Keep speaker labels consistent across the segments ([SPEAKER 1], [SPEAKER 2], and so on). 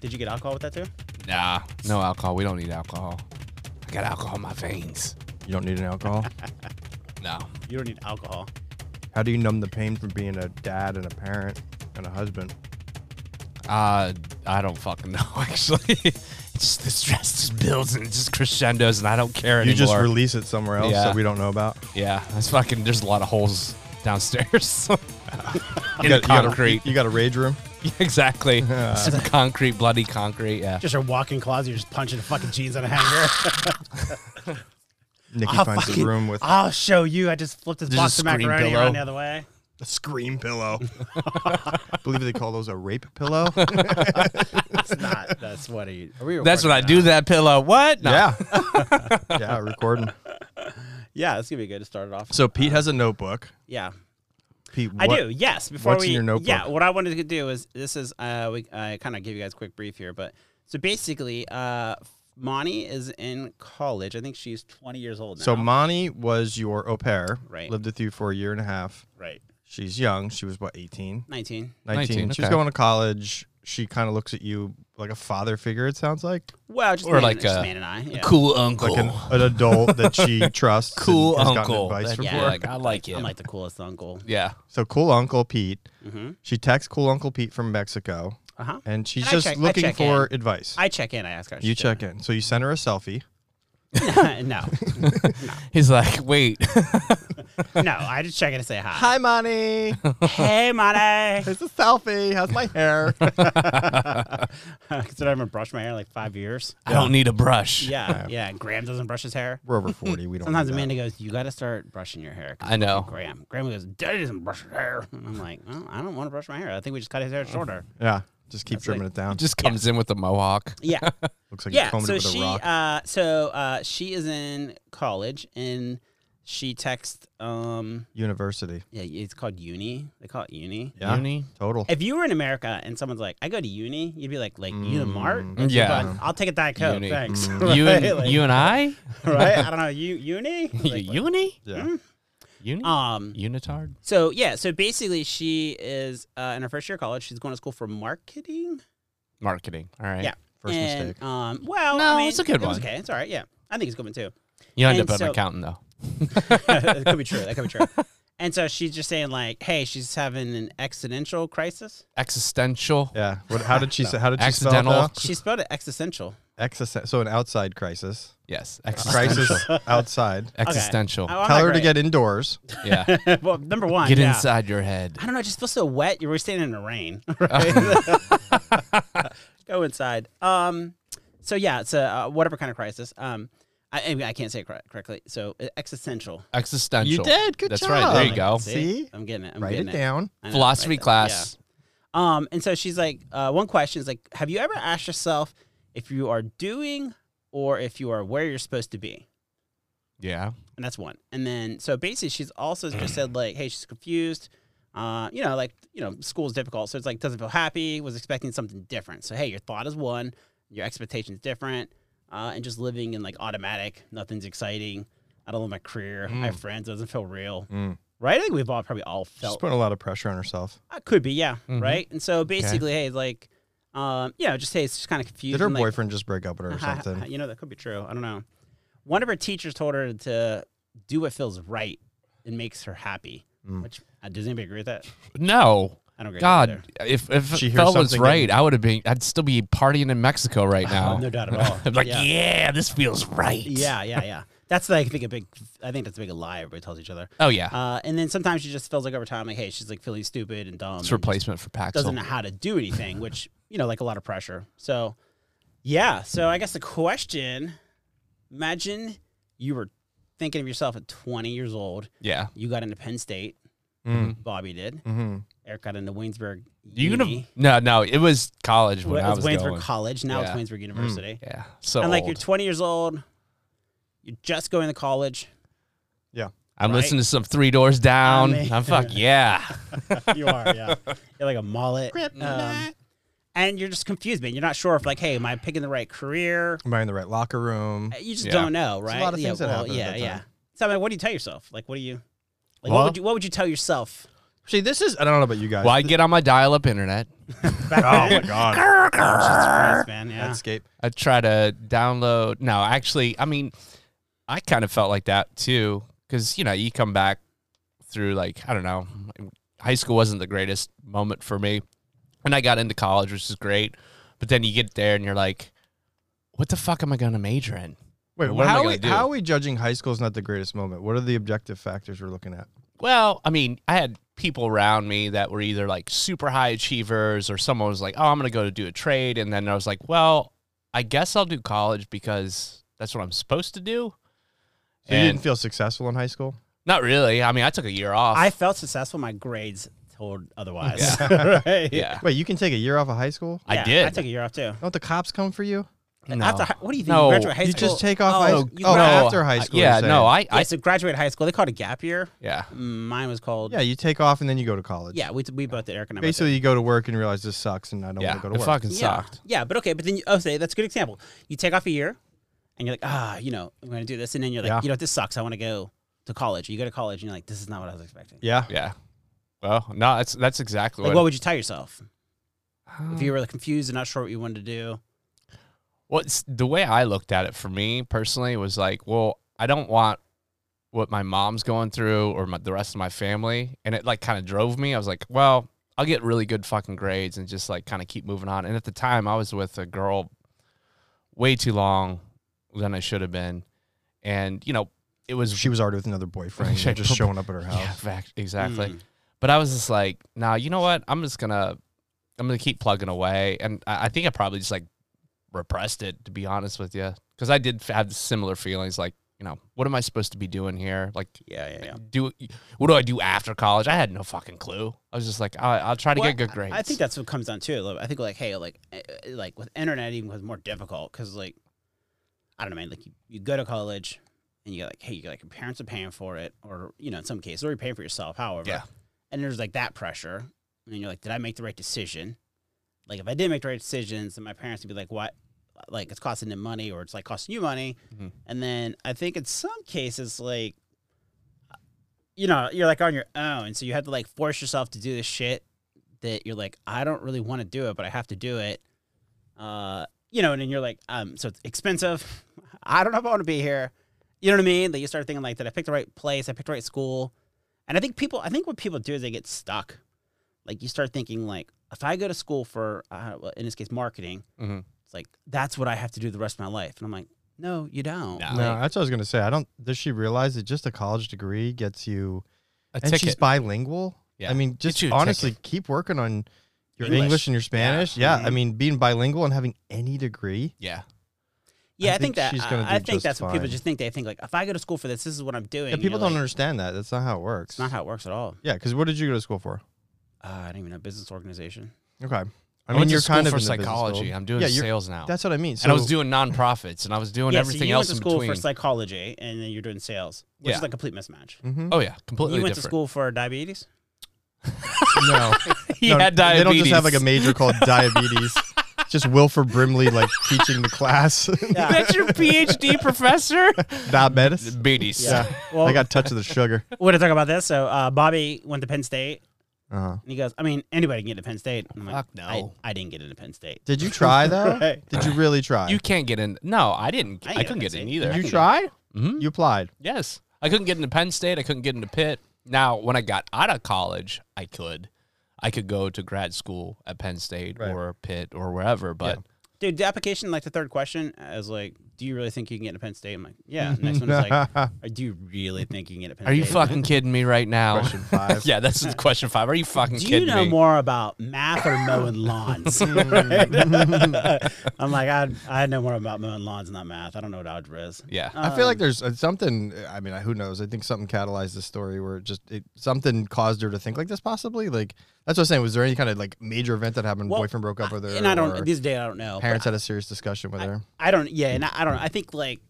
[SPEAKER 1] Did you get alcohol with that too?
[SPEAKER 2] Nah, no alcohol. We don't need alcohol. I got alcohol in my veins.
[SPEAKER 3] You don't need an alcohol.
[SPEAKER 2] No.
[SPEAKER 1] You don't need alcohol.
[SPEAKER 3] How do you numb the pain from being a dad and a parent and a husband?
[SPEAKER 2] Uh, I don't fucking know, actually. it's just the stress just builds and it just crescendos, and I don't care
[SPEAKER 3] You
[SPEAKER 2] anymore.
[SPEAKER 3] just release it somewhere else
[SPEAKER 2] Yeah.
[SPEAKER 3] that we don't know about.
[SPEAKER 2] yeah, that's fucking. There's a lot of holes downstairs in
[SPEAKER 3] You
[SPEAKER 2] the
[SPEAKER 3] got- you got a-
[SPEAKER 2] concrete.
[SPEAKER 3] You got a rage room.
[SPEAKER 2] exactly. Some concrete, bloody concrete. Yeah.
[SPEAKER 1] Just a walk-in closet. You're just punching a fucking jeans on a hanger.
[SPEAKER 3] Nikki
[SPEAKER 1] I'll
[SPEAKER 3] finds a
[SPEAKER 1] fucking-
[SPEAKER 3] room with
[SPEAKER 1] I'll show you. I just flipped this
[SPEAKER 2] There's
[SPEAKER 1] box
[SPEAKER 2] a
[SPEAKER 1] of
[SPEAKER 2] screen
[SPEAKER 1] macaroni
[SPEAKER 2] pillow.
[SPEAKER 1] around the other way.
[SPEAKER 3] a scream pillow. I believe they call those a rape pillow.
[SPEAKER 1] It's not. That's what are you? Are we
[SPEAKER 2] That's what I
[SPEAKER 1] recording
[SPEAKER 2] do. to That pillow. What? No.
[SPEAKER 3] Yeah. yeah, recording.
[SPEAKER 1] now? Yeah, that's gonna be good to start it off.
[SPEAKER 3] So Pete has a notebook.
[SPEAKER 1] yeah,
[SPEAKER 3] Pete, what,
[SPEAKER 1] I do. Yes. Before
[SPEAKER 3] what's in
[SPEAKER 1] we,
[SPEAKER 3] your notebook?
[SPEAKER 1] yeah, what I wanted to do is this is uh, we I kind of give you guys a quick brief here, but so basically, uh, Monty is in college. I think she's 20 years old now.
[SPEAKER 3] So Monty was your au pair.
[SPEAKER 1] Right.
[SPEAKER 3] Lived with you for a year and a half.
[SPEAKER 1] right,
[SPEAKER 3] She's young. She was what 18,
[SPEAKER 1] 19.
[SPEAKER 3] 19.
[SPEAKER 2] 19,
[SPEAKER 3] She's
[SPEAKER 2] okay.
[SPEAKER 3] going to college. She kind of looks at you like a father figure. It sounds like
[SPEAKER 1] Well, just
[SPEAKER 2] Or
[SPEAKER 1] man,
[SPEAKER 2] like
[SPEAKER 1] just
[SPEAKER 2] a-
[SPEAKER 1] man and I. Yeah.
[SPEAKER 2] Cool uncle.
[SPEAKER 3] like an, an adult that she trusts. and
[SPEAKER 2] cool
[SPEAKER 3] has gotten
[SPEAKER 2] uncle.
[SPEAKER 3] advice
[SPEAKER 2] That'd
[SPEAKER 3] from.
[SPEAKER 2] be
[SPEAKER 1] Yeah.
[SPEAKER 2] like, I like
[SPEAKER 1] I'm
[SPEAKER 2] him.
[SPEAKER 1] like the coolest uncle.
[SPEAKER 2] yeah.
[SPEAKER 3] So cool Uncle Pete.
[SPEAKER 1] Mm-hmm.
[SPEAKER 3] She texts cool Uncle Pete from Mexico,
[SPEAKER 1] Uh huh.
[SPEAKER 3] and she's
[SPEAKER 1] And I
[SPEAKER 3] just
[SPEAKER 1] check- I
[SPEAKER 3] looking
[SPEAKER 1] check
[SPEAKER 3] for advice.
[SPEAKER 1] I check in. I ask her.
[SPEAKER 3] you check in. So you send her a selfie.
[SPEAKER 1] in. no,
[SPEAKER 2] He's like, wait.
[SPEAKER 1] no. I just check in to say hi.
[SPEAKER 3] Hi, Monty.
[SPEAKER 1] hey, Monty.
[SPEAKER 3] It's a selfie. How's my hair?
[SPEAKER 1] Consider I haven't brushed my hair in like five years.
[SPEAKER 2] I don't need a brush.
[SPEAKER 1] Yeah, yeah. Graham doesn't brush his hair.
[SPEAKER 3] We're over forty. We don't. do
[SPEAKER 1] Sometimes
[SPEAKER 3] that.
[SPEAKER 1] Amanda goes, "You got to start brushing your hair." 'cause
[SPEAKER 2] I know.
[SPEAKER 1] Graham. Graham goes, Daddy doesn't brush his hair. And I'm like, well, I don't want to brush my hair. I think we just cut his hair
[SPEAKER 3] Oh.
[SPEAKER 1] shorter.
[SPEAKER 3] Yeah, just keep trimming
[SPEAKER 1] like-
[SPEAKER 3] it down.
[SPEAKER 2] Just comes in with a mohawk.
[SPEAKER 1] Yeah.
[SPEAKER 3] looks like you
[SPEAKER 1] yeah.
[SPEAKER 3] combed
[SPEAKER 1] So
[SPEAKER 3] it with
[SPEAKER 1] she
[SPEAKER 3] a rock.
[SPEAKER 1] uh so uh she is in college and she texts um
[SPEAKER 3] University.
[SPEAKER 1] yeah, it's called uni. They call it uni.
[SPEAKER 3] Yeah.
[SPEAKER 2] Uni?
[SPEAKER 3] Total.
[SPEAKER 1] If you were in America and someone's like, I go to uni, you'd be like, like Unimart?
[SPEAKER 2] Mm, yeah.
[SPEAKER 1] You'd go, I'll take a Diet Coke,
[SPEAKER 2] Uni. Mm.
[SPEAKER 1] thanks.
[SPEAKER 2] You
[SPEAKER 1] right?
[SPEAKER 2] and
[SPEAKER 1] Like-
[SPEAKER 2] you and I?
[SPEAKER 1] right? I don't know, you uni? Like, what-
[SPEAKER 2] Uni?
[SPEAKER 3] Yeah.
[SPEAKER 1] Mm-hmm.
[SPEAKER 2] Uni?
[SPEAKER 1] um
[SPEAKER 2] Unitard?
[SPEAKER 1] so yeah, so basically she is uh, in her first year of college, she's going to school for marketing.
[SPEAKER 2] Marketing. All right.
[SPEAKER 1] Yeah.
[SPEAKER 3] First
[SPEAKER 1] And,
[SPEAKER 3] mistake.
[SPEAKER 1] Um, well,
[SPEAKER 2] No,
[SPEAKER 1] I mean,
[SPEAKER 2] it's a good
[SPEAKER 1] it was
[SPEAKER 2] one.
[SPEAKER 1] Okay, it's all right. Yeah, I think it's a good one too.
[SPEAKER 2] You end
[SPEAKER 1] And
[SPEAKER 2] up an
[SPEAKER 1] so-
[SPEAKER 2] accountant though.
[SPEAKER 1] it could be true. That could be true. And so she's just saying like, hey, she's having an existential crisis.
[SPEAKER 2] Existential.
[SPEAKER 3] Yeah. What, how did she? say, how did she spell it?
[SPEAKER 2] Accidental.
[SPEAKER 3] out?
[SPEAKER 1] She spelled it existential.
[SPEAKER 3] Existen- so an outside crisis.
[SPEAKER 2] Yes. Existential.
[SPEAKER 3] Crisis outside.
[SPEAKER 2] Existential.
[SPEAKER 1] Oh, I'm
[SPEAKER 3] Tell
[SPEAKER 1] not
[SPEAKER 3] her to
[SPEAKER 1] great.
[SPEAKER 3] get indoors.
[SPEAKER 2] Yeah.
[SPEAKER 1] well, number one.
[SPEAKER 2] Get
[SPEAKER 1] yeah.
[SPEAKER 2] inside your head.
[SPEAKER 1] I don't know. It just feels so wet. You were standing in the rain. right? Go inside. Um. So yeah, it's a uh, whatever kind of crisis. Um. I, I mean, I can't say it cor- correctly. So uh, existential. Um,
[SPEAKER 2] Existential.
[SPEAKER 3] You did. Good
[SPEAKER 2] That's
[SPEAKER 3] job.
[SPEAKER 2] right. There you go.
[SPEAKER 3] See?
[SPEAKER 1] I'm getting it. I'm
[SPEAKER 3] Write it
[SPEAKER 1] getting
[SPEAKER 3] down.
[SPEAKER 1] I know,
[SPEAKER 2] Philosophy
[SPEAKER 1] right? Yeah.
[SPEAKER 2] class.
[SPEAKER 1] Um, and so she's like, uh, one question is like, have you ever asked yourself if you are doing or if you are where you're supposed to be?
[SPEAKER 2] Yeah.
[SPEAKER 1] And that's one. And then so basically, she's also just said like, hey, she's confused. Uh, you know, like you know, school's difficult, so it's like doesn't feel happy. Was expecting something different. So hey, your thought is one, your expectation's different, uh, and just living in like automatic. Nothing's exciting. I don't love my career. I have friends. It doesn't feel real.
[SPEAKER 3] Mm.
[SPEAKER 1] Right? I think we've all probably all
[SPEAKER 3] She's Mm-hmm.
[SPEAKER 1] felt
[SPEAKER 3] putting a lot of pressure on herself.
[SPEAKER 1] uh, could be, yeah.
[SPEAKER 2] Mhm.
[SPEAKER 1] Right. And so basically, hey, like, um, you know, just hey, it's just kind of confusing.
[SPEAKER 3] Did her
[SPEAKER 1] like,
[SPEAKER 3] boyfriend just break up with her or something?
[SPEAKER 1] you know, that could be true. I don't know. One of her teachers told her to do what feels right and makes her happy.
[SPEAKER 3] Mm.
[SPEAKER 1] Which uh, does anybody agree with that?
[SPEAKER 2] No.
[SPEAKER 1] I don't agree.
[SPEAKER 2] God,
[SPEAKER 1] with
[SPEAKER 2] if if
[SPEAKER 3] She
[SPEAKER 2] she
[SPEAKER 3] hears
[SPEAKER 2] was
[SPEAKER 3] something
[SPEAKER 2] right,
[SPEAKER 3] and-
[SPEAKER 2] I would have been. I'd still be partying in Mexico right
[SPEAKER 1] that.
[SPEAKER 2] now.
[SPEAKER 1] Oh, no doubt at all.
[SPEAKER 2] I'm like, yeah.
[SPEAKER 1] Uh-huh. yeah.
[SPEAKER 2] this feels right.
[SPEAKER 1] yeah, yeah, yeah. That's like I think a big. I think that's a big lie everybody tells each other.
[SPEAKER 2] Oh yeah.
[SPEAKER 1] Uh, and then sometimes she just feels like over time, like, hey, she's like feeling stupid and dumb.
[SPEAKER 2] it's
[SPEAKER 1] and just
[SPEAKER 2] replacement for
[SPEAKER 1] doesn't
[SPEAKER 2] Paxil.
[SPEAKER 1] know how to do anything, which you know, like a lot of pressure. So, yeah. So I guess the question: Imagine you were thinking of yourself at 20 years old.
[SPEAKER 2] Yeah.
[SPEAKER 1] You got into Penn State.
[SPEAKER 3] Mm.
[SPEAKER 1] Bobby did.
[SPEAKER 3] Mm-hmm.
[SPEAKER 1] Eric got into Waynesburg.
[SPEAKER 2] You gonna?
[SPEAKER 1] Uni.
[SPEAKER 2] No, no. It was college when
[SPEAKER 1] Well,
[SPEAKER 2] I
[SPEAKER 1] it was
[SPEAKER 2] was
[SPEAKER 1] Waynesburg
[SPEAKER 2] going.
[SPEAKER 1] College. Now
[SPEAKER 2] Yeah.
[SPEAKER 1] it's Waynesburg University.
[SPEAKER 2] yeah. So
[SPEAKER 1] and like
[SPEAKER 2] old.
[SPEAKER 1] you're 20 years old. You're just going to college.
[SPEAKER 2] I'm
[SPEAKER 1] right?
[SPEAKER 2] listening to some Three Doors Down.
[SPEAKER 1] mean-
[SPEAKER 2] I'm fuck yeah.
[SPEAKER 1] you are, yeah. You're like a mullet. Um, and you're just confused, man. You're not sure if like, hey, am I picking the right career?
[SPEAKER 3] Am I in the right locker room?
[SPEAKER 1] You just
[SPEAKER 2] Yeah.
[SPEAKER 1] don't know, right?
[SPEAKER 3] There's a lot of things that happen at
[SPEAKER 1] yeah,
[SPEAKER 3] that
[SPEAKER 1] yeah.
[SPEAKER 3] time.
[SPEAKER 1] So I mean, what do you tell yourself? Like, what do you, like,
[SPEAKER 3] Well-
[SPEAKER 1] what would you, what would you tell yourself?
[SPEAKER 3] See, this is I don't know about you guys.
[SPEAKER 2] Well, I get on my dial-up internet.
[SPEAKER 4] Oh my
[SPEAKER 3] Uh,
[SPEAKER 4] god.
[SPEAKER 1] Surprise, man. Yeah.
[SPEAKER 3] Netscape.
[SPEAKER 2] I try to download. No, actually, I mean, I kind of felt like that too, because you know, you come back through like I don't know, high school wasn't the greatest moment for me, and I got into college, which is great, but then you get there and you're like, what the fuck am I gonna major in?
[SPEAKER 3] Wait,
[SPEAKER 2] What am I
[SPEAKER 3] how,
[SPEAKER 2] gonna
[SPEAKER 3] we,
[SPEAKER 2] do?
[SPEAKER 3] how are we judging high school is not the greatest moment? What are the objective factors we're looking at?
[SPEAKER 2] Well, I mean, I had people around me that were either like super high achievers or someone was like, oh, I'm going to go to do a trade. And then I was like, well, I guess I'll do college because that's what I'm supposed to do.
[SPEAKER 3] So you
[SPEAKER 2] and
[SPEAKER 3] didn't feel successful in high school?
[SPEAKER 2] not really. I mean, I took a year off.
[SPEAKER 1] I felt successful. My grades told otherwise. Right?
[SPEAKER 2] yeah.
[SPEAKER 3] Wait, you can take a year off of high school?
[SPEAKER 2] I
[SPEAKER 1] Yeah,
[SPEAKER 2] did.
[SPEAKER 1] I took a year off too.
[SPEAKER 3] Don't the cops come for you?
[SPEAKER 2] no.
[SPEAKER 1] After hi- what do you think?
[SPEAKER 2] No.
[SPEAKER 1] you graduate high
[SPEAKER 3] you
[SPEAKER 1] school?
[SPEAKER 3] just take off high
[SPEAKER 1] Oh,
[SPEAKER 3] school.
[SPEAKER 1] you
[SPEAKER 3] Oh,
[SPEAKER 1] gra-
[SPEAKER 3] after high
[SPEAKER 2] I-
[SPEAKER 3] school.
[SPEAKER 2] yeah,
[SPEAKER 3] you're
[SPEAKER 2] no,
[SPEAKER 3] saying.
[SPEAKER 2] I,
[SPEAKER 1] yeah,
[SPEAKER 2] I,
[SPEAKER 1] so graduate high school. They called it gap year.
[SPEAKER 2] yeah.
[SPEAKER 1] Mine was called.
[SPEAKER 3] Yeah, you take off and then you go to college.
[SPEAKER 1] yeah, we, we both did. Eric and I both did.
[SPEAKER 3] Basically, you go to work and realize this sucks and I don't
[SPEAKER 2] Yeah.
[SPEAKER 3] want to go
[SPEAKER 2] it
[SPEAKER 3] to work.
[SPEAKER 2] fucking
[SPEAKER 1] yeah.
[SPEAKER 2] sucked.
[SPEAKER 1] Yeah, but okay, but then you, oh, say that's a good example. You take off a year, and you're like, ah, you know, I'm gonna do this, and then you're like,
[SPEAKER 3] Yeah.
[SPEAKER 1] you know, what, this sucks. I want to go to college. You go to college, and you're like, this is not what I was expecting.
[SPEAKER 3] Yeah.
[SPEAKER 2] Yeah. Well, no, that's, that's exactly
[SPEAKER 1] Like,
[SPEAKER 2] what
[SPEAKER 1] what would you tell yourself
[SPEAKER 3] Mm.
[SPEAKER 1] if you were like, confused and not sure what you wanted to do?
[SPEAKER 2] What's the way I looked at it for me personally was like, well, I don't want what my mom's going through or my, the rest of my family, and it like kind of drove me. I was like, well, I'll get really good fucking grades and just like kind of keep moving on. And at the time, I was with a girl way too long than I should have been, and you know, it was
[SPEAKER 3] She was already with another boyfriend.
[SPEAKER 2] She-
[SPEAKER 3] You're just showing up at her
[SPEAKER 2] yeah,
[SPEAKER 3] house.
[SPEAKER 2] fact- exactly.
[SPEAKER 1] Mm.
[SPEAKER 2] But I was just like, nah, you know what? I'm just gonna I'm gonna keep plugging away. And I, I think I probably just like repressed it to be honest with you, because I did f- have similar feelings. Like, you know, what am I supposed to be doing here? Like,
[SPEAKER 1] Yeah, yeah, yeah.
[SPEAKER 2] do what do I do after college? I had no fucking clue. I was just like, I, I'll try to
[SPEAKER 1] Well,
[SPEAKER 2] get good grades.
[SPEAKER 1] I think that's what comes down to. it a little bit. I think like, hey, like, eh, eh, like with internet, even was more difficult because like, I don't know, man. Like, you, you go to college, and you got like, hey, you got like your parents are paying for it, or you know, in some cases, or you're paying for yourself. However,
[SPEAKER 2] Yeah.
[SPEAKER 1] And there's like that pressure, and you're like, did I make the right decision? Like, if I did make the right decisions, then my parents would be like, what? Like, it's costing them money, or it's like costing you money.
[SPEAKER 2] Mhm.
[SPEAKER 1] And then I think in some cases, like, you know, you're like on your own, so you have to like force yourself to do this shit that you're like, I don't really want to do it, but I have to do it. Uh, you know, and then you're like, um, so it's expensive. I don't know if I want to be here. You know what I mean? That you start thinking like, did I pick the right place? I picked the right school. And I think people, I think what people do is they get stuck. Like you start thinking like, if I go to school for, uh, well, in this case, marketing,
[SPEAKER 2] Mhm.
[SPEAKER 1] it's like that's what I have to do the rest of my life. And I'm like, no, you don't.
[SPEAKER 2] No.
[SPEAKER 1] Like,
[SPEAKER 3] No, that's what I was gonna say. I don't. Does she realize that just a college degree gets you?
[SPEAKER 2] a
[SPEAKER 3] and she's
[SPEAKER 2] ticket.
[SPEAKER 3] bilingual.
[SPEAKER 2] Yeah.
[SPEAKER 3] I mean,
[SPEAKER 2] Gets
[SPEAKER 3] just
[SPEAKER 2] you a
[SPEAKER 3] honestly, keep working on your
[SPEAKER 1] English.
[SPEAKER 3] English, and your Spanish. Yeah. I
[SPEAKER 1] Mhm.
[SPEAKER 3] mean, being bilingual and having any degree.
[SPEAKER 2] yeah,
[SPEAKER 1] yeah,
[SPEAKER 3] I
[SPEAKER 1] I, think,
[SPEAKER 3] think
[SPEAKER 1] that
[SPEAKER 3] she's gonna
[SPEAKER 1] I, I
[SPEAKER 3] do
[SPEAKER 1] think
[SPEAKER 3] just
[SPEAKER 1] that's what people
[SPEAKER 3] fine.
[SPEAKER 1] just think. They think like, if I go to school for this, this is what I'm doing.
[SPEAKER 3] Yeah,
[SPEAKER 1] And you're
[SPEAKER 3] people don't
[SPEAKER 1] like,
[SPEAKER 3] understand that. That's not how it works.
[SPEAKER 1] It's not how it works at all.
[SPEAKER 3] yeah, because what did you go to school for?
[SPEAKER 1] Uh, I don't even know business organization.
[SPEAKER 3] Okay. I,
[SPEAKER 2] I,
[SPEAKER 3] mean,
[SPEAKER 2] went to
[SPEAKER 3] you're
[SPEAKER 2] school
[SPEAKER 3] kind of
[SPEAKER 2] for
[SPEAKER 3] in the business
[SPEAKER 2] psychology.
[SPEAKER 3] world.
[SPEAKER 2] I'm doing
[SPEAKER 3] Yeah, you're-
[SPEAKER 2] sales now,
[SPEAKER 3] That's what I mean. So
[SPEAKER 2] and I was doing nonprofits, and I was doing
[SPEAKER 1] yeah,
[SPEAKER 2] everything
[SPEAKER 1] so you
[SPEAKER 2] else
[SPEAKER 1] went
[SPEAKER 2] in
[SPEAKER 1] to school
[SPEAKER 2] between.
[SPEAKER 1] for psychology, and then you're doing sales, which
[SPEAKER 2] Yeah.
[SPEAKER 1] is like a complete mismatch.
[SPEAKER 3] Mhm.
[SPEAKER 2] oh yeah, completely
[SPEAKER 1] you went to
[SPEAKER 2] different.
[SPEAKER 1] school for diabetes.
[SPEAKER 3] mm-hmm. no,
[SPEAKER 2] he
[SPEAKER 3] No,
[SPEAKER 2] had
[SPEAKER 3] They
[SPEAKER 2] diabetes.
[SPEAKER 3] don't just have like a major called diabetes. Just Wilford Brimley like teaching the class
[SPEAKER 2] That's your PhD professor.
[SPEAKER 3] diabetes.
[SPEAKER 2] Beaties.
[SPEAKER 1] Yeah. Well,
[SPEAKER 3] I got touch of the sugar.
[SPEAKER 1] we're gonna talk about this. So uh, Bobby went to Penn State,
[SPEAKER 3] Uh-huh.
[SPEAKER 1] and he goes, "I mean, anybody can get to Penn State." And I'm like,
[SPEAKER 2] Fuck no.
[SPEAKER 1] I, I didn't get into Penn State.
[SPEAKER 3] Did you try though?
[SPEAKER 1] Right.
[SPEAKER 3] Did you really try?
[SPEAKER 2] You can't get in. No, I didn't.
[SPEAKER 1] I
[SPEAKER 2] I,
[SPEAKER 1] didn't
[SPEAKER 2] couldn't
[SPEAKER 1] get
[SPEAKER 2] get
[SPEAKER 1] in Penn
[SPEAKER 2] in
[SPEAKER 1] State.
[SPEAKER 2] either.
[SPEAKER 3] you tried?
[SPEAKER 2] Mhm.
[SPEAKER 1] Mm-hmm.
[SPEAKER 3] You applied.
[SPEAKER 2] Yes, I couldn't get into Penn State. I couldn't get into Pitt. Now, when I got out of college, I could. I could go to grad school at Penn State
[SPEAKER 3] Right.
[SPEAKER 2] or Pitt or wherever. But
[SPEAKER 1] Dude, the application, like the third question, I was like, "Do you really think you can get into Penn State?" I'm like, "Yeah." The next one is like, "Do you really think you can get to Penn
[SPEAKER 2] are you
[SPEAKER 1] State?"
[SPEAKER 2] fucking kidding me right now?
[SPEAKER 3] Question five.
[SPEAKER 2] yeah, that's the question five. Are you fucking
[SPEAKER 1] Do
[SPEAKER 2] kidding
[SPEAKER 1] you know
[SPEAKER 2] me?
[SPEAKER 1] more about math or mowing lawns? Right? I'm like, I I know more about mowing lawns, not math. I don't know what algebra is.
[SPEAKER 2] yeah.
[SPEAKER 3] I feel like there's uh, something. I mean, who knows? I think something catalyzed the story where it just it, something caused her to think like this. Possibly, like that's what I'm saying. Was there any kind of like major event that happened?
[SPEAKER 1] Well,
[SPEAKER 3] Boyfriend broke up with her,
[SPEAKER 1] and I
[SPEAKER 3] or
[SPEAKER 1] don't. These days, I don't know. but
[SPEAKER 3] parents had a serious discussion with her.
[SPEAKER 1] I don't. Yeah, and I, I don't. know. I think like,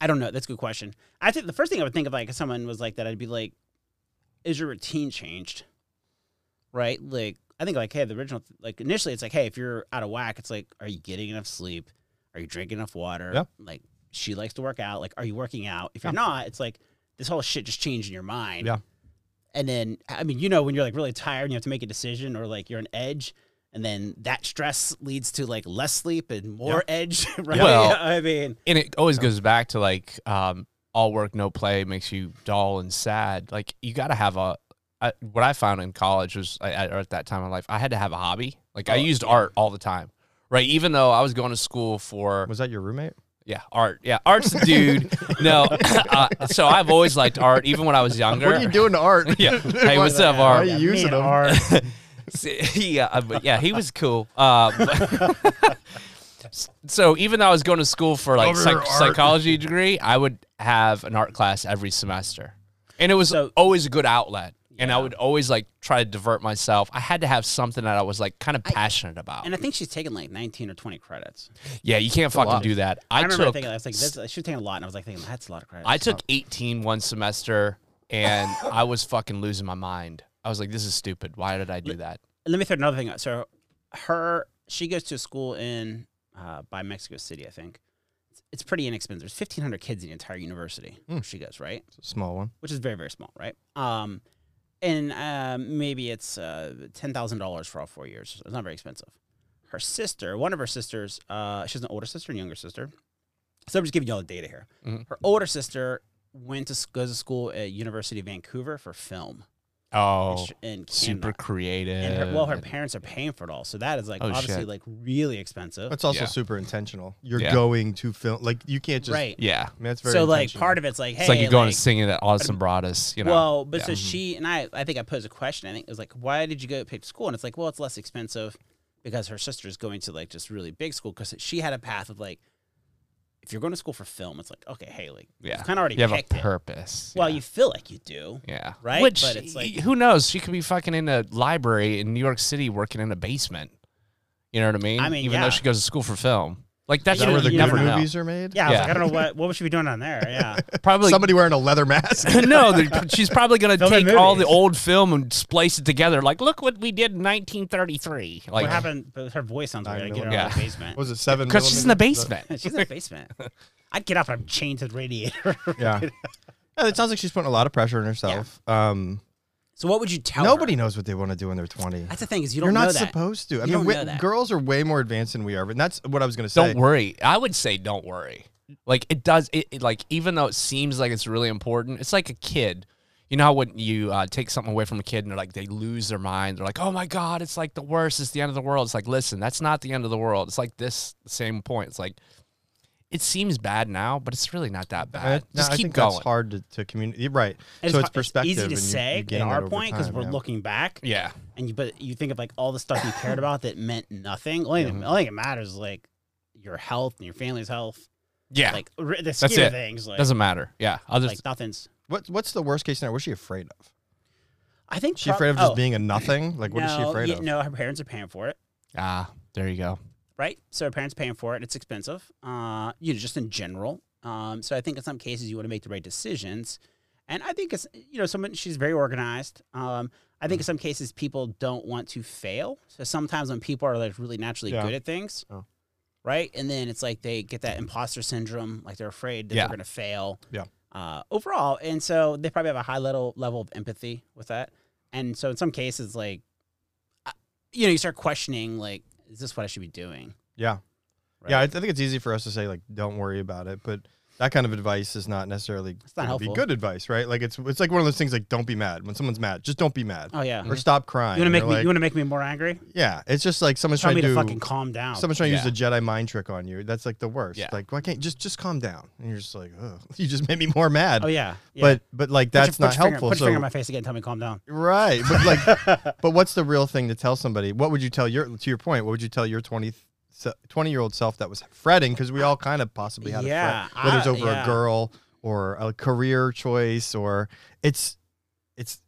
[SPEAKER 1] I don't know. That's a good question. I think the first thing I would think of like if someone was like that, I'd be like, is your routine changed? Right. Like I think like hey, the original like initially it's like hey, if you're out of whack, it's like are you getting enough sleep? Are you drinking enough water?
[SPEAKER 3] Yeah.
[SPEAKER 1] Like she likes to work out. Like are you working out? If you're not, it's like this whole shit just changed in your mind.
[SPEAKER 3] Yeah.
[SPEAKER 1] And then, I mean, you know, when you're like really tired and you have to make a decision or like you're an edge, and then that stress leads to like less sleep and more edge, right?
[SPEAKER 2] Well-
[SPEAKER 1] I mean,
[SPEAKER 2] and it always goes back to like um, all work no play makes you dull and sad like you got to have a I, what i found in college was I, I- or at that time in life i had to have a hobby like i
[SPEAKER 1] Oh,
[SPEAKER 2] used art all the time right even though i was going to school for
[SPEAKER 3] Was that your roommate?
[SPEAKER 2] yeah art yeah art's the dude no uh, so i've always liked art even when i was younger
[SPEAKER 3] What are you doing to art?
[SPEAKER 2] yeah hey what's up
[SPEAKER 3] Why are
[SPEAKER 2] art
[SPEAKER 3] you using them?
[SPEAKER 2] yeah, uh, but yeah, he was cool. Uh, but- so even though I was going to school for like
[SPEAKER 4] Cover
[SPEAKER 2] psych-
[SPEAKER 4] art.
[SPEAKER 2] psychology degree, I would have an art class every semester, and it was
[SPEAKER 1] So-
[SPEAKER 2] always a good outlet. And I would always like try to divert myself. I had to have something that I was like kind of passionate about.
[SPEAKER 1] and I think she's taken like 19 or 20 credits.
[SPEAKER 2] yeah, you can't
[SPEAKER 3] lot.
[SPEAKER 2] fucking do that.
[SPEAKER 1] I,
[SPEAKER 2] I,
[SPEAKER 1] remember
[SPEAKER 2] took
[SPEAKER 1] thinking, I was like, this, she's taking a lot. And I was like, thinking, that's a lot of credits.
[SPEAKER 2] I took 18 one semester, and I was fucking losing my mind. I was like, this is stupid. Why did I do that?
[SPEAKER 1] let me throw another thing out. So her she goes to a school in uh, by Mexico City, I think. It's, it's pretty inexpensive. There's 1,500 kids in the entire university.
[SPEAKER 2] Hmm.
[SPEAKER 1] where She goes right,
[SPEAKER 3] Small one.
[SPEAKER 1] which is very very small, right? Um, and uh, maybe it's uh, ten thousand dollars for all four years. It's not very expensive. Her sister, one of her sisters, uh, she has an older sister and younger sister. So I'm just giving y'all the data here.
[SPEAKER 2] Mhm.
[SPEAKER 1] Her older sister went to s- goes to school at University of Vancouver for film. and
[SPEAKER 2] Oh,
[SPEAKER 1] sh- and
[SPEAKER 2] super
[SPEAKER 1] Canada.
[SPEAKER 2] creative.
[SPEAKER 1] And her, well, her parents are paying for it all, so that is like
[SPEAKER 2] Oh,
[SPEAKER 1] obviously
[SPEAKER 2] shit.
[SPEAKER 1] like really expensive,
[SPEAKER 3] That's also
[SPEAKER 2] Yeah.
[SPEAKER 3] super intentional. You're
[SPEAKER 2] Yeah.
[SPEAKER 3] going to film. Like you can't just.
[SPEAKER 1] right?
[SPEAKER 2] yeah.
[SPEAKER 3] I mean, that's very.
[SPEAKER 1] So like part of it's like, hey,
[SPEAKER 2] it's like you're going and singing at Austin Broadus, you know.
[SPEAKER 1] well, but so
[SPEAKER 2] yeah. Mm-hmm.
[SPEAKER 1] she and I, I think I posed a question. I think it was like, why did you go pick school? And it's like, well, it's less expensive because her sister's going to like just really big school because she had a path of like, if you're going to school for film, it's like, okay, hey, like
[SPEAKER 2] Yeah.
[SPEAKER 1] you've kind of already
[SPEAKER 2] you have a
[SPEAKER 1] picked it.
[SPEAKER 2] purpose.
[SPEAKER 1] Well,
[SPEAKER 2] yeah.
[SPEAKER 1] you feel like you do.
[SPEAKER 2] yeah,
[SPEAKER 1] right?
[SPEAKER 2] Which
[SPEAKER 1] But it's like-
[SPEAKER 2] y- who knows? She could be fucking in a library in New York City working in a basement. You know what I mean?
[SPEAKER 1] I mean,
[SPEAKER 2] even
[SPEAKER 1] yeah.
[SPEAKER 2] though she goes to school for film, like
[SPEAKER 1] Is
[SPEAKER 2] that's
[SPEAKER 1] that
[SPEAKER 3] where
[SPEAKER 2] you,
[SPEAKER 3] the
[SPEAKER 2] you
[SPEAKER 3] good
[SPEAKER 2] never know.
[SPEAKER 3] movies are made.
[SPEAKER 1] Yeah, I was
[SPEAKER 2] Yeah.
[SPEAKER 1] like, I don't know what what would she be doing on there. Yeah,
[SPEAKER 2] Probably
[SPEAKER 3] Somebody wearing a leather mask.
[SPEAKER 2] no, they're- she's probably gonna
[SPEAKER 1] Filming
[SPEAKER 2] take all the
[SPEAKER 1] movies.
[SPEAKER 2] old film and splice it together. Like, look what we did in 1933. Like,
[SPEAKER 1] what happened? But her voice sounds
[SPEAKER 3] Nine
[SPEAKER 1] weird. I get her
[SPEAKER 2] millimeter.
[SPEAKER 1] out of the basement.
[SPEAKER 3] What was it seven?
[SPEAKER 2] because she's in the
[SPEAKER 3] millimeters? Is that-
[SPEAKER 2] basement.
[SPEAKER 1] She's in the basement. I'd get up. I'm chained to the radiator.
[SPEAKER 3] Yeah. Yeah, it sounds like she's putting a lot of pressure on herself. Um,
[SPEAKER 1] So what would you tell
[SPEAKER 3] nobody
[SPEAKER 1] her?
[SPEAKER 3] knows what they want to do when they're 20.
[SPEAKER 1] That's the thing is you
[SPEAKER 3] You're
[SPEAKER 1] don't
[SPEAKER 3] not
[SPEAKER 1] know that.
[SPEAKER 3] supposed to.
[SPEAKER 1] You
[SPEAKER 3] I mean,
[SPEAKER 1] don't
[SPEAKER 3] wi-
[SPEAKER 1] know that.
[SPEAKER 3] girls are way more advanced than we are, but that's what I was going to say.
[SPEAKER 2] Don't worry. I would say don't worry. Like it does. It, it- like even though it seems like it's really important, it's like a kid. You know how when you uh, take something away from a kid and they're like they lose their mind. They're like, oh my god, it's like the worst. It's the end of the world. It's like listen, that's not the end of the world. It's like this same point. It's like it seems bad now, but it's really not that
[SPEAKER 3] I-
[SPEAKER 2] bad.
[SPEAKER 3] Uh, no,
[SPEAKER 2] Just
[SPEAKER 3] I
[SPEAKER 2] keep
[SPEAKER 3] think
[SPEAKER 2] going.
[SPEAKER 3] That's hard to, to communicate. Right.
[SPEAKER 1] And
[SPEAKER 3] so
[SPEAKER 1] it's,
[SPEAKER 3] it's perspective.
[SPEAKER 1] It's easy to
[SPEAKER 3] and you-
[SPEAKER 1] say
[SPEAKER 3] you gain
[SPEAKER 1] in
[SPEAKER 3] that
[SPEAKER 1] our
[SPEAKER 3] over
[SPEAKER 1] point because
[SPEAKER 3] time,
[SPEAKER 1] we're
[SPEAKER 3] yeah.
[SPEAKER 1] looking back,
[SPEAKER 2] Yeah.
[SPEAKER 1] and you but you think of like all the stuff you cared about that meant nothing. Only
[SPEAKER 3] Mm-hmm.
[SPEAKER 1] thing, only thing that matters is like your health and your family's health.
[SPEAKER 2] Yeah.
[SPEAKER 1] Like r- the scheme
[SPEAKER 2] it.
[SPEAKER 1] of things, like,
[SPEAKER 2] Doesn't matter. Yeah. I'll just.
[SPEAKER 1] like nothing's.
[SPEAKER 3] What, what's the worst case scenario? What's she afraid of?
[SPEAKER 1] I think
[SPEAKER 3] Is she
[SPEAKER 1] prob-
[SPEAKER 3] afraid of just
[SPEAKER 1] oh,
[SPEAKER 3] being a nothing? Like, what
[SPEAKER 1] no,
[SPEAKER 3] is she afraid
[SPEAKER 1] yeah,
[SPEAKER 3] of?
[SPEAKER 1] No, her parents are paying for it,
[SPEAKER 2] ah, there you go.
[SPEAKER 1] right? So her parents are paying for it. It's expensive. Uh, you know, just in general. Um, so I think in some cases you want to make the right decisions, and I think it's you know someone she's very organized. Um, I
[SPEAKER 3] Mm.
[SPEAKER 1] think in some cases people don't want to fail. So sometimes when people are like really naturally
[SPEAKER 3] Yeah.
[SPEAKER 1] good at things,
[SPEAKER 3] Oh.
[SPEAKER 1] right, and then it's like they get that imposter syndrome, like they're afraid that
[SPEAKER 2] Yeah.
[SPEAKER 1] they're going to fail.
[SPEAKER 3] Yeah.
[SPEAKER 1] Uh, overall, and so they probably have a high level level of empathy with that, and so in some cases, like, I- you know, you start questioning like, is this what I should be doing?
[SPEAKER 3] Yeah. Yeah, I, I think it's easy for us to say like, don't worry about it, but that kind of advice is not necessarily
[SPEAKER 1] not
[SPEAKER 3] gonna be
[SPEAKER 1] helpful.
[SPEAKER 3] good advice, right? Like it's it's like one of those things like, don't be mad when someone's mad, just don't be mad
[SPEAKER 1] Oh yeah.
[SPEAKER 3] or stop crying.
[SPEAKER 1] You want to make
[SPEAKER 3] Or,
[SPEAKER 1] me?
[SPEAKER 3] like-
[SPEAKER 1] You want to make me more angry?
[SPEAKER 3] yeah, it's just like someone's
[SPEAKER 1] Tell
[SPEAKER 3] trying
[SPEAKER 1] me to,
[SPEAKER 3] to,
[SPEAKER 1] fucking calm down.
[SPEAKER 3] someone's trying to
[SPEAKER 2] Yeah.
[SPEAKER 3] use a Jedi mind trick on you. That's like the worst.
[SPEAKER 2] Yeah.
[SPEAKER 3] Like why can't just just calm down? And you're just like, oh, you just made me more mad.
[SPEAKER 1] oh yeah. yeah.
[SPEAKER 3] But but like
[SPEAKER 1] Put your-
[SPEAKER 3] that's
[SPEAKER 1] put your
[SPEAKER 3] not
[SPEAKER 1] finger-
[SPEAKER 3] helpful.
[SPEAKER 1] Put your
[SPEAKER 3] so
[SPEAKER 1] finger in my face again. Tell me, calm down.
[SPEAKER 3] Right, but like, but what's the real thing to tell somebody? What would you tell your to your point? What would you tell your 20 20 year old self that was fretting? Because we all kind of possibly had
[SPEAKER 1] Yeah,
[SPEAKER 3] a fret, whether it's
[SPEAKER 1] I-
[SPEAKER 3] over
[SPEAKER 1] yeah.
[SPEAKER 3] a girl or a career choice, or it's it's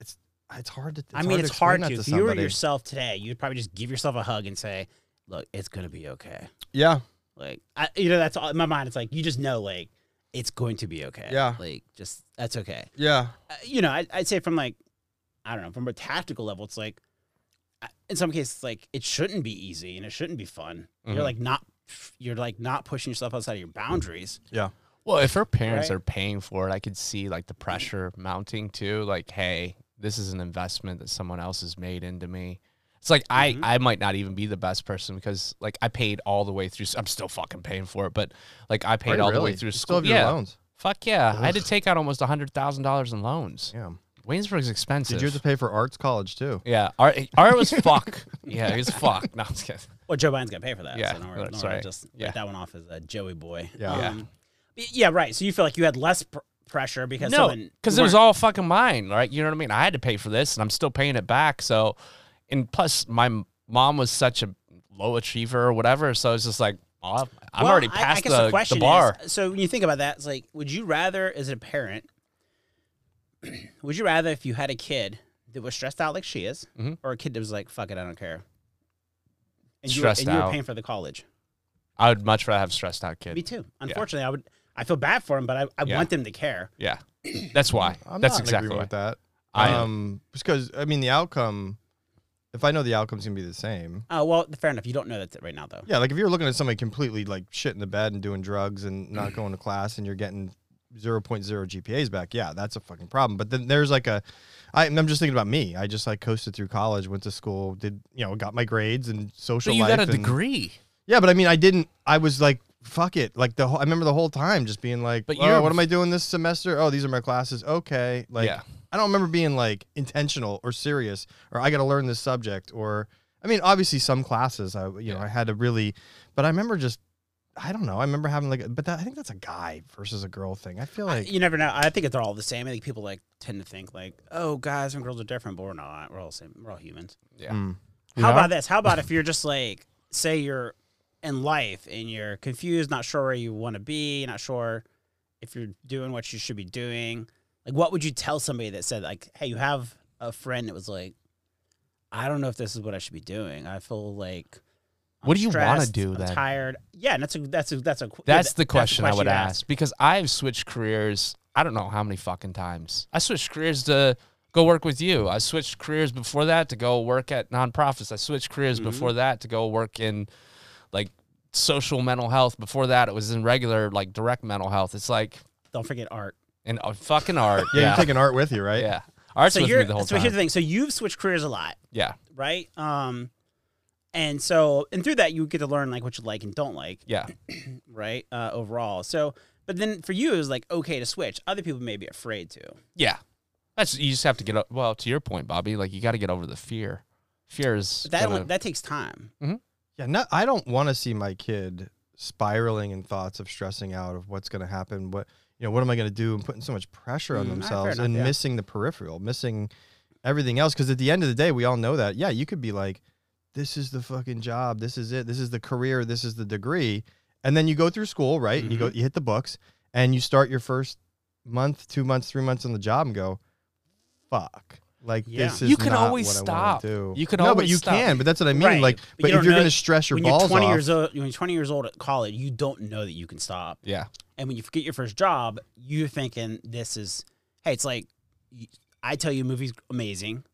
[SPEAKER 3] it's it's hard to. It's
[SPEAKER 1] I mean, it's
[SPEAKER 3] explain
[SPEAKER 1] hard
[SPEAKER 3] that
[SPEAKER 1] to. If you were
[SPEAKER 3] somebody.
[SPEAKER 1] yourself today, you'd probably just give yourself a hug and say, "Look, it's gonna be okay."
[SPEAKER 3] yeah,
[SPEAKER 1] Like, I, you know, that's all in my mind. It's like you just know, like, it's going to be okay.
[SPEAKER 3] Yeah.
[SPEAKER 1] Like, just that's okay.
[SPEAKER 3] yeah,
[SPEAKER 1] Uh, you know, I, I'd say from like, I don't know, from a tactical level, it's like, I- in some cases, like it shouldn't be easy and it shouldn't be fun.
[SPEAKER 2] Mhm.
[SPEAKER 1] You're like not, you're like not pushing yourself outside of your boundaries.
[SPEAKER 3] yeah.
[SPEAKER 2] Well, if her parents
[SPEAKER 1] Right.
[SPEAKER 2] are paying for it, I could see like the pressure mounting too. Like, hey, this is an investment that someone else has made into me. It's like I
[SPEAKER 3] Mm-hmm.
[SPEAKER 1] Mhm.
[SPEAKER 2] I might not even be the best person because like I paid all the way through. I'm still fucking paying for it, but like I paid
[SPEAKER 3] Right,
[SPEAKER 2] all the
[SPEAKER 3] really?
[SPEAKER 2] way through
[SPEAKER 3] You
[SPEAKER 2] school.
[SPEAKER 3] Still have your
[SPEAKER 2] yeah,
[SPEAKER 3] loans.
[SPEAKER 2] fuck yeah. I had to take out almost hundred thousand dollars in loans.
[SPEAKER 3] Yeah.
[SPEAKER 2] Waynesburg's expensive.
[SPEAKER 3] Did you have to pay for arts college too?
[SPEAKER 2] yeah, art, art was fuck. Yeah, it was fuck. No, I'm just kidding.
[SPEAKER 1] Well, Joe Biden's gonna pay for that.
[SPEAKER 2] Yeah,
[SPEAKER 1] so don't worry,
[SPEAKER 2] that's
[SPEAKER 1] don't worry,
[SPEAKER 2] right.
[SPEAKER 1] Just
[SPEAKER 2] Yeah.
[SPEAKER 1] write that one off as a Joey boy.
[SPEAKER 3] Yeah.
[SPEAKER 2] Yeah.
[SPEAKER 1] Um, but yeah, right. So you feel like you had less pr- pressure because
[SPEAKER 2] no,
[SPEAKER 1] someone
[SPEAKER 2] because
[SPEAKER 1] you
[SPEAKER 2] it was
[SPEAKER 1] weren't-
[SPEAKER 2] all fucking mine, right? You know what I mean? I had to pay for this, and I'm still paying it back. So, and plus, my m- mom was such a low achiever or whatever, so it's just like, oh, I'm
[SPEAKER 1] Well,
[SPEAKER 2] already
[SPEAKER 1] I- I
[SPEAKER 2] past
[SPEAKER 1] guess
[SPEAKER 2] the, the
[SPEAKER 1] question
[SPEAKER 2] bar.
[SPEAKER 1] Is, so when you think about that, it's like, would you rather, as a parent, would you rather if you had a kid that was stressed out like she is,
[SPEAKER 2] Mhm.
[SPEAKER 1] or a kid that was like, "Fuck it, I don't care," and you
[SPEAKER 2] Stressed
[SPEAKER 1] were, and you were
[SPEAKER 2] out.
[SPEAKER 1] paying for the college?
[SPEAKER 2] I would much rather have stressed out
[SPEAKER 1] Me
[SPEAKER 2] kid.
[SPEAKER 1] too. Unfortunately, I would. I feel bad for them, but I, I
[SPEAKER 2] Yeah.
[SPEAKER 1] want them to care.
[SPEAKER 2] Yeah, that's why.
[SPEAKER 3] I'm
[SPEAKER 2] that's
[SPEAKER 3] not
[SPEAKER 2] exactly
[SPEAKER 3] in
[SPEAKER 2] why.
[SPEAKER 3] agreement with that.
[SPEAKER 2] I am.
[SPEAKER 3] um, because I mean the outcome. If I know the outcome's gonna be the same,
[SPEAKER 1] Oh well, fair enough. You don't know that right now, though.
[SPEAKER 3] yeah. Like if you're looking at somebody completely like shit in the bed and doing drugs and not
[SPEAKER 2] Mm-hmm.
[SPEAKER 3] going to class and you're getting 0.0 GPAs back, yeah, that's a fucking problem. But then there's like a, I, am just thinking about me. I just like coasted through college, went to school, did you know, got my grades and social.
[SPEAKER 2] But you
[SPEAKER 3] life
[SPEAKER 2] got a
[SPEAKER 3] and-
[SPEAKER 2] degree.
[SPEAKER 3] Yeah, but I mean, I didn't. I was like, fuck it. Like the whole, I remember the whole time just being like,
[SPEAKER 2] But
[SPEAKER 3] but
[SPEAKER 2] you're-
[SPEAKER 3] oh, what am I doing this semester? Oh, these are my classes. Okay, like
[SPEAKER 2] Yeah.
[SPEAKER 3] I don't remember being like intentional or serious or I got to learn this subject or I mean, obviously some classes I you know
[SPEAKER 2] Yeah.
[SPEAKER 3] I had to really, but I remember just. I don't know. I remember having like, but that, I think that's a guy versus a girl thing. I feel like
[SPEAKER 1] you never know. I think they're all the same. I think people like tend to think like, "Oh, guys and girls are different," but we're not. We're all the same. We're all humans.
[SPEAKER 2] Yeah.
[SPEAKER 3] Mm.
[SPEAKER 1] How
[SPEAKER 2] Yeah.
[SPEAKER 1] about this? How about if you're just like, say you're in life and you're confused, not sure where you want to be, not sure if you're doing what you should be doing. Like, what would you tell somebody that said like, "Hey, you have a friend that was like, I don't know if this is what I should be doing. I feel like." I'm
[SPEAKER 2] What do you wanna
[SPEAKER 1] stressed,
[SPEAKER 2] do
[SPEAKER 1] I'm
[SPEAKER 2] then?"
[SPEAKER 1] Tired. Yeah, and that's a that's a that's a yeah,
[SPEAKER 2] That's
[SPEAKER 1] that-
[SPEAKER 2] the question I would
[SPEAKER 1] you'd
[SPEAKER 2] ask. because I've switched careers. I don't know how many fucking times I switched careers to go work with you. I switched careers before that to go work at nonprofits. I switched careers before that to go work in like social mental health. Before that, it was in regular like direct mental health. It's like
[SPEAKER 1] Don't forget art.
[SPEAKER 2] in uh, fucking art.
[SPEAKER 3] yeah,
[SPEAKER 2] yeah,
[SPEAKER 3] you're taking art with you, right?
[SPEAKER 2] yeah. Art's
[SPEAKER 1] so
[SPEAKER 2] with
[SPEAKER 1] you're
[SPEAKER 2] me the whole
[SPEAKER 1] so
[SPEAKER 2] time.
[SPEAKER 1] here's the thing. So you've switched careers a lot,
[SPEAKER 2] yeah,
[SPEAKER 1] right? Um, and so and through that you get to learn like what you like and don't like,
[SPEAKER 2] yeah.
[SPEAKER 1] right? Uh, overall. So, but then for you it was like okay to switch. Other people may be afraid to.
[SPEAKER 2] Yeah. That's you just have to get up. Well, to your point, Bobby, like you got to get over the fear. Fear is
[SPEAKER 1] But that
[SPEAKER 2] gonna-
[SPEAKER 1] one, that takes time.
[SPEAKER 3] Yeah, no, I don't want to see my kid spiraling in thoughts of stressing out of what's going to happen. What you know, what am I going to do? And putting so much pressure on
[SPEAKER 1] Mm, ah, fair
[SPEAKER 3] themselves
[SPEAKER 1] enough,
[SPEAKER 3] and
[SPEAKER 1] yeah.
[SPEAKER 3] missing the peripheral, missing everything else. Because at the end of the day, we all know that. Yeah, you could be like, "This is the fucking job. This is it. This is the career. This is the degree." And then you go through school, right? You
[SPEAKER 1] Mm-hmm.
[SPEAKER 3] go, you hit the books, and you start your first month, two months, three months on the job, and go, "Fuck." Like
[SPEAKER 1] Yeah.
[SPEAKER 3] this is
[SPEAKER 2] You can
[SPEAKER 3] not
[SPEAKER 2] always
[SPEAKER 3] what I
[SPEAKER 2] stop.
[SPEAKER 3] wanna do.
[SPEAKER 2] You can
[SPEAKER 3] no, but
[SPEAKER 2] always
[SPEAKER 3] you
[SPEAKER 2] stop.
[SPEAKER 3] can. But that's what I mean.
[SPEAKER 1] Right.
[SPEAKER 3] Like,
[SPEAKER 1] But you
[SPEAKER 3] but
[SPEAKER 1] don't
[SPEAKER 3] if you're
[SPEAKER 1] know-
[SPEAKER 3] going to stress your
[SPEAKER 1] when
[SPEAKER 3] balls
[SPEAKER 1] you're 20
[SPEAKER 3] off,
[SPEAKER 1] years old, when you're 20 years old at college, you don't know that you can stop.
[SPEAKER 2] yeah.
[SPEAKER 1] And when you get your first job, you're thinking this is, hey, it's like y- I tell you, a movie's amazing.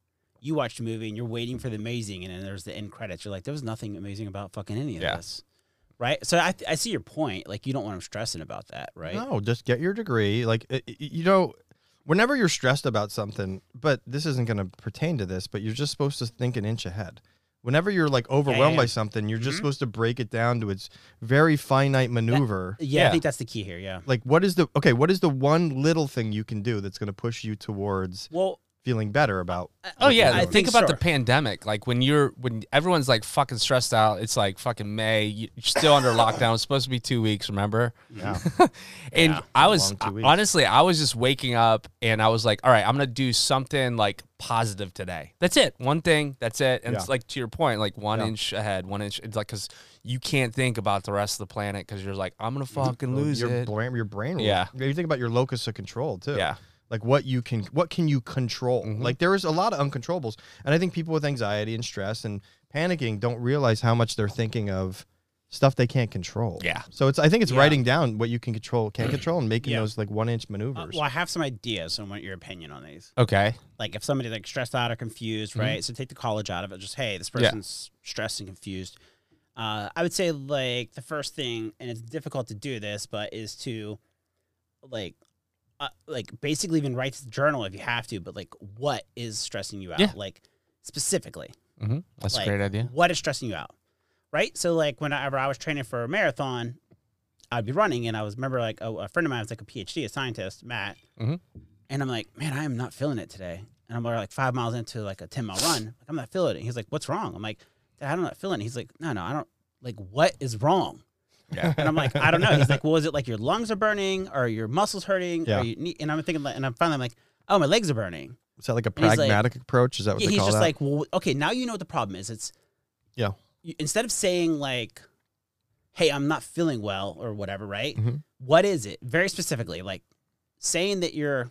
[SPEAKER 1] You watch the movie and you're waiting for the amazing, and then there's the end credits. You're like, there was nothing amazing about fucking any of
[SPEAKER 2] Yeah.
[SPEAKER 1] this, right? So I, I see your point. Like you don't want them stressing about that, right?
[SPEAKER 3] No, just get your degree. Like i- i- you know, whenever you're stressed about something, but this isn't going to pertain to this, but you're just supposed to think an inch ahead. Whenever you're like overwhelmed
[SPEAKER 1] yeah. Mm-hmm.
[SPEAKER 3] by something, you're just supposed to break it down to its very finite maneuver.
[SPEAKER 1] Yeah, I
[SPEAKER 2] Yeah.
[SPEAKER 1] think that's the key here. Yeah.
[SPEAKER 3] like what is the okay, what is the one little thing you can do that's going to push you towards
[SPEAKER 1] Well,
[SPEAKER 3] feeling better about
[SPEAKER 2] Oh yeah,
[SPEAKER 1] I
[SPEAKER 2] think,
[SPEAKER 1] think
[SPEAKER 2] about the
[SPEAKER 1] so.
[SPEAKER 2] pandemic. Like when you're when everyone's like fucking stressed out. It's like fucking May. you- You're still under lockdown. It's supposed to be two weeks. Remember?
[SPEAKER 3] Yeah.
[SPEAKER 2] and I was
[SPEAKER 3] long two weeks.
[SPEAKER 2] honestly, I was just waking up and I was like, all right, I'm gonna do something like positive today. That's it. One thing. That's it. And it's
[SPEAKER 3] Yeah.
[SPEAKER 2] like to your point, like one
[SPEAKER 3] Yeah.
[SPEAKER 2] inch ahead, one inch. It's like because you can't think about the rest of the planet because you're like, I'm gonna fucking lose
[SPEAKER 3] your
[SPEAKER 2] it.
[SPEAKER 3] brain your brain will-
[SPEAKER 2] Yeah.
[SPEAKER 3] you think about your locus of control too
[SPEAKER 2] Yeah.
[SPEAKER 3] like what you can what can you control
[SPEAKER 2] Mhm.
[SPEAKER 3] like there is a lot of uncontrollables and i think people with anxiety and stress and panicking don't realize how much they're thinking of stuff they can't control
[SPEAKER 2] Yeah.
[SPEAKER 3] so it's i think it's
[SPEAKER 1] Yeah.
[SPEAKER 3] writing down what you can control can't control and making
[SPEAKER 1] Yeah.
[SPEAKER 3] those like one inch
[SPEAKER 1] uh,
[SPEAKER 3] maneuvers
[SPEAKER 1] well, I have some ideas. So I want your opinion on these.
[SPEAKER 2] Okay.
[SPEAKER 1] like if somebody's like stressed out or confused, right? So take the college out of it. Just hey, this person's stressed and confused. Uh, I would say like the first thing, and it's difficult to do this, but is to like uh, like basically even write this journal if you have to, but like what is stressing you out?
[SPEAKER 2] Yeah.
[SPEAKER 1] Like specifically.
[SPEAKER 2] hmm That's
[SPEAKER 1] Like,
[SPEAKER 2] a great idea.
[SPEAKER 1] What is stressing you out? Right? So like whenever I was training for a marathon, I'd be running and I was remember like a, a friend of mine was like a PhD, a scientist, Matt.
[SPEAKER 2] Mhm.
[SPEAKER 1] And I'm like, man, I am not feeling it today. And I'm like five miles into like a 10 mile run. Like, I'm not feeling it. He's like, what's wrong? I'm like, "Dad, I'm not feeling it. He's like, no, no, I don't like what is wrong?
[SPEAKER 2] Yeah.
[SPEAKER 1] And I'm like, I don't know. He's like, well, is it like your lungs are burning or your muscles hurting?
[SPEAKER 3] Yeah.
[SPEAKER 1] Or you need, and I'm thinking, like- and I'm finally I'm like, oh, my legs are burning.
[SPEAKER 3] Is that like a
[SPEAKER 1] And he's like-
[SPEAKER 3] pragmatic approach? Is that what
[SPEAKER 1] Yeah,
[SPEAKER 3] they
[SPEAKER 1] he's
[SPEAKER 3] call
[SPEAKER 1] just
[SPEAKER 3] that?
[SPEAKER 1] like, well, okay, now you know what the problem is. It's
[SPEAKER 3] Yeah.
[SPEAKER 1] you- instead of saying like, hey, I'm not feeling well or whatever, right?
[SPEAKER 3] Mhm.
[SPEAKER 1] What is it? Very specifically, like saying that you're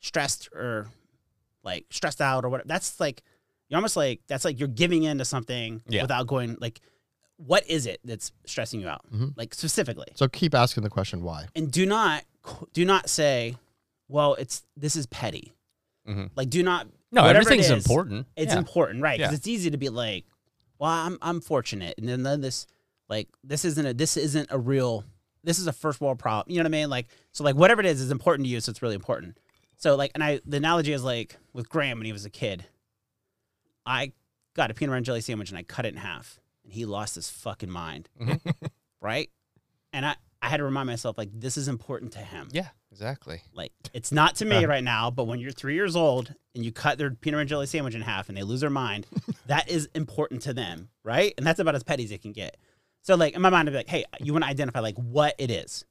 [SPEAKER 1] stressed or like stressed out or whatever. That's like you're almost like that's like you're giving in to something
[SPEAKER 2] Yeah.
[SPEAKER 1] without going like, what is it that's stressing you out?
[SPEAKER 3] Mhm.
[SPEAKER 1] Like specifically
[SPEAKER 3] so keep asking the question why.
[SPEAKER 1] and do not do not say, "Well, it's this is petty."
[SPEAKER 3] Mm-hmm.
[SPEAKER 2] Mhm.
[SPEAKER 1] Like, do not.
[SPEAKER 2] No,
[SPEAKER 1] whatever it
[SPEAKER 2] everything's
[SPEAKER 1] is,
[SPEAKER 2] important.
[SPEAKER 1] It's
[SPEAKER 2] Yeah.
[SPEAKER 1] important, right? Because
[SPEAKER 2] Yeah.
[SPEAKER 1] it's easy to be like, "Well, I'm I'm fortunate," and then, then this like this isn't a this isn't a real this is a first world problem. You know what I mean? Like, so like whatever it is is important to you, so it's really important. So like, and I the analogy is like with Graham when he was a kid, I got a peanut butter and jelly sandwich and I cut it in half, and he lost his fucking mind,
[SPEAKER 2] Mhm.
[SPEAKER 1] right? And I I had to remind myself like this is important to him.
[SPEAKER 2] Yeah, exactly.
[SPEAKER 1] Like it's not to me right now, but when you're three years old and you cut their peanut butter and jelly sandwich in half and they lose their mind, that is important to them, right? And that's about as petty as it can get. So like in my mind, I'd be like, hey, you want to identify like what it is,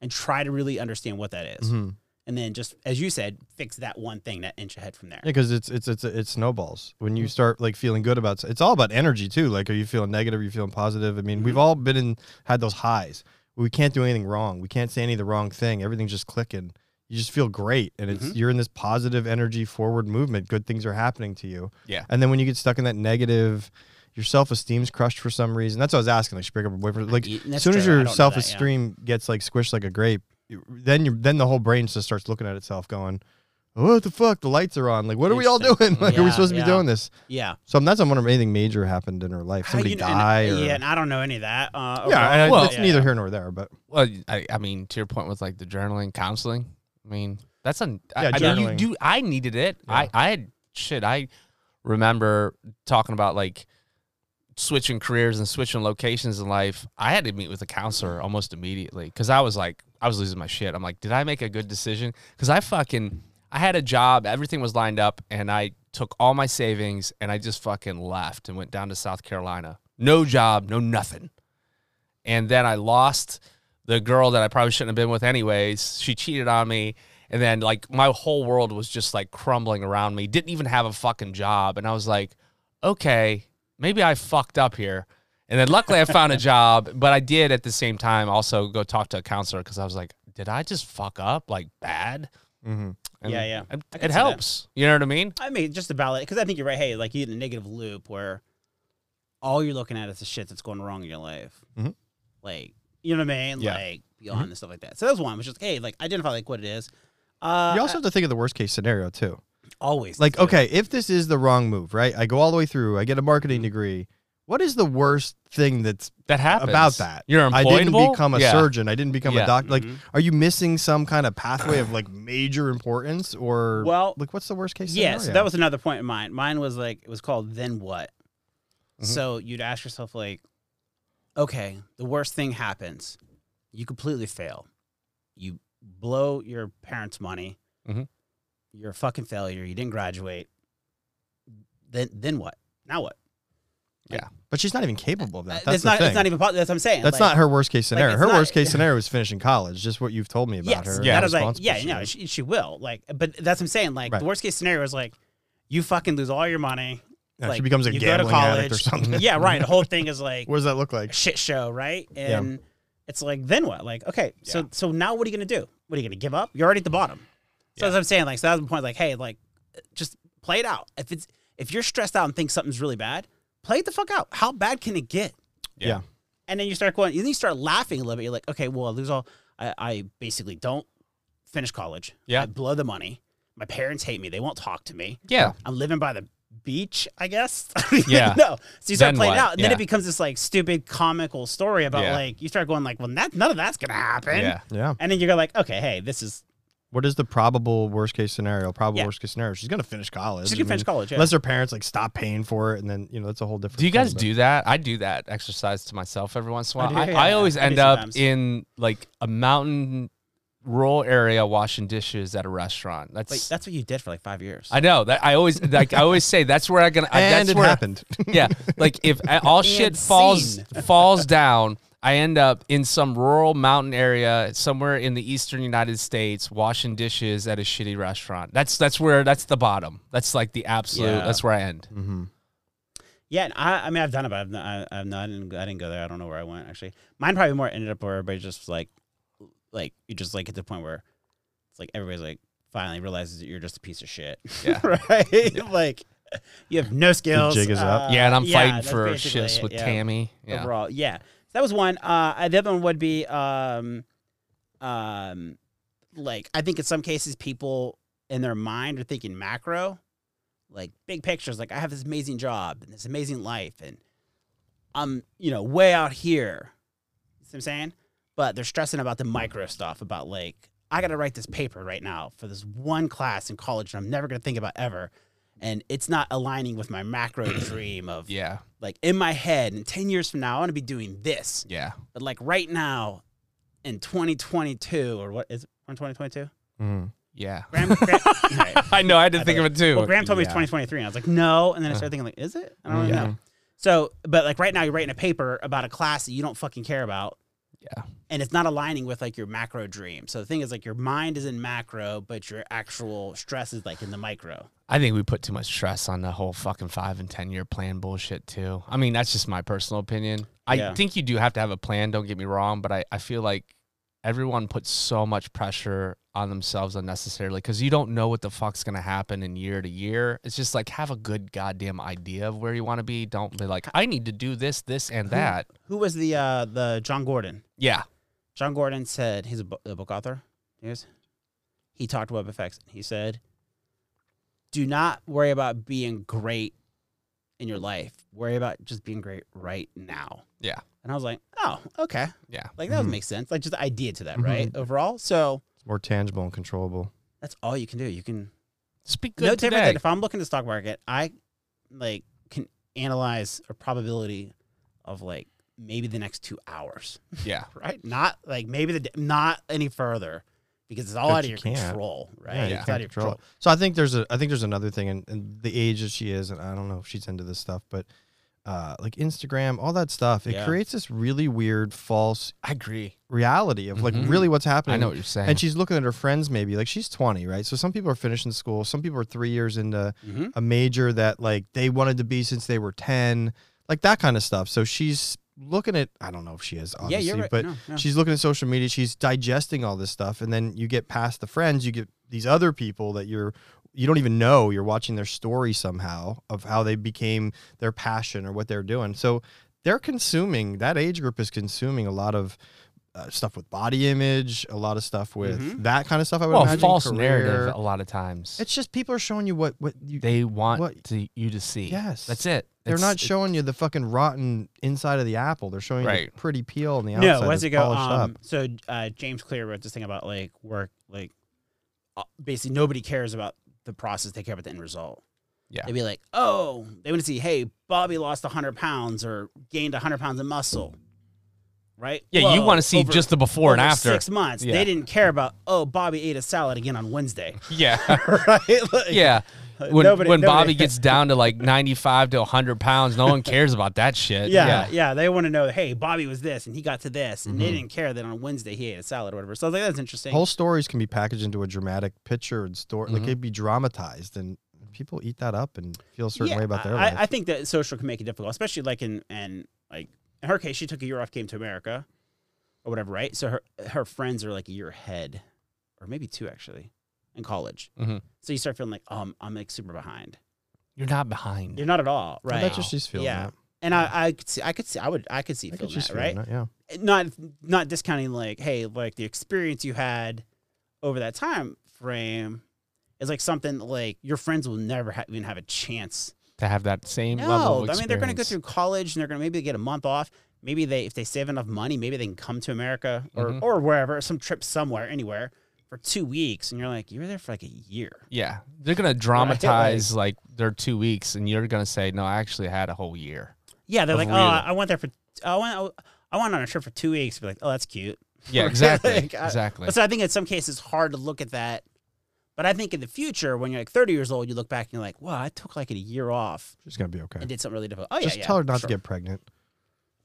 [SPEAKER 1] and try to really understand what that is.
[SPEAKER 3] Mhm.
[SPEAKER 1] and then just as you said, fix that one thing that inch ahead from there.
[SPEAKER 3] Yeah, because it's it's it's it's snowballs. When you start like feeling good about it's all about energy too. Like, are you feeling negative? Are you feeling positive? I mean, we've all been in had those highs. We can't do anything wrong. We can't say any of the wrong thing. Everything's just clicking. You just feel great, and it's you're in this positive energy forward movement. Good things are happening to you.
[SPEAKER 2] Yeah.
[SPEAKER 3] And then when you get stuck in that negative, your self esteem's crushed for some reason. That's what I was asking. Like, should I break up with my boyfriend. Like,
[SPEAKER 1] y-
[SPEAKER 3] as
[SPEAKER 1] that's
[SPEAKER 3] soon as
[SPEAKER 1] true. I
[SPEAKER 3] your
[SPEAKER 1] don't know that, yeah.
[SPEAKER 3] self esteem gets like squished like a grape, you- then you then the whole brain just starts looking at itself, going, "What the fuck? The lights are on. Like, what are we all doing?
[SPEAKER 1] Interesting.
[SPEAKER 3] Like, are we
[SPEAKER 1] Yeah,
[SPEAKER 3] supposed to
[SPEAKER 1] yeah.
[SPEAKER 3] be doing this?"
[SPEAKER 1] Yeah.
[SPEAKER 3] So that's I'm wondering if anything major happened in her life.
[SPEAKER 1] How
[SPEAKER 3] Somebody
[SPEAKER 1] Uh, you- and-
[SPEAKER 3] die or
[SPEAKER 1] Yeah, and I don't know any of that. Uh,
[SPEAKER 3] Yeah, and I-
[SPEAKER 1] overall,
[SPEAKER 2] Well,
[SPEAKER 1] but
[SPEAKER 3] it's neither here nor there, but
[SPEAKER 2] Well, I, I mean, to your point with like the journaling, counseling. I mean, that's an.
[SPEAKER 3] Yeah,
[SPEAKER 2] I, I mean,
[SPEAKER 3] journaling.
[SPEAKER 2] you do. I needed it. I, I had shit. I remember talking about like switching careers and switching locations in life. I had to meet with a counselor almost immediately because I was like, I was losing my shit. I'm like, did I make a good decision? Because I fucking, I had a job, everything was lined up, and I took all my savings and I just fucking left and went down to South Carolina. No job, no nothing and then I lost the girl that I probably shouldn't have been with anyways. She cheated on me. And then like my whole world was just like crumbling around me. Didn't even have a fucking job. And I was like, okay, maybe I fucked up here. And then luckily I found a job, but I did at the same time also go talk to a counselor because I was like, did I just fuck up like bad?
[SPEAKER 3] Mhm.
[SPEAKER 2] And
[SPEAKER 1] Yeah, yeah.
[SPEAKER 2] It,
[SPEAKER 1] I can see
[SPEAKER 2] it
[SPEAKER 1] that.
[SPEAKER 2] helps. You know what I mean?
[SPEAKER 1] I mean, just to validate, because I think you're right. Hey, like you get a negative loop where all you're looking at is the shit that's going wrong in your life.
[SPEAKER 3] Mhm.
[SPEAKER 1] Like, you know what I mean?
[SPEAKER 3] Yeah. Mm-hmm.
[SPEAKER 1] Like, beyond and stuff like that. So that was one. was just, hey, like, identify like what it is. Uh,
[SPEAKER 3] you also have to think of the worst case scenario too.
[SPEAKER 1] always
[SPEAKER 3] Like,
[SPEAKER 1] do it.
[SPEAKER 3] okay, if this is the wrong move, right? I go all the way through. I get a marketing
[SPEAKER 1] Mm-hmm.
[SPEAKER 3] degree. What is the worst thing that's
[SPEAKER 2] That happens.
[SPEAKER 3] about that?
[SPEAKER 2] You're
[SPEAKER 3] I
[SPEAKER 2] employable.
[SPEAKER 3] didn't become a
[SPEAKER 2] Yeah.
[SPEAKER 3] surgeon. I didn't become a
[SPEAKER 2] Yeah.
[SPEAKER 3] doctor. Like,
[SPEAKER 1] Mhm.
[SPEAKER 3] are you missing some kind of pathway of like major importance or
[SPEAKER 1] Well,
[SPEAKER 3] like what's the worst case
[SPEAKER 1] yeah.
[SPEAKER 3] scenario?
[SPEAKER 1] So that was another point in mine. Mine was like it was called "Then What."
[SPEAKER 3] Mm-hmm.
[SPEAKER 2] Mhm.
[SPEAKER 1] So you'd ask yourself like, okay, the worst thing happens, you completely fail, you blow your parents' money,
[SPEAKER 3] Mm-hmm.
[SPEAKER 2] Mhm.
[SPEAKER 1] you're a fucking failure, you didn't graduate. Then then what? Now what?
[SPEAKER 3] but she's not even capable of
[SPEAKER 1] Uh,
[SPEAKER 3] that. That's, the
[SPEAKER 1] not
[SPEAKER 3] thing.
[SPEAKER 1] it's not even possible. That's what I'm saying.
[SPEAKER 3] That's
[SPEAKER 1] Like,
[SPEAKER 3] not her worst case scenario.
[SPEAKER 1] it's
[SPEAKER 3] her
[SPEAKER 1] not-
[SPEAKER 3] worst case scenario is finishing college. Just what you've told me about
[SPEAKER 1] yes,
[SPEAKER 3] her.
[SPEAKER 1] that
[SPEAKER 3] and
[SPEAKER 1] is
[SPEAKER 3] how
[SPEAKER 1] like yeah,
[SPEAKER 3] responsible she
[SPEAKER 1] no,
[SPEAKER 3] is.
[SPEAKER 1] she, she will like, but that's what I'm saying. Like
[SPEAKER 3] Right.
[SPEAKER 1] the worst case scenario is like, you fucking lose all your money.
[SPEAKER 3] Yeah,
[SPEAKER 1] like,
[SPEAKER 3] she becomes a
[SPEAKER 1] you
[SPEAKER 3] gambling
[SPEAKER 1] go to college
[SPEAKER 3] addict or something.
[SPEAKER 1] Yeah, right. The whole thing is like
[SPEAKER 3] What does that look like?
[SPEAKER 1] shit show, right?
[SPEAKER 3] Yeah.
[SPEAKER 1] And it's like, then what? Like, okay, so so now what are you gonna do? What are you gonna give up? You're already at the bottom. So as I'm saying, like, so that's the point. Like, hey, like, just play it out. If it's if you're stressed out and think something's really bad, play it the fuck out. How bad can it get?
[SPEAKER 2] Yeah.
[SPEAKER 3] Yeah.
[SPEAKER 1] And then you start going, then you start laughing a little bit. You're like, okay, well, I lose all. I, I basically don't finish college.
[SPEAKER 2] Yeah.
[SPEAKER 1] I blow the money. My parents hate me. They won't talk to me.
[SPEAKER 2] Yeah.
[SPEAKER 1] I'm living by the beach, I guess. I don't even
[SPEAKER 2] Yeah.
[SPEAKER 1] know. So you start
[SPEAKER 2] Then
[SPEAKER 1] playing
[SPEAKER 2] what?
[SPEAKER 1] it out, and then
[SPEAKER 2] Yeah.
[SPEAKER 1] it becomes this like stupid comical story about
[SPEAKER 2] Yeah.
[SPEAKER 1] like you start going like, well, that none of that's gonna happen.
[SPEAKER 2] Yeah.
[SPEAKER 3] Yeah.
[SPEAKER 1] And then you go like, okay, hey, this is
[SPEAKER 3] What is the probable worst case scenario? Probable
[SPEAKER 1] Yeah.
[SPEAKER 3] worst case scenario. She's gonna finish college.
[SPEAKER 1] She can
[SPEAKER 3] I
[SPEAKER 1] finish
[SPEAKER 3] mean,
[SPEAKER 1] college. Yeah.
[SPEAKER 3] Unless her parents like stop paying for it, and then you know that's a whole different.
[SPEAKER 2] Do you guys
[SPEAKER 3] thing, but-
[SPEAKER 2] do that? I do that exercise to myself every once in a
[SPEAKER 1] I
[SPEAKER 2] while.
[SPEAKER 1] do,
[SPEAKER 2] I,
[SPEAKER 1] yeah,
[SPEAKER 2] I
[SPEAKER 1] yeah.
[SPEAKER 2] always
[SPEAKER 1] I do
[SPEAKER 2] end up
[SPEAKER 1] sometimes.
[SPEAKER 2] in like a mountain rural area washing dishes at a restaurant. That's
[SPEAKER 1] Wait, that's what you did for like five years.
[SPEAKER 2] I know that I always like I always say that's where I gonna I,
[SPEAKER 3] And
[SPEAKER 2] that's
[SPEAKER 3] it
[SPEAKER 2] where
[SPEAKER 3] happened.
[SPEAKER 2] yeah like if a- all shit falls
[SPEAKER 1] scene.
[SPEAKER 2] falls down I end up in some rural mountain area somewhere in the eastern United States washing dishes at a shitty restaurant. That's that's where that's the bottom. That's like the absolute.
[SPEAKER 1] Yeah.
[SPEAKER 2] That's where I end.
[SPEAKER 3] hmm
[SPEAKER 1] yeah, and I, I mean, I've done it, but I've not, I, I've not, I didn't, I didn't go there. I don't know where I went actually. Mine probably more ended up where everybody just was like, like you just like at the point where it's like everybody's like finally realizes that you're just a piece of shit.
[SPEAKER 2] Yeah.
[SPEAKER 1] right. Like you have no skills.
[SPEAKER 3] jig is up.
[SPEAKER 2] yeah, and I'm
[SPEAKER 1] Uh, yeah,
[SPEAKER 2] fighting
[SPEAKER 1] that's
[SPEAKER 2] for
[SPEAKER 1] basically
[SPEAKER 2] shifts
[SPEAKER 1] it,
[SPEAKER 2] with
[SPEAKER 1] yeah.
[SPEAKER 2] Tammy. Yeah.
[SPEAKER 1] overall. Yeah. So that was one. Uh, I- the other one would be, um, um, like I think in some cases people in their mind are thinking macro, like big pictures. Like I have this amazing job and this amazing life, and I'm you know way out here. You see what I'm saying? But they're stressing about the micro stuff about like I got to write this paper right now for this one class in college that I'm never gonna think about ever. And it's not aligning with my macro dream of
[SPEAKER 2] Yeah,
[SPEAKER 1] like in my head in 10 years from now i want to be doing this
[SPEAKER 2] yeah.
[SPEAKER 1] but like right now in 2022 or what is it We're in 2022
[SPEAKER 2] Mm-hmm. Yeah.
[SPEAKER 1] graham, graham, right.
[SPEAKER 2] I know. I had to
[SPEAKER 1] I
[SPEAKER 2] think
[SPEAKER 1] thought-
[SPEAKER 2] of it too.
[SPEAKER 1] well graham told me
[SPEAKER 2] Yeah. Uh-huh. Mm-hmm.
[SPEAKER 1] it's 2023 and i was like no and then i started thinking like is it i don't really
[SPEAKER 2] Yeah.
[SPEAKER 1] know so but like right now you're writing a paper about a class that you don't fucking care about
[SPEAKER 2] Yeah.
[SPEAKER 1] and it's not aligning with like your macro dream so the thing is like your mind is in macro but your actual stress is like in the micro
[SPEAKER 2] I think we put too much stress on the whole fucking five and 10 year plan bullshit too. I mean, that's just my personal opinion. I
[SPEAKER 1] Yeah.
[SPEAKER 2] think you do have to have a plan. Don't get me wrong. But I, I feel like everyone puts so much pressure on themselves unnecessarily because you don't know what the fuck's going to happen in year to year. It's just like have a good goddamn idea of where you want to be. Don't be like, I need to do this, this, and that.
[SPEAKER 1] who was the uh the john gordon
[SPEAKER 2] Yeah.
[SPEAKER 1] John Gordon said he's a, bu- a book author. Yes, he talked to Web Effects. He said, "Do not worry about being great in your life. Worry about just being great right now."
[SPEAKER 2] Yeah.
[SPEAKER 1] And I was like, "Oh, okay.
[SPEAKER 2] Yeah.
[SPEAKER 1] Like that would
[SPEAKER 3] Mhm.
[SPEAKER 1] make sense. Like just the idea to that,
[SPEAKER 3] Mhm.
[SPEAKER 1] right? Overall, so
[SPEAKER 3] It's more tangible and controllable.
[SPEAKER 1] that's all you can do. You can
[SPEAKER 2] Speak
[SPEAKER 1] no
[SPEAKER 2] good
[SPEAKER 1] different than
[SPEAKER 2] today.
[SPEAKER 1] if I'm looking at the stock market, I like can analyze a probability of like maybe the next two hours."
[SPEAKER 2] Yeah.
[SPEAKER 1] right? Not like maybe the not any further because it's all
[SPEAKER 3] But
[SPEAKER 1] out of
[SPEAKER 3] you
[SPEAKER 1] your
[SPEAKER 3] can't.
[SPEAKER 1] control, right? It's
[SPEAKER 3] you can't
[SPEAKER 1] out of your control.
[SPEAKER 3] So I think there's a I think there's another thing, and, and the age that she is, and I don't know if she's into this stuff, but uh, like Instagram, all that stuff, it
[SPEAKER 1] Yeah.
[SPEAKER 3] creates this really weird false
[SPEAKER 2] I agree.
[SPEAKER 3] reality of like
[SPEAKER 1] Mm-hmm.
[SPEAKER 2] Mhm.
[SPEAKER 3] really what's happening.
[SPEAKER 2] I know what you're saying.
[SPEAKER 3] And she's looking at her friends, maybe like she's 20, right? So some people are finishing school, some people are three years into
[SPEAKER 1] Mm-hmm.
[SPEAKER 3] a major that like they wanted to be since they were 10, like that kind of stuff. So she's looking at I don't know if she is obviously,
[SPEAKER 1] Yeah, you're right.
[SPEAKER 3] but
[SPEAKER 1] no, no.
[SPEAKER 3] She's looking at social media. She's digesting all this stuff, and then you get past the friends. You get these other people that you're you don't even know. You're watching their story somehow of how they became their passion or what they're doing. So they're consuming that age group is consuming a lot of uh, stuff with body image, a lot of stuff with
[SPEAKER 1] Mhm.
[SPEAKER 3] that kind of stuff. I would
[SPEAKER 2] well,
[SPEAKER 3] imagine
[SPEAKER 2] false
[SPEAKER 3] career.
[SPEAKER 2] narrative a lot of times.
[SPEAKER 3] It's just people are showing you what what you
[SPEAKER 2] they want
[SPEAKER 3] What-
[SPEAKER 2] to you to see.
[SPEAKER 3] Yes.
[SPEAKER 2] that's it.
[SPEAKER 3] They're
[SPEAKER 2] It's-
[SPEAKER 3] not
[SPEAKER 2] it-
[SPEAKER 3] showing you the fucking rotten inside of the apple. They're showing you
[SPEAKER 2] Right.
[SPEAKER 3] the pretty peel on the outside.
[SPEAKER 1] no, where does
[SPEAKER 3] that's
[SPEAKER 1] it go?
[SPEAKER 3] polished up.
[SPEAKER 1] Um, so uh, James Clear wrote this thing about like work, like uh, basically nobody cares about the process; they care about the end result.
[SPEAKER 2] Yeah.
[SPEAKER 1] they'd be like, oh, they want to see, hey, Bobby lost hundred pounds or gained hundred pounds of muscle, right?
[SPEAKER 2] Yeah, you
[SPEAKER 1] Whoa,
[SPEAKER 2] want to see
[SPEAKER 1] over-
[SPEAKER 2] just the before and
[SPEAKER 1] over
[SPEAKER 2] after.
[SPEAKER 1] six months.
[SPEAKER 2] Yeah.
[SPEAKER 1] They didn't care about oh, Bobby ate a salad again on Wednesday,
[SPEAKER 2] Yeah,
[SPEAKER 1] right? Like,
[SPEAKER 2] yeah.
[SPEAKER 1] uh,
[SPEAKER 2] When
[SPEAKER 1] nobody-
[SPEAKER 2] when
[SPEAKER 1] nobody-
[SPEAKER 2] Bobby gets down to like ninety five to hundred pounds, no one cares about that shit.
[SPEAKER 1] Yeah, yeah. They want to know, hey, Bobby was this and he got to this, and they
[SPEAKER 3] Mm-hmm.
[SPEAKER 1] didn't care that on Wednesday he ate a salad or whatever. So I was like, that's interesting.
[SPEAKER 3] whole stories can be packaged into a dramatic picture and story like
[SPEAKER 1] Mm-hmm.
[SPEAKER 2] Mhm.
[SPEAKER 3] it'd be dramatized and people eat that up and feel a certain
[SPEAKER 1] Yeah,
[SPEAKER 3] way about their
[SPEAKER 1] I,
[SPEAKER 3] life
[SPEAKER 1] I think that social can make it difficult, especially like in and like in her case, she took a year off, came to America, or whatever, right? So her her friends are like a year ahead, or maybe two actually, in college.
[SPEAKER 3] Mm-hmm.
[SPEAKER 2] Mhm.
[SPEAKER 1] So you start feeling like, oh, I'm, I'm like super behind.
[SPEAKER 2] you're not behind.
[SPEAKER 1] You're not at all,
[SPEAKER 3] I
[SPEAKER 1] right?
[SPEAKER 3] bet you she's feeling
[SPEAKER 1] Yeah.
[SPEAKER 3] that.
[SPEAKER 1] and I, I could see, I could see, I would, I could see
[SPEAKER 3] I bet
[SPEAKER 1] feeling
[SPEAKER 3] she's
[SPEAKER 1] that, right?
[SPEAKER 3] feeling that, yeah.
[SPEAKER 1] not not discounting like hey like the experience you had over that time frame is like something that, like your friends will never ha- even have a chance
[SPEAKER 2] to have that same level.
[SPEAKER 1] no
[SPEAKER 2] Of
[SPEAKER 1] i mean they're going to go
[SPEAKER 2] experience.
[SPEAKER 1] through college and they're going to maybe get a month off maybe they if they save enough money maybe they can come to america or
[SPEAKER 2] Mhm.
[SPEAKER 1] or wherever some trip somewhere anywhere for two weeks, and you're like, you were there for like a year.
[SPEAKER 2] Yeah, they're gonna dramatize like, their two weeks, and you're gonna say, "No, I actually had a whole year."
[SPEAKER 1] Yeah, they're
[SPEAKER 2] Of
[SPEAKER 1] like, oh,
[SPEAKER 2] real.
[SPEAKER 1] I I went there for, I went, I went on a trip for two weeks. Be like, oh, that's cute.
[SPEAKER 2] Yeah, exactly,
[SPEAKER 1] Like, I-
[SPEAKER 2] exactly.
[SPEAKER 1] So I think in some cases it's hard to look at that. But I think in the future, when you're like 30 years old, you look back and you're like, wow, I took like a year off
[SPEAKER 3] She's gonna be okay.
[SPEAKER 1] and did something really difficult. Oh, yeah.
[SPEAKER 3] Just
[SPEAKER 1] yeah,
[SPEAKER 3] tell her not
[SPEAKER 1] sure.
[SPEAKER 3] to get pregnant.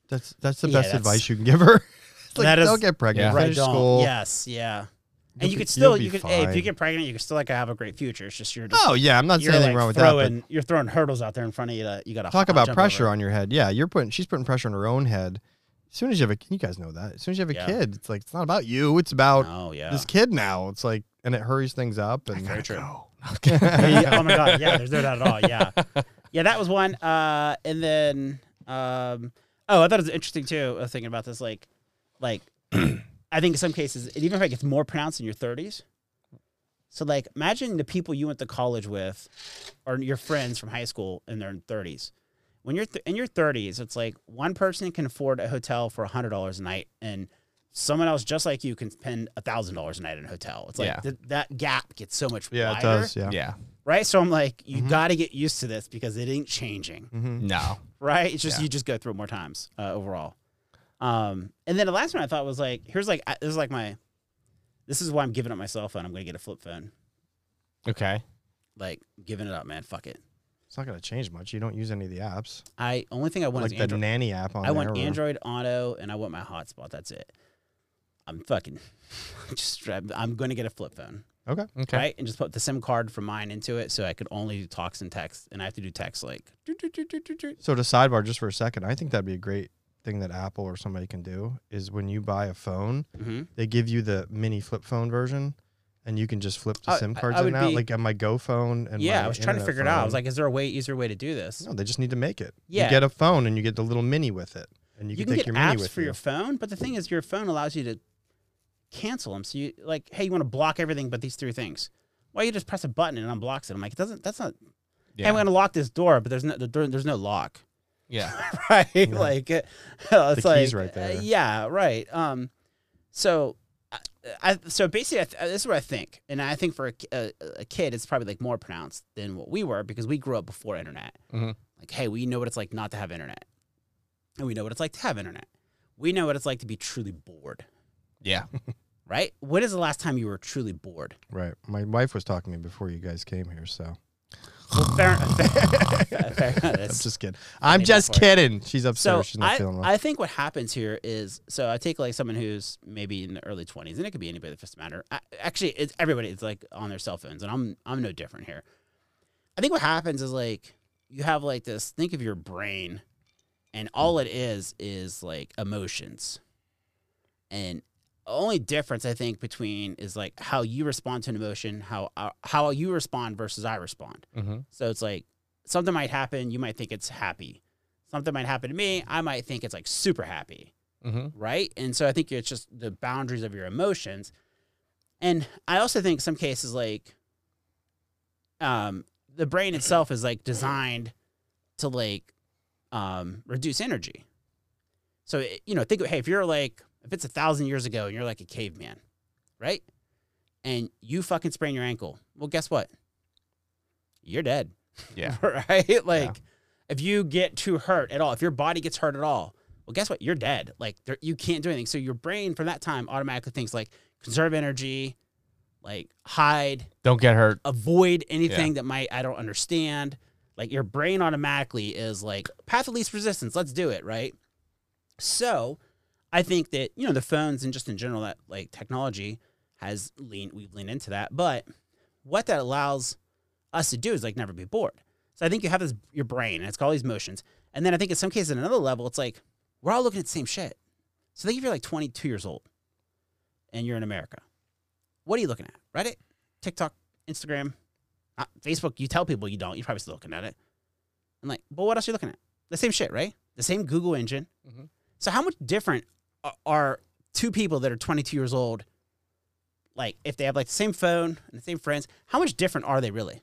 [SPEAKER 3] That's that's the
[SPEAKER 1] Yeah,
[SPEAKER 3] best
[SPEAKER 1] that's-
[SPEAKER 3] advice you can give her. It's like,
[SPEAKER 1] That is-
[SPEAKER 3] don't get pregnant.
[SPEAKER 2] Yeah.
[SPEAKER 1] I
[SPEAKER 3] Finish
[SPEAKER 1] don't.
[SPEAKER 3] school.
[SPEAKER 1] Yes, yeah.
[SPEAKER 3] You'll
[SPEAKER 1] And you
[SPEAKER 3] be-
[SPEAKER 1] could still,
[SPEAKER 3] you'll
[SPEAKER 1] you
[SPEAKER 3] be
[SPEAKER 1] could, hey, if you
[SPEAKER 3] fine.
[SPEAKER 1] get pregnant, you could still like have a great future. It's just you're just,
[SPEAKER 3] Oh yeah, I'm not
[SPEAKER 1] you're
[SPEAKER 3] saying anything
[SPEAKER 1] like
[SPEAKER 3] wrong with that.
[SPEAKER 1] throwing,
[SPEAKER 3] But
[SPEAKER 1] you're throwing hurdles out there in front of you that you got to
[SPEAKER 3] talk about pressure on your head. Yeah, you're putting she's putting pressure on her own head. As soon as you have a, you guys know that. As soon as you have a
[SPEAKER 1] Yeah.
[SPEAKER 3] kid, it's like it's not about you. It's about
[SPEAKER 1] Oh yeah.
[SPEAKER 3] this kid now. It's like and it hurries things up. And
[SPEAKER 1] Very true.
[SPEAKER 2] Okay.
[SPEAKER 1] Yeah, oh my god, yeah, there's no doubt at all. Yeah, yeah, that was one. Uh, and then, um, oh, I thought it was interesting too. uh, Thinking about this, like, like, I think in some cases, and even if it gets more pronounced in your 30s. So, like, imagine the people you went to college with, or your friends from high school, and they're in 30s. When you're th- in your 30s, it's like one person can afford a hotel for hundred dollars a night, and someone else just like you can spend thousand dollars a night in a hotel. It's like
[SPEAKER 2] Yeah.
[SPEAKER 1] th- that gap gets so much
[SPEAKER 3] yeah,
[SPEAKER 1] wider
[SPEAKER 3] it does. Yeah.
[SPEAKER 2] yeah,
[SPEAKER 1] right? So I'm like, you
[SPEAKER 2] Mm-hmm.
[SPEAKER 3] Mhm.
[SPEAKER 1] got to get used to this because it ain't changing,
[SPEAKER 3] Mm-hmm.
[SPEAKER 2] no,
[SPEAKER 1] right? It's just
[SPEAKER 2] Yeah.
[SPEAKER 1] you just go through it more times uh, overall. Um, and then the last one I thought was like, here's like I, this is like my, this is why I'm giving up my cell phone. I'm gonna get a flip phone.
[SPEAKER 2] okay,
[SPEAKER 1] Like giving it up, man. Fuck it.
[SPEAKER 3] It's not gonna change much. You don't use any of the apps.
[SPEAKER 1] I only thing I want
[SPEAKER 3] Like
[SPEAKER 1] is
[SPEAKER 3] the
[SPEAKER 1] Android.
[SPEAKER 3] nanny app on
[SPEAKER 1] I want
[SPEAKER 3] there or-
[SPEAKER 1] Android Auto and I want my hotspot. That's it. I'm fucking just. I'm gonna get a flip phone.
[SPEAKER 2] okay.
[SPEAKER 1] right? And just put the SIM card from mine into it, so I could only do talks and text, and I have to do text like. "Doo, doo, doo, doo, doo, doo."
[SPEAKER 2] Mm-hmm.
[SPEAKER 3] So to sidebar just for a second, I think that'd be a great thing that Apple or somebody can do is when you buy a phone,
[SPEAKER 1] Mhm.
[SPEAKER 3] they give you the mini flip phone version, and you can just flip the
[SPEAKER 1] I-
[SPEAKER 3] SIM
[SPEAKER 1] I-
[SPEAKER 3] cards
[SPEAKER 1] I
[SPEAKER 3] in
[SPEAKER 1] would
[SPEAKER 3] and out,
[SPEAKER 1] be-
[SPEAKER 3] like on my Go phone. And
[SPEAKER 1] yeah,
[SPEAKER 3] my
[SPEAKER 1] I was trying to
[SPEAKER 3] internet
[SPEAKER 1] figure it out. I was
[SPEAKER 3] phone.
[SPEAKER 1] like, is there a way easier way to do this?
[SPEAKER 3] no, they just need to make it.
[SPEAKER 1] Yeah.
[SPEAKER 3] you get a phone and you get the little mini with it, and you,
[SPEAKER 1] you,
[SPEAKER 3] can,
[SPEAKER 1] can,
[SPEAKER 3] take
[SPEAKER 1] get
[SPEAKER 3] your
[SPEAKER 1] apps
[SPEAKER 3] mini with
[SPEAKER 1] for
[SPEAKER 3] you.
[SPEAKER 1] your phone, but the thing is, your phone allows you to cancel them. So you like, hey, you want to block everything but these three things. Why you just press a button and it unblocks it? I'm like, it doesn't. That's not. hey,
[SPEAKER 2] Yeah,
[SPEAKER 1] I'm gonna lock this door, but there's no the door, there's no lock.
[SPEAKER 2] yeah,
[SPEAKER 1] right? Like it- it's
[SPEAKER 3] The
[SPEAKER 1] like,
[SPEAKER 3] key's right there.
[SPEAKER 1] uh, yeah, right. Um, so I, I so basically, I th- this is what I think, and I think for a, ki- a, a kid, it's probably like more pronounced than what we were because we grew up before internet.
[SPEAKER 2] Mhm.
[SPEAKER 1] Like, hey, we know what it's like not to have internet, and we know what it's like to have internet. We know what it's like to be truly bored,
[SPEAKER 2] yeah.
[SPEAKER 1] right? When is the last time you were truly bored?
[SPEAKER 3] Right. My wife was talking to me before you guys came here, so
[SPEAKER 1] Well, fair, fair, fair,
[SPEAKER 3] I'm
[SPEAKER 1] that's-
[SPEAKER 3] just kidding. I'm
[SPEAKER 1] made up
[SPEAKER 3] just
[SPEAKER 1] for it.
[SPEAKER 3] kidding. She's upstairs.
[SPEAKER 1] So
[SPEAKER 3] She's not
[SPEAKER 1] I,
[SPEAKER 3] feeling well.
[SPEAKER 1] I think what happens here is so I take like someone who's maybe in the early 20s and it could be anybody that doesn't matter. I, actually, it's everybody is like on their cell phones and I'm I'm no different here. I think what happens is like you have like this think of your brain and all it is is like emotions. And only difference I think between is like how you respond to an emotion, how uh, how you respond versus I respond.
[SPEAKER 2] hmm
[SPEAKER 1] So it's like something might happen, you might think it's happy. Something might happen to me, I might think it's like super happy,
[SPEAKER 2] hmm
[SPEAKER 1] right? And so I think it's just the boundaries of your emotions. And I also think some cases like um the brain itself is like designed to like um reduce energy. So it- you know, think of hey, if you're like if it's a thousand years ago and you're like a caveman, right? And you fucking sprain your ankle. Well, guess what? You're dead
[SPEAKER 2] Yeah,
[SPEAKER 1] right? Like, if you get too hurt at all, if your body gets hurt at all, well, guess what? You're dead. Like, there, you can't do anything. So your brain from that time automatically thinks like conserve energy, like hide,
[SPEAKER 2] don't get hurt.
[SPEAKER 1] avoid anything that might I don't understand. Like your brain automatically is like path of least resistance. Let's do it, right? So, I think that you know the phones and just in general that like technology has lean we've leaned into that, but what that allows us to do is like never be bored. So I think you have this your brain and it's got all these motions, and then I think in some cases at another level it's like we're all looking at the same shit. So think if you're like 22 years old and you're in America, what are you looking at? Reddit, TikTok, Instagram, uh, Facebook. You tell people you don't. You're probably still looking at it. And like, but what else are you looking at? The same shit, right? The same Google engine.
[SPEAKER 2] Mhm.
[SPEAKER 1] So how much different are, are two people that are 22 years old? Like, if they have like the same phone and the same friends, how much different are they really?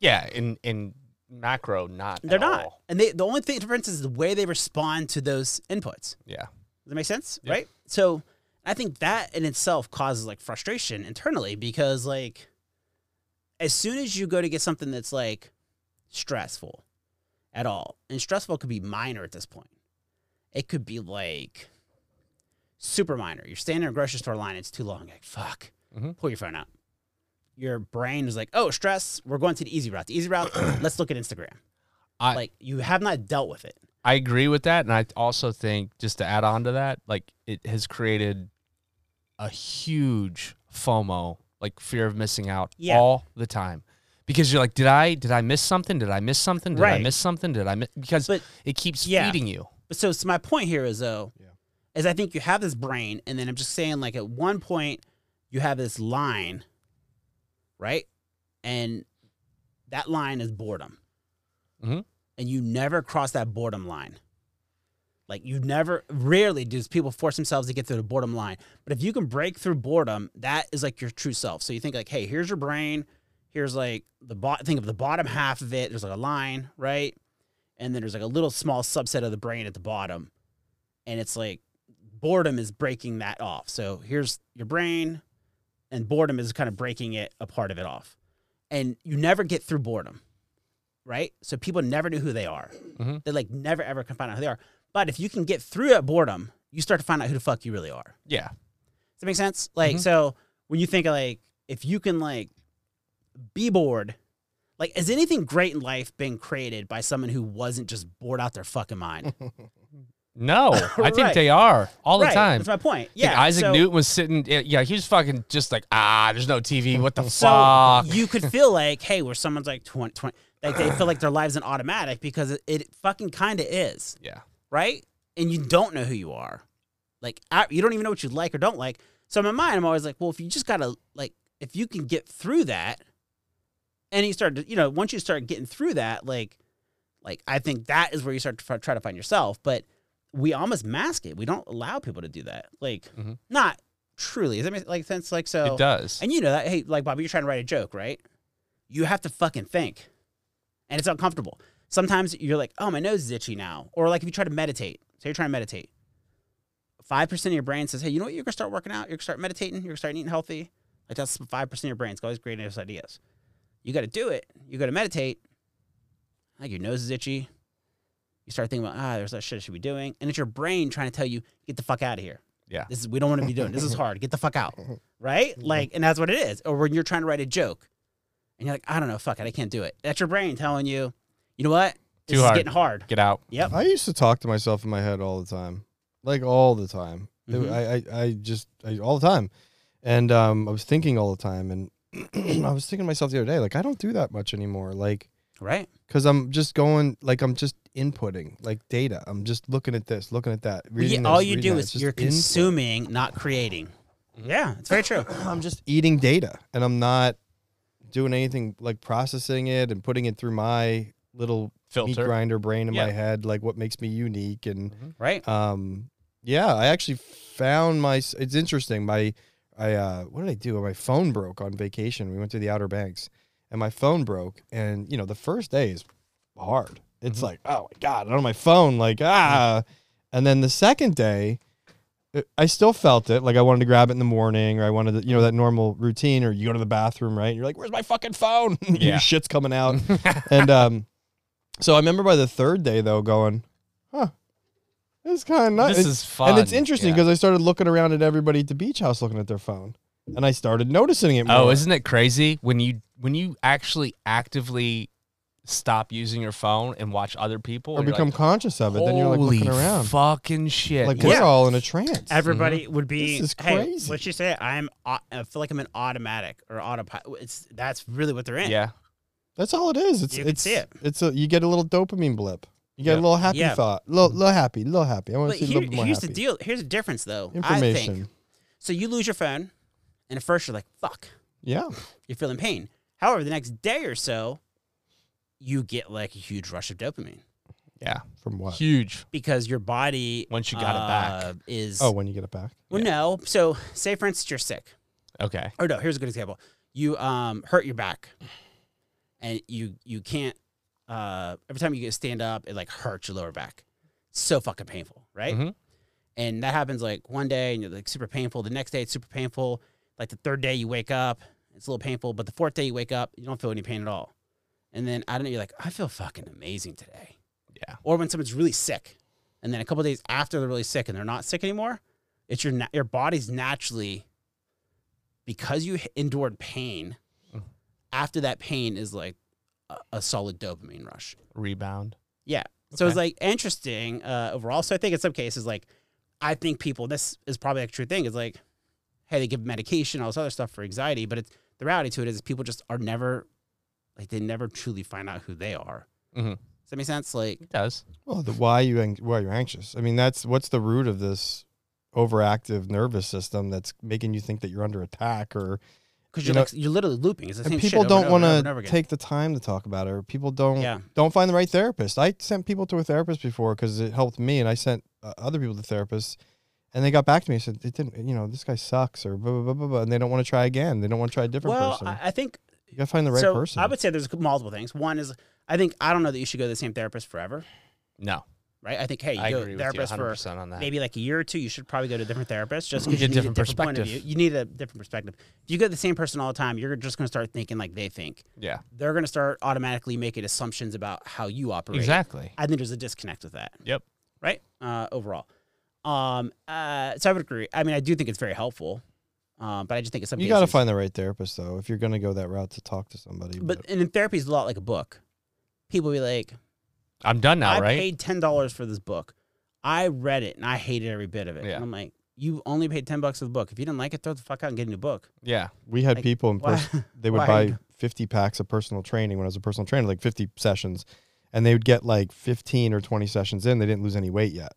[SPEAKER 2] Yeah, in in macro, not at
[SPEAKER 1] They're not.
[SPEAKER 2] all.
[SPEAKER 1] And they the only thing difference is the way they respond to those inputs.
[SPEAKER 2] Yeah,
[SPEAKER 1] Does that make sense?
[SPEAKER 2] Yeah.
[SPEAKER 1] Right? So I think that in itself causes like frustration internally because like as soon as you go to get something that's like stressful at all, and stressful could be minor at this point. It could be like super minor. You're standing in a grocery store line, it's too long. Like, fuck.
[SPEAKER 2] Mhm.
[SPEAKER 1] Pull your phone out. Your brain is like, oh, stress, we're going to the easy route. The easy route, let's look at Instagram.
[SPEAKER 2] I-
[SPEAKER 1] like you have not dealt with it.
[SPEAKER 2] I agree with that, and I also think just to add on to that, like it has created a huge FOMO, like fear of missing out,
[SPEAKER 1] Yeah.
[SPEAKER 2] all the time, because you're like, did I did I miss something? Did I miss something? Did I
[SPEAKER 1] Right.
[SPEAKER 2] miss something? Did I miss? Because
[SPEAKER 1] But-
[SPEAKER 2] it keeps
[SPEAKER 1] Yeah.
[SPEAKER 2] feeding you.
[SPEAKER 1] But so, so my point here is though,
[SPEAKER 3] Yeah.
[SPEAKER 1] is I think you have this brain, and then I'm just saying like at one point you have this line, right? And that line is boredom,
[SPEAKER 2] Mhm.
[SPEAKER 1] and you never cross that boredom line. Like you never, rarely do people force themselves to get through the boredom line. But if you can break through boredom, that is like your true self. So you think like, hey, here's your brain. Here's like the bot. Think of the bottom half of it. There's like a line, right? And then there's like a little small subset of the brain at the bottom, and it's like boredom is breaking that off. So here's your brain, and boredom is kind of breaking it a part of it off. And you never get through boredom, right? So people never know who they are.
[SPEAKER 2] Mhm.
[SPEAKER 1] They like never ever can find out who they are. But if you can get through that boredom, you start to find out who the fuck you really are.
[SPEAKER 2] Yeah,
[SPEAKER 1] Does that make sense? Like,
[SPEAKER 2] Mhm.
[SPEAKER 1] so when you think of, like, if you can like be bored, like, is anything great in life being created by someone who wasn't just bored out their fucking mind?
[SPEAKER 2] no, I think
[SPEAKER 1] Right.
[SPEAKER 2] they are all
[SPEAKER 1] Right,
[SPEAKER 2] the time.
[SPEAKER 1] That's my point.
[SPEAKER 2] Like,
[SPEAKER 1] Yeah,
[SPEAKER 2] Isaac
[SPEAKER 1] so-
[SPEAKER 2] Newton was sitting. yeah, Yeah, he was fucking just like ah, there's no TV. What the
[SPEAKER 1] So
[SPEAKER 2] fuck?
[SPEAKER 1] you could feel like, hey, where someone's like 20, 20 like they feel like their lives an automatic because it, it fucking kind of is,
[SPEAKER 2] yeah,
[SPEAKER 1] right? And you don't know who you are. Like I, you don't even know what you like or don't like. So in my mind, I'm always like, well, if you just gotta like, if you can get through that, and you start, to, you know, once you start getting through that, like, like I think that is where you start to f- try to find yourself. But we almost mask it. We don't allow people to do that. Like,
[SPEAKER 2] Mhm.
[SPEAKER 1] not truly. Does that make like sense? Like so.
[SPEAKER 2] it does.
[SPEAKER 1] And you know that, hey, like Bobby, you're trying to write a joke, right? You have to fucking think. And it's uncomfortable. Sometimes you're like, oh, my nose is itchy now. Or like if you try to meditate, say you're trying to meditate. Five percent of your brain says, Hey, you know what? You're gonna start working out, you're gonna start meditating, you're gonna start eating healthy. Like that's five percent of your brain. It's got all these great ideas. You gotta do it. You gotta meditate. Like your nose is itchy. You start thinking about, ah, there's that shit I should be doing. And it's your brain trying to tell you, get the fuck out of here.
[SPEAKER 2] Yeah.
[SPEAKER 1] This is we don't want to be doing. This is hard. Get the fuck out right? Like, and that's what it is. Or when you're trying to write a joke, and you're like, I don't know, fuck it, I can't do it. That's your brain telling you, you know what?
[SPEAKER 2] Too
[SPEAKER 1] This is
[SPEAKER 2] hard.
[SPEAKER 1] getting hard.
[SPEAKER 2] Get out.
[SPEAKER 1] Yep.
[SPEAKER 3] I used to talk to myself in my head all the time, like all the time. It-
[SPEAKER 1] Mhm.
[SPEAKER 3] I, I, I just I, all the time, and um, I was thinking all the time, and I was thinking to myself the other day, like I don't do that much anymore, like
[SPEAKER 1] Right.
[SPEAKER 3] because I'm just going, like I'm just inputting, like data. I'm just looking at this, looking at that.
[SPEAKER 1] Well, yeah,
[SPEAKER 3] Reading
[SPEAKER 1] all
[SPEAKER 3] this,
[SPEAKER 1] you
[SPEAKER 3] reading
[SPEAKER 1] do
[SPEAKER 3] that.
[SPEAKER 1] is
[SPEAKER 3] It's just
[SPEAKER 1] you're
[SPEAKER 3] input. Mm-hmm.
[SPEAKER 1] consuming, not creating. Yeah, it's very true.
[SPEAKER 3] I'm just eating data, and I'm not doing anything like processing it and putting it through my little meat
[SPEAKER 2] Filter.
[SPEAKER 3] grinder brain in
[SPEAKER 2] Yeah.
[SPEAKER 3] my head, like what makes me unique and.
[SPEAKER 1] Right.
[SPEAKER 3] um yeah i actually found my it's interesting my i uh what did i do my phone broke on vacation we went to the outer banks and my phone broke and you know the first day is hard it's like oh my god I'm on my phone like ah and then the second day i- i still felt it like i wanted to grab it in the morning or i wanted to, you know that normal routine or you go to the bathroom right and you're like where's my fucking phone
[SPEAKER 2] Yeah.
[SPEAKER 3] your shit's coming out and um so i remember by the third day though going huh it's kind of nice
[SPEAKER 2] This is fun.
[SPEAKER 3] and it's interesting
[SPEAKER 2] Yeah.
[SPEAKER 3] because I started looking around at everybody at the beach house looking at their phone, and I started noticing it. More.
[SPEAKER 2] Oh, isn't it crazy when you when you actually actively stop using your phone and watch other people
[SPEAKER 3] or
[SPEAKER 2] and you're
[SPEAKER 3] become
[SPEAKER 2] like,
[SPEAKER 3] conscious of it? Then you're like
[SPEAKER 2] "Holy
[SPEAKER 3] looking around,
[SPEAKER 2] fucking shit!
[SPEAKER 3] like
[SPEAKER 2] yeah.
[SPEAKER 3] we're all in a trance.
[SPEAKER 1] Everybody would be.
[SPEAKER 3] mm-hmm. This is
[SPEAKER 1] hey,
[SPEAKER 3] crazy.
[SPEAKER 1] what you say? I'm. au- I feel like I'm an automatic or autopilot. It's that's really what they're in.
[SPEAKER 2] yeah,
[SPEAKER 3] That's all it is. It's
[SPEAKER 1] You can
[SPEAKER 3] it's
[SPEAKER 1] see it.
[SPEAKER 3] it's a you get a little dopamine blip. You get
[SPEAKER 2] Yeah.
[SPEAKER 3] a little happy
[SPEAKER 1] Yeah.
[SPEAKER 3] thought, little little happy, little happy. I want
[SPEAKER 1] But
[SPEAKER 3] to see a
[SPEAKER 1] here,
[SPEAKER 3] little bit more
[SPEAKER 1] here's the
[SPEAKER 3] happy.
[SPEAKER 1] deal. Here's the difference, though. I think.
[SPEAKER 3] Information.
[SPEAKER 1] So you lose your phone, and at first you're like, fuck.
[SPEAKER 3] Yeah,
[SPEAKER 1] you're feeling pain. However, the next day or so, you get like a huge rush of dopamine
[SPEAKER 2] yeah,
[SPEAKER 3] from what?
[SPEAKER 2] huge.
[SPEAKER 1] because your body
[SPEAKER 2] Once you got it back.
[SPEAKER 1] uh, is
[SPEAKER 3] Oh, when you get it back.
[SPEAKER 1] well, no. So say for instance you're sick.
[SPEAKER 2] Okay,
[SPEAKER 1] Or no, here's a good example. You um hurt your back, and you you can't. Uh, every time you get stand up, it like hurts your lower back. So fucking painful, right?
[SPEAKER 2] Mhm.
[SPEAKER 1] and that happens like one day and you're like super painful. The next day it's super painful. Like the third day you wake up, it's a little painful, but the fourth day you wake up, you don't feel any pain at all. And then I don't know, you're like, I feel fucking amazing today.
[SPEAKER 2] Yeah.
[SPEAKER 1] Or when someone's really sick, and then a couple days after they're really sick and they're not sick anymore, it's your na- your body's naturally because you h- endured pain.
[SPEAKER 3] Mm.
[SPEAKER 2] Mhm.
[SPEAKER 1] After that pain is like a, a solid dopamine rush.
[SPEAKER 2] Rebound.
[SPEAKER 1] Yeah. So it's
[SPEAKER 2] Okay.
[SPEAKER 1] like interesting uh, overall. So I think in some cases, like I think people, this is probably a true thing. Is like, hey, they give medication, all this other stuff for anxiety, but it's the reality to it is people just are never, like, they never truly find out who they are.
[SPEAKER 3] Mm-hmm.
[SPEAKER 2] Mhm.
[SPEAKER 1] Does that make sense? Like,
[SPEAKER 2] It does.
[SPEAKER 3] Well, the why you ang- why you're anxious. I mean, that's what's the root of this overactive nervous system that's making you think that you're under attack or
[SPEAKER 1] because
[SPEAKER 3] You
[SPEAKER 1] you're
[SPEAKER 3] know-
[SPEAKER 1] like, you're literally looping. It's the same
[SPEAKER 3] and
[SPEAKER 1] shit
[SPEAKER 3] people
[SPEAKER 1] over
[SPEAKER 3] don't
[SPEAKER 1] and over and
[SPEAKER 3] want
[SPEAKER 1] over and over
[SPEAKER 3] to
[SPEAKER 1] again.
[SPEAKER 3] take the time to talk about it or people don't
[SPEAKER 1] Yeah.
[SPEAKER 3] don't find the right therapist. I sent people to a therapist before cuz it helped me and I sent uh, other people to therapists and they got back to me and said it didn't you know this guy sucks or blah blah blah blah, blah and they don't want to try again. They don't want to try a different
[SPEAKER 1] Well,
[SPEAKER 3] person.
[SPEAKER 1] I, I think
[SPEAKER 3] you got to find the right
[SPEAKER 1] so.
[SPEAKER 3] person.
[SPEAKER 1] I would say there's multiple things. One is I think I don't know that you should go to the same therapist forever,
[SPEAKER 2] No,
[SPEAKER 1] right? I think hey, you
[SPEAKER 2] I
[SPEAKER 1] go
[SPEAKER 2] agree with you
[SPEAKER 1] therapist for
[SPEAKER 2] 100 percent on that.
[SPEAKER 1] maybe like a year or two, you should probably go to a different therapist just because
[SPEAKER 2] Get
[SPEAKER 1] you need
[SPEAKER 2] different
[SPEAKER 1] a different point of view.
[SPEAKER 2] perspective.
[SPEAKER 1] You need a different perspective. If you go to the same person all the time, you're just going to start thinking like they think.
[SPEAKER 2] Yeah,
[SPEAKER 1] They're going to start automatically making assumptions about how you operate.
[SPEAKER 2] exactly.
[SPEAKER 1] I think there's a disconnect with that.
[SPEAKER 2] Yep.
[SPEAKER 1] Right. Uh, overall. Um. Uh. So I would agree. I mean, I do think it's very helpful. Um. But I just think it's something
[SPEAKER 3] you got to find the right therapist though if you're going to go that route to talk to somebody.
[SPEAKER 1] But and in therapy is a lot like a book. People be like,
[SPEAKER 2] I'm done now,
[SPEAKER 1] I
[SPEAKER 2] right?
[SPEAKER 1] paid ten dollars for this book. I read it and I hated every bit of it.
[SPEAKER 2] Yeah.
[SPEAKER 1] And I'm like, you only paid ten bucks for the book. If you didn't like it, throw the fuck out and get a new book.
[SPEAKER 2] yeah,
[SPEAKER 3] we had
[SPEAKER 1] like,
[SPEAKER 3] people in person
[SPEAKER 1] Why?
[SPEAKER 3] they would
[SPEAKER 1] Why?
[SPEAKER 3] buy 50 packs of personal training when I was a personal trainer, like 50 sessions, and they would get like 15 or 20 sessions in. They didn't lose any weight yet,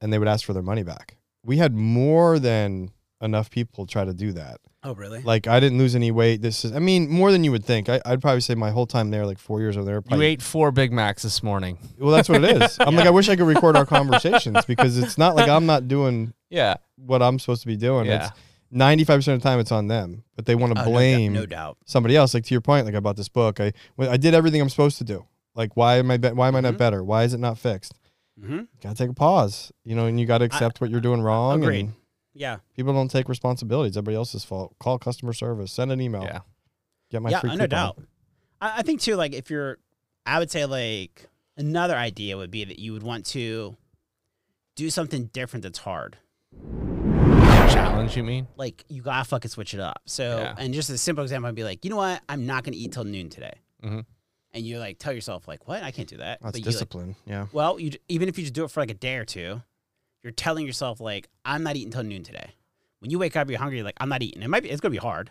[SPEAKER 3] and they would ask for their money back. We had more than enough people try to do that.
[SPEAKER 1] Oh, really?
[SPEAKER 3] Like, I didn't lose any weight. This is, I mean, more than you would think. I, I'd probably say my whole time there, like four years over there.
[SPEAKER 2] you
[SPEAKER 3] Probably,
[SPEAKER 2] ate four Big Macs this morning.
[SPEAKER 3] well, that's what it is. I'm like, I wish I could record our conversations because it's not like I'm not doing
[SPEAKER 2] Yeah,
[SPEAKER 3] what I'm supposed to be doing.
[SPEAKER 2] yeah.
[SPEAKER 3] It's 95% of the time it's on them, but they want to
[SPEAKER 1] Oh, no doubt-
[SPEAKER 3] blame
[SPEAKER 1] No, doubt.
[SPEAKER 3] somebody else. Like to your point, like I bought this book. I well, I did everything I'm supposed to do. Like why am I be- why am I
[SPEAKER 1] Mhm.
[SPEAKER 3] not better? Why is it not fixed?
[SPEAKER 1] hmm
[SPEAKER 3] gotta take a pause, you know, and you gotta accept what you're doing wrong.
[SPEAKER 1] agreed.
[SPEAKER 3] And
[SPEAKER 1] Yeah.
[SPEAKER 3] people don't take responsibility. It's everybody else's fault. Call customer service. Send an email.
[SPEAKER 2] Yeah.
[SPEAKER 3] Get my
[SPEAKER 1] yeah.
[SPEAKER 3] free
[SPEAKER 1] No
[SPEAKER 3] coupon.
[SPEAKER 1] doubt. I, I think too. Like, if you're, I would say like another idea would be that you would want to do something different that's hard.
[SPEAKER 2] Challenge, you mean?
[SPEAKER 1] Like you gotta fucking switch it up. So,
[SPEAKER 2] Yeah.
[SPEAKER 1] and just a simple example, I'd be like, you know what? I'm not gonna eat till noon today.
[SPEAKER 2] Mhm.
[SPEAKER 1] And you like tell yourself like, what? I can't do that.
[SPEAKER 3] Mm-hmm. That's
[SPEAKER 1] But you, like,
[SPEAKER 3] discipline. yeah.
[SPEAKER 1] Well, you j- even if you just do it for like a day or two, you're telling yourself like, "I'm not eating till noon today." When you wake up, you're hungry. You're like, "I'm not eating." It might be it's gonna be hard,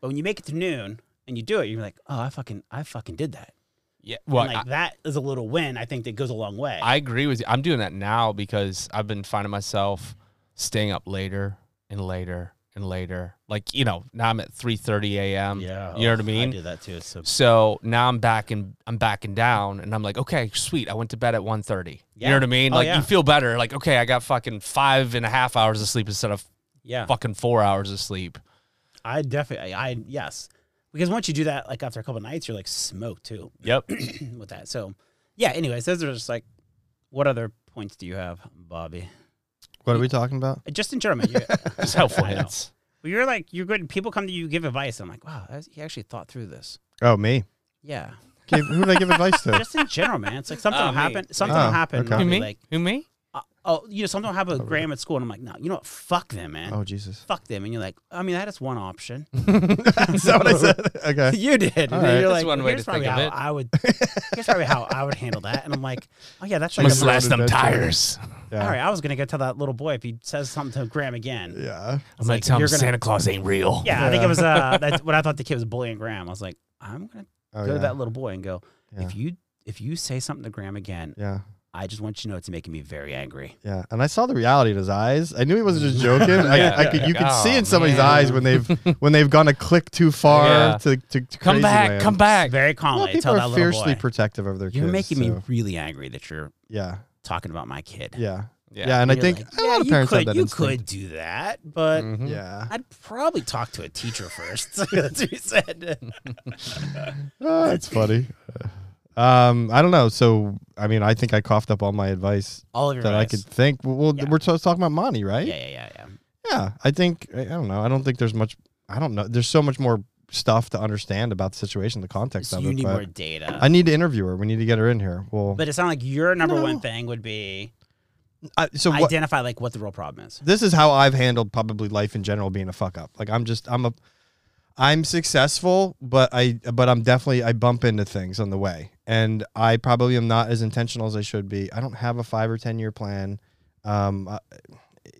[SPEAKER 1] but when you make it to noon and you do it, you're like, "Oh, I fucking I fucking did that."
[SPEAKER 2] Yeah.
[SPEAKER 1] And,
[SPEAKER 2] Well,
[SPEAKER 1] like that is a little win. I think that goes a long way.
[SPEAKER 2] I agree with you. I'm doing that now because I've been finding myself staying up later and later and later. Like you know, now I'm at 3:30 a.m. um, You know what I mean?
[SPEAKER 1] oh, I do that too. It's So
[SPEAKER 2] So now I'm back and I'm backing down, and I'm like, okay, sweet. I went to bed at 1:30. You know
[SPEAKER 1] Yeah.
[SPEAKER 2] what I mean?
[SPEAKER 1] Oh,
[SPEAKER 2] Like
[SPEAKER 1] yeah.
[SPEAKER 2] you feel better. Like okay, I got fucking five and a half hours of sleep instead of
[SPEAKER 1] yeah,
[SPEAKER 2] fucking four hours of sleep.
[SPEAKER 1] I definitely I yes, because once you do that, like after a couple nights, you're like smoked too
[SPEAKER 2] Yep.
[SPEAKER 1] with that. So yeah. Anyways, those are just like, what other points do you have, Bobby?
[SPEAKER 3] What are we talking about?
[SPEAKER 1] Just in German. you-
[SPEAKER 2] Just helpful
[SPEAKER 1] I know.
[SPEAKER 2] hints.
[SPEAKER 1] Well, you're like you're good. People come to you, give advice. I'm like, wow, I was- he actually thought through this.
[SPEAKER 3] Oh, me.
[SPEAKER 1] Yeah,
[SPEAKER 3] Gave, who did I give advice to?
[SPEAKER 1] just in general, man. It's like something
[SPEAKER 2] Oh,
[SPEAKER 1] will
[SPEAKER 2] me.
[SPEAKER 1] happen. Something
[SPEAKER 3] Oh,
[SPEAKER 1] will happen. and
[SPEAKER 3] okay.
[SPEAKER 1] I'll
[SPEAKER 2] Who
[SPEAKER 1] be
[SPEAKER 2] me?
[SPEAKER 1] Like,
[SPEAKER 2] Who me?
[SPEAKER 1] uh, oh, you know, something will happen with Graham at school, and I'm like, no, you know what? Fuck them, man.
[SPEAKER 3] Oh, Jesus.
[SPEAKER 1] Fuck them. And you're like, I mean, that is one option.
[SPEAKER 3] Is that what I said? Okay.
[SPEAKER 1] you did. And
[SPEAKER 3] All
[SPEAKER 1] then
[SPEAKER 3] right.
[SPEAKER 1] you're
[SPEAKER 2] That's
[SPEAKER 1] like,
[SPEAKER 2] one way
[SPEAKER 1] here's
[SPEAKER 2] to think
[SPEAKER 1] probably
[SPEAKER 2] of
[SPEAKER 1] how
[SPEAKER 2] it.
[SPEAKER 1] I would. Here's probably how I would handle that. And I'm like, oh yeah, that's
[SPEAKER 2] I'm
[SPEAKER 1] like.
[SPEAKER 2] gonna
[SPEAKER 3] Must
[SPEAKER 1] a-
[SPEAKER 3] laugh.
[SPEAKER 2] slash them
[SPEAKER 3] adventure.
[SPEAKER 2] tires.
[SPEAKER 3] Yeah.
[SPEAKER 1] All right, I was gonna go tell that little boy if he says something to Graham again.
[SPEAKER 3] Yeah.
[SPEAKER 2] I'm gonna
[SPEAKER 1] like,
[SPEAKER 2] tell them
[SPEAKER 1] you're gonna-
[SPEAKER 2] Santa Claus ain't real.
[SPEAKER 1] Yeah, I think it
[SPEAKER 3] Yeah.
[SPEAKER 1] was uh, that's what I thought the kid was bullying Graham. I was like, I'm gonna
[SPEAKER 3] Oh,
[SPEAKER 1] go
[SPEAKER 3] yeah.
[SPEAKER 1] to that little boy and go,
[SPEAKER 3] Yeah.
[SPEAKER 1] if you if you say something to Graham again,
[SPEAKER 3] yeah.
[SPEAKER 1] I just want you to know it's making me very angry.
[SPEAKER 3] Yeah, and I saw the reality in his eyes. I knew he wasn't just joking. I,
[SPEAKER 2] Yeah.
[SPEAKER 3] I could, you
[SPEAKER 2] Like,
[SPEAKER 3] could see
[SPEAKER 2] "Oh,
[SPEAKER 3] in somebody's
[SPEAKER 2] man."
[SPEAKER 3] eyes when they've when they've gone a click too far
[SPEAKER 2] Yeah.
[SPEAKER 3] to, to, to
[SPEAKER 2] Come
[SPEAKER 3] crazy
[SPEAKER 2] back,
[SPEAKER 3] land.
[SPEAKER 2] come back.
[SPEAKER 1] Very
[SPEAKER 3] Well,
[SPEAKER 1] calmly, I
[SPEAKER 3] people
[SPEAKER 1] tell that
[SPEAKER 3] are
[SPEAKER 1] little
[SPEAKER 3] fiercely
[SPEAKER 1] boy,
[SPEAKER 3] protective of their
[SPEAKER 1] you're
[SPEAKER 3] kids.
[SPEAKER 1] making me
[SPEAKER 3] so-
[SPEAKER 1] really angry that you're
[SPEAKER 3] Yeah,
[SPEAKER 1] talking about my kid.
[SPEAKER 3] yeah,
[SPEAKER 2] Yeah.
[SPEAKER 3] yeah. And I
[SPEAKER 1] You're
[SPEAKER 3] think
[SPEAKER 1] like,
[SPEAKER 3] a
[SPEAKER 1] "Yeah,
[SPEAKER 3] lot of
[SPEAKER 1] you
[SPEAKER 3] parents
[SPEAKER 1] could,
[SPEAKER 3] have that
[SPEAKER 1] You
[SPEAKER 3] instinct. Mm-hmm.
[SPEAKER 1] could do that, but
[SPEAKER 2] Mhm.
[SPEAKER 3] Yeah.
[SPEAKER 1] I'd probably talk to a teacher first. That's what he said.
[SPEAKER 3] Ah, it's Oh, funny. Um, I don't know. So, I mean, I think I coughed up all my advice
[SPEAKER 1] All of your
[SPEAKER 3] that I could
[SPEAKER 1] rights.
[SPEAKER 3] think. Well, well
[SPEAKER 1] Yeah.
[SPEAKER 3] we're t- talking about money, right?
[SPEAKER 1] Yeah, yeah, yeah, yeah.
[SPEAKER 3] Yeah, I think I I don't know. I don't think there's much. I don't know. There's so much more stuff to understand about the situation, the context
[SPEAKER 1] So
[SPEAKER 3] of
[SPEAKER 1] you
[SPEAKER 3] it.
[SPEAKER 1] need
[SPEAKER 3] but
[SPEAKER 1] more data.
[SPEAKER 3] I need to interview her. We need to get her in here. Well,
[SPEAKER 1] but it sounds like your number one
[SPEAKER 3] No.
[SPEAKER 1] thing would be
[SPEAKER 3] I, so what,
[SPEAKER 1] identify like what the real problem is.
[SPEAKER 3] this is how I've handled probably life in general being a fuck up. Like I'm just I'm a I'm successful, but I but I'm definitely I bump into things on the way. And I probably am not as intentional as I should be. I don't have a 5 or 10 year plan. Um I,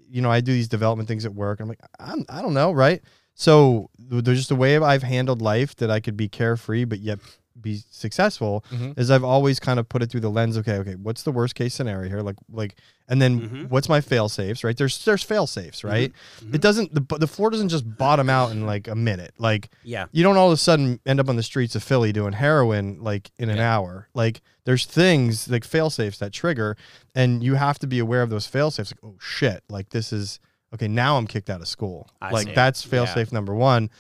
[SPEAKER 3] you know, I do these development things at work. I'm like I'm, I don't know, right? So th- there's just a way I've handled life that I could be carefree but yet be successful
[SPEAKER 2] Mhm.
[SPEAKER 3] is I've always kind of put it through the lens okay okay what's the worst case scenario here like like and then
[SPEAKER 1] Mhm.
[SPEAKER 3] what's my fail safes right there's there's fail safes right
[SPEAKER 1] Mhm.
[SPEAKER 3] it doesn't the, the floor doesn't just bottom out in like a minute like
[SPEAKER 1] Yeah.
[SPEAKER 3] you don't all of a sudden end up on the streets of Philly doing heroin like in an
[SPEAKER 2] Yeah.
[SPEAKER 3] hour like there's things like fail safes that trigger and you have to be aware of those fail safes like oh shit like this is okay now I'm kicked out of school
[SPEAKER 1] I
[SPEAKER 3] like
[SPEAKER 1] see.
[SPEAKER 3] that's fail safe number 1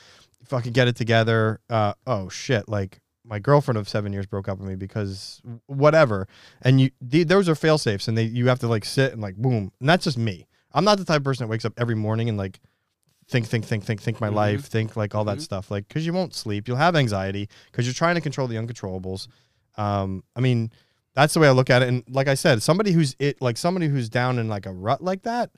[SPEAKER 3] fucking get it together uh oh shit like my girlfriend of seven years broke up with me because whatever. And you, the, those are fail safes, and they you have to like sit and like boom. And that's just me. I'm not the type of person that wakes up every morning and like think, think, think, think, think my
[SPEAKER 1] Mhm.
[SPEAKER 3] life, think like all
[SPEAKER 1] Mhm.
[SPEAKER 3] that stuff. Like because you won't sleep, you'll have anxiety because you're trying to control the uncontrollables. Um, I mean, that's the way I look at it. And like I said, somebody who's it like somebody who's down in like a rut like that,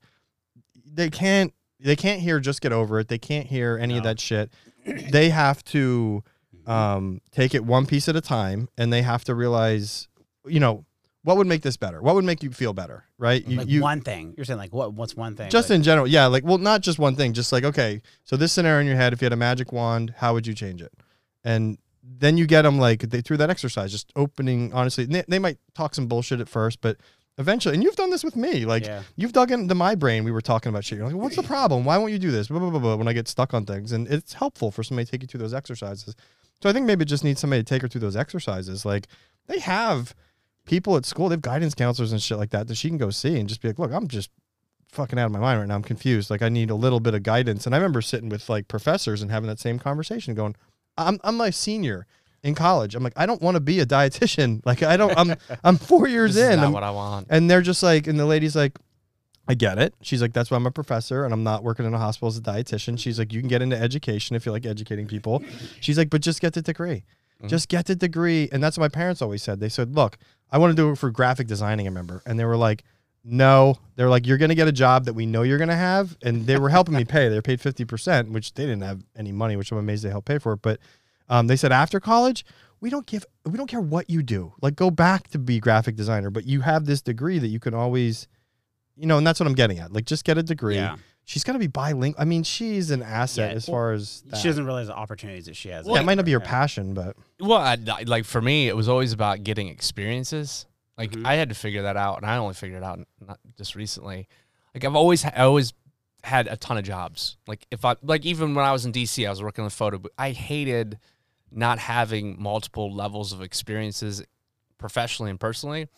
[SPEAKER 3] they can't they can't hear just get over it. They can't hear any of
[SPEAKER 1] No.
[SPEAKER 3] that shit. They have to
[SPEAKER 1] Mm-hmm.
[SPEAKER 3] um, take it one piece at a time, and they have to realize, you know, what would make this better? What would make you feel better, right? You,
[SPEAKER 1] like
[SPEAKER 3] you
[SPEAKER 1] one thing. You're saying like what? What's one thing?
[SPEAKER 3] just
[SPEAKER 1] like,
[SPEAKER 3] in general, yeah. Like, well, not just one thing. Just like, okay, so this scenario in your head, if you had a magic wand, how would you change it? And then you get them like they through that exercise, just opening. Honestly, they, they might talk some bullshit at first, but eventually, and you've done this with me, like.
[SPEAKER 1] yeah.
[SPEAKER 3] You've dug into my brain. We were talking about shit. You're like, what's the problem? Why won't you do this? Blah, blah, blah, blah, when I get stuck on things. And it's helpful for somebody to take you through those exercises. So I think maybe just need somebody to take her through those exercises. Like they have people at school, they have guidance counselors and shit like that that she can go see and just be like, look, I'm just fucking out of my mind right now. I'm confused. Like I need a little bit of guidance. And I remember sitting with like professors and having that same conversation going, I'm, I'm my senior in college. I'm like, I don't want to be a dietitian. Like I don't, I'm, I'm four years
[SPEAKER 2] This is
[SPEAKER 3] in.
[SPEAKER 2] not
[SPEAKER 3] I'm-
[SPEAKER 2] what I want.
[SPEAKER 3] and they're just like, and the lady's like, I get it. She's like, that's why I'm a professor and I'm not working in a hospital as a dietitian. She's like, you can get into education if you like educating people. She's like, but just get the degree.
[SPEAKER 2] Mhm.
[SPEAKER 3] Just get the degree. And that's what my parents always said. They said, look, I want to do it for graphic designing, I remember. And they were like, no. They're like, you're going to get a job that we know you're going to have. And they were helping me pay. They were paid 50%, which they didn't have any money, which I'm amazed they helped pay for it. But um, they said, after college, we don't give we don't care what you do like go back to be graphic designer but you have this degree that you can always you know and that's what i'm getting at like just get a degree
[SPEAKER 1] Yeah.
[SPEAKER 3] she's got to be bilingual i mean she's an asset
[SPEAKER 1] Yeah,
[SPEAKER 3] as
[SPEAKER 1] well,
[SPEAKER 3] far as that.
[SPEAKER 1] She doesn't realize the opportunities that she has.
[SPEAKER 3] yeah, it might not be your
[SPEAKER 1] Yeah.
[SPEAKER 3] passion but
[SPEAKER 2] Well, I, I- like for me, it was always about getting experiences. Like
[SPEAKER 1] Mhm.
[SPEAKER 2] I had to figure that out, and I only figured it out not just recently. Like I've always, I always had a ton of jobs. Like if I, like even when I was in DC, I was working in the photo booth. I hated not having multiple levels of experiences professionally and personally.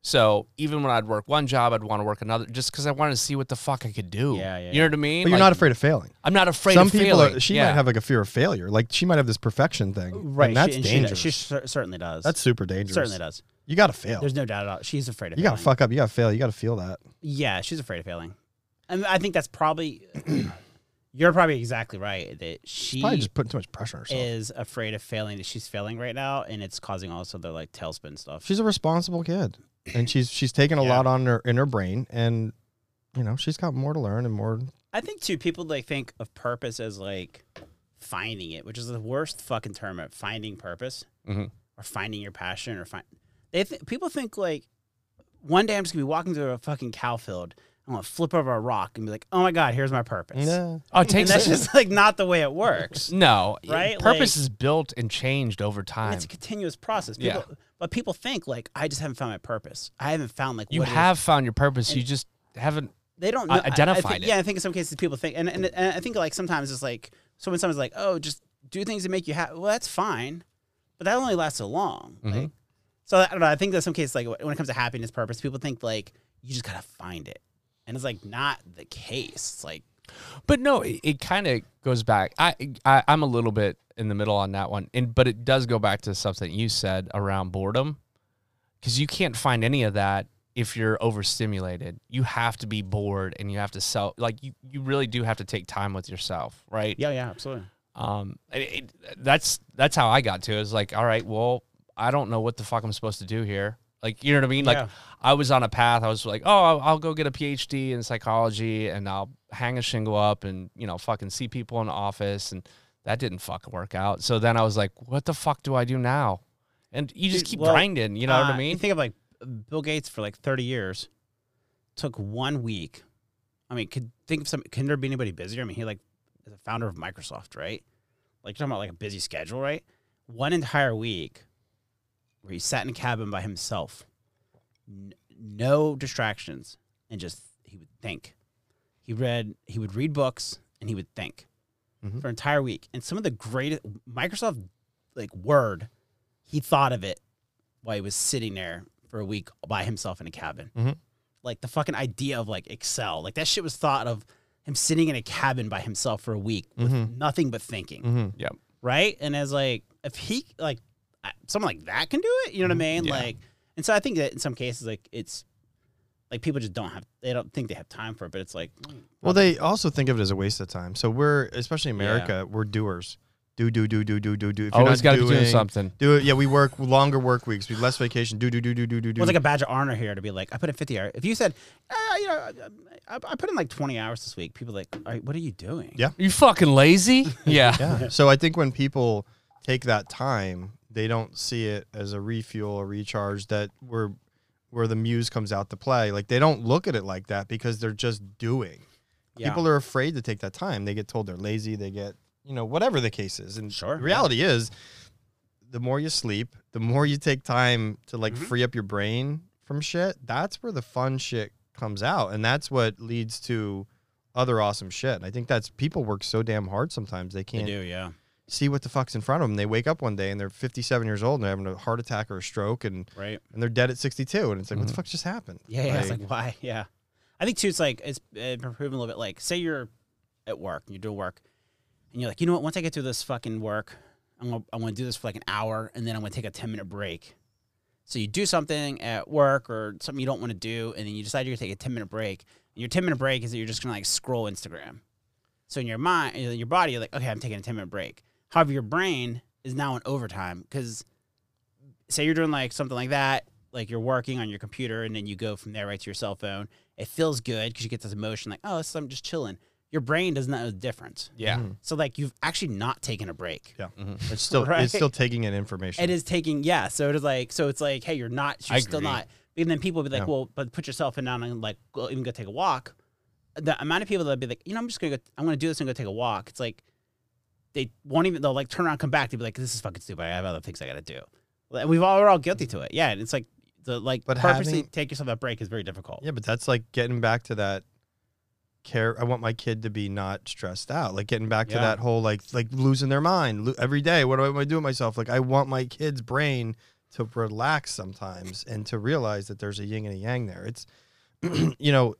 [SPEAKER 2] So even when I'd work one job, I'd want to work another, just because I wanted to see what the fuck I could do.
[SPEAKER 1] Yeah, yeah,
[SPEAKER 2] You know what I mean?
[SPEAKER 3] but you're
[SPEAKER 2] Like,
[SPEAKER 3] not afraid of failing
[SPEAKER 2] I'm not afraid.
[SPEAKER 3] some
[SPEAKER 2] of
[SPEAKER 3] people
[SPEAKER 2] failing.
[SPEAKER 3] are, she
[SPEAKER 2] Yeah.
[SPEAKER 3] might have like a fear of failure like she might have this perfection thing
[SPEAKER 1] Right.
[SPEAKER 3] and that's
[SPEAKER 1] she, and she-
[SPEAKER 3] dangerous
[SPEAKER 1] She, cer- certainly does.
[SPEAKER 3] that's super dangerous
[SPEAKER 1] certainly does.
[SPEAKER 3] you gotta fail
[SPEAKER 1] There's no doubt about. She's afraid of.
[SPEAKER 3] you gotta
[SPEAKER 1] failing.
[SPEAKER 3] fuck up you gotta fail you gotta feel that
[SPEAKER 1] Yeah, she's afraid of failing. And I think that's probably. you're probably exactly right that she
[SPEAKER 3] probably just putting too much pressure on herself
[SPEAKER 1] is afraid of failing that she's failing right now, and it's causing also the like tailspin stuff.
[SPEAKER 3] she's a responsible kid and she's she's taken a
[SPEAKER 1] Yeah.
[SPEAKER 3] lot on her in her brain and you know she's got more to learn and more
[SPEAKER 1] I think too people like think of purpose as like finding it, which is the worst fucking term of finding purpose
[SPEAKER 2] Mhm.
[SPEAKER 1] or finding your passion or find. They th- people think like one day I'm just gonna be walking through a fucking cow field. I'm gonna flip over a rock and be like, "Oh my god, here's my purpose."
[SPEAKER 2] Oh, it
[SPEAKER 1] And
[SPEAKER 2] takes
[SPEAKER 1] that's just like not the way it works.
[SPEAKER 2] No,
[SPEAKER 1] Right?
[SPEAKER 2] Purpose
[SPEAKER 1] Like-
[SPEAKER 2] is built and changed over
[SPEAKER 1] And
[SPEAKER 2] time.
[SPEAKER 1] it's a continuous process.
[SPEAKER 2] Yeah.
[SPEAKER 1] People, But people think like, "I just haven't found my purpose. I haven't found like
[SPEAKER 2] You
[SPEAKER 1] what it is
[SPEAKER 2] have found your purpose. You
[SPEAKER 1] And-
[SPEAKER 2] just haven't.
[SPEAKER 1] they don't
[SPEAKER 2] I-
[SPEAKER 1] know, I- I
[SPEAKER 2] identified
[SPEAKER 1] think-
[SPEAKER 2] it.
[SPEAKER 1] Yeah, I think in some cases people think, and, and, and I think like sometimes it's like, so when someone's like, oh, just do things that make you happy. Well, that's fine, but that only lasts so long.
[SPEAKER 2] Mhm.
[SPEAKER 1] Like, so I don't know. I think that some cases like when it comes to happiness, purpose, people think like you just gotta find it, and it's like not the case. It's like
[SPEAKER 2] But no, it, it kind of goes back. I, I I'm a little bit in the middle on that one. And but it does go back to something you said around boredom, because you can't find any of that if you're overstimulated. You have to be bored, and you have to sell. Like you, you really do have to take time with yourself, right?
[SPEAKER 1] Yeah, yeah, absolutely.
[SPEAKER 2] Um, it, it, that's that's how I got to. It was like, all right, well, I don't know what the fuck I'm supposed to do here. Like, you know what I mean? Like,
[SPEAKER 1] Yeah.
[SPEAKER 2] I was on a path. I was like, oh, I'll, I'll go get a PhD in psychology, and I'll hang a shingle up, and you know, fucking see people in the office, and that didn't fucking work out. So then I was like, what the fuck do I do now? And you just
[SPEAKER 1] Dude,
[SPEAKER 2] keep
[SPEAKER 1] well,
[SPEAKER 2] grinding. You know what
[SPEAKER 1] Uh,
[SPEAKER 2] I mean?
[SPEAKER 1] You think of like Bill Gates for like 30 years, took one week. I mean, could think of some. Can there be anybody busier? I mean, he like is a founder of Microsoft, right? Like you're talking about like a busy schedule, right? One entire week where he sat in a cabin by himself, n- no distractions, and just he would think. He read. He would read books and he would think
[SPEAKER 3] Mhm.
[SPEAKER 1] for an entire week. And some of the greatest Microsoft like Word, he thought of it while he was sitting there for a week by himself in a cabin.
[SPEAKER 3] Mhm.
[SPEAKER 1] Like the fucking idea of like Excel, like that shit was thought of him sitting in a cabin by himself for a week with
[SPEAKER 3] Mhm.
[SPEAKER 1] nothing but thinking,
[SPEAKER 3] Mm-hmm.
[SPEAKER 1] right? And as like if he like I- someone like that can do it, you know what I mean?
[SPEAKER 3] Mm-hmm.
[SPEAKER 2] yeah.
[SPEAKER 1] Like, and so I think that in some cases like it's like people just don't have they don't think they have time for it, but it's like mm,
[SPEAKER 3] Well, they also think of it as a waste of time. So we're, especially America, we're doers. Do do do do do do do. If you're
[SPEAKER 2] Always
[SPEAKER 3] not
[SPEAKER 2] got to be doing
[SPEAKER 3] doing-
[SPEAKER 2] something.
[SPEAKER 3] Do it. Yeah, we work longer work weeks. We less vacation. Do do do do do do do.
[SPEAKER 1] Well, it's like a badge of honor here to be like, I put in 50 hours. If you said, uh, you know, I, I- I put in like 20 hours this week, people are like, all right, what are you doing?
[SPEAKER 3] Yeah.
[SPEAKER 2] You fucking lazy? Yeah.
[SPEAKER 3] yeah. So I think when people take that time, they don't see it as a refuel, a recharge that where where the muse comes out to play. Like they don't look at it like that because they're just doing.
[SPEAKER 1] Yeah.
[SPEAKER 3] People are afraid to take that time. They get told they're lazy. They get you know whatever the case is. And
[SPEAKER 1] Sure,
[SPEAKER 3] the reality is, the more you sleep, the more you take time to like free up your brain from shit. That's where the fun shit comes out, and that's what leads to other awesome shit. And I think that's people work so damn hard sometimes they
[SPEAKER 1] They
[SPEAKER 3] can't
[SPEAKER 1] do, yeah.
[SPEAKER 3] see what the fuck's in front of them. They wake up one day and they're 57 years old and they're having a heart attack or a stroke and,
[SPEAKER 1] Right.
[SPEAKER 3] and they're dead at 62. And it's like, what the fuck just happened?
[SPEAKER 1] Mm-hmm. Yeah. yeah it's
[SPEAKER 3] Like-
[SPEAKER 1] like, why? Yeah. I think, too, it's like, it's uh, proven a little bit like, say you're at work, you do work, and you're like, you know what? Once I get through this fucking work, I'm going to I'm gonna do this for like an hour, and then I'm going to take a 10 minute break. So you do something at work or something you don't want to do, and then you decide you're going to take a 10 minute break. And your 10 minute break is that you're just going to like scroll Instagram. So in your mind, in your body, you're like, okay, I'm taking a 10 minute break. However, your brain is now in overtime because say you're doing like something like that, like you're working on your computer and then you go from there right to your cell phone. It feels good because you get this emotion like, oh, this is, I'm just chilling. Your brain doesn't know the difference.
[SPEAKER 2] Yeah.
[SPEAKER 3] Mhm.
[SPEAKER 1] So like you've actually not taken a break.
[SPEAKER 3] Yeah.
[SPEAKER 2] Mhm.
[SPEAKER 3] It's still,
[SPEAKER 1] Right.
[SPEAKER 3] it's still taking in information.
[SPEAKER 1] It is taking yeah. So it is like so it's like hey, you're not. You're
[SPEAKER 2] I
[SPEAKER 1] still
[SPEAKER 2] agree.
[SPEAKER 1] not. And then people be like,
[SPEAKER 3] Yeah.
[SPEAKER 1] well, but put yourself in down and like go, even go take a walk. The amount of people that be like, you know, I'm just gonna go. I'm gonna do this and go take a walk. It's like they won't even. They'll like turn around, come back. They'll be like, this is fucking stupid. I have other things I gotta do. Like, We've all we're all guilty to it. Yeah, and it's like the like
[SPEAKER 3] But
[SPEAKER 1] purposely
[SPEAKER 3] having-
[SPEAKER 1] take yourself a break is very difficult.
[SPEAKER 3] Yeah. But that's like getting back to that care. I want my kid to be not stressed out. Like getting back to
[SPEAKER 1] Yeah.
[SPEAKER 3] that whole, like, like losing their mind lo- every day. What do I want to do with myself? Like I want my kid's brain to relax sometimes and to realize that there's a yin and a yang there. It's, you know,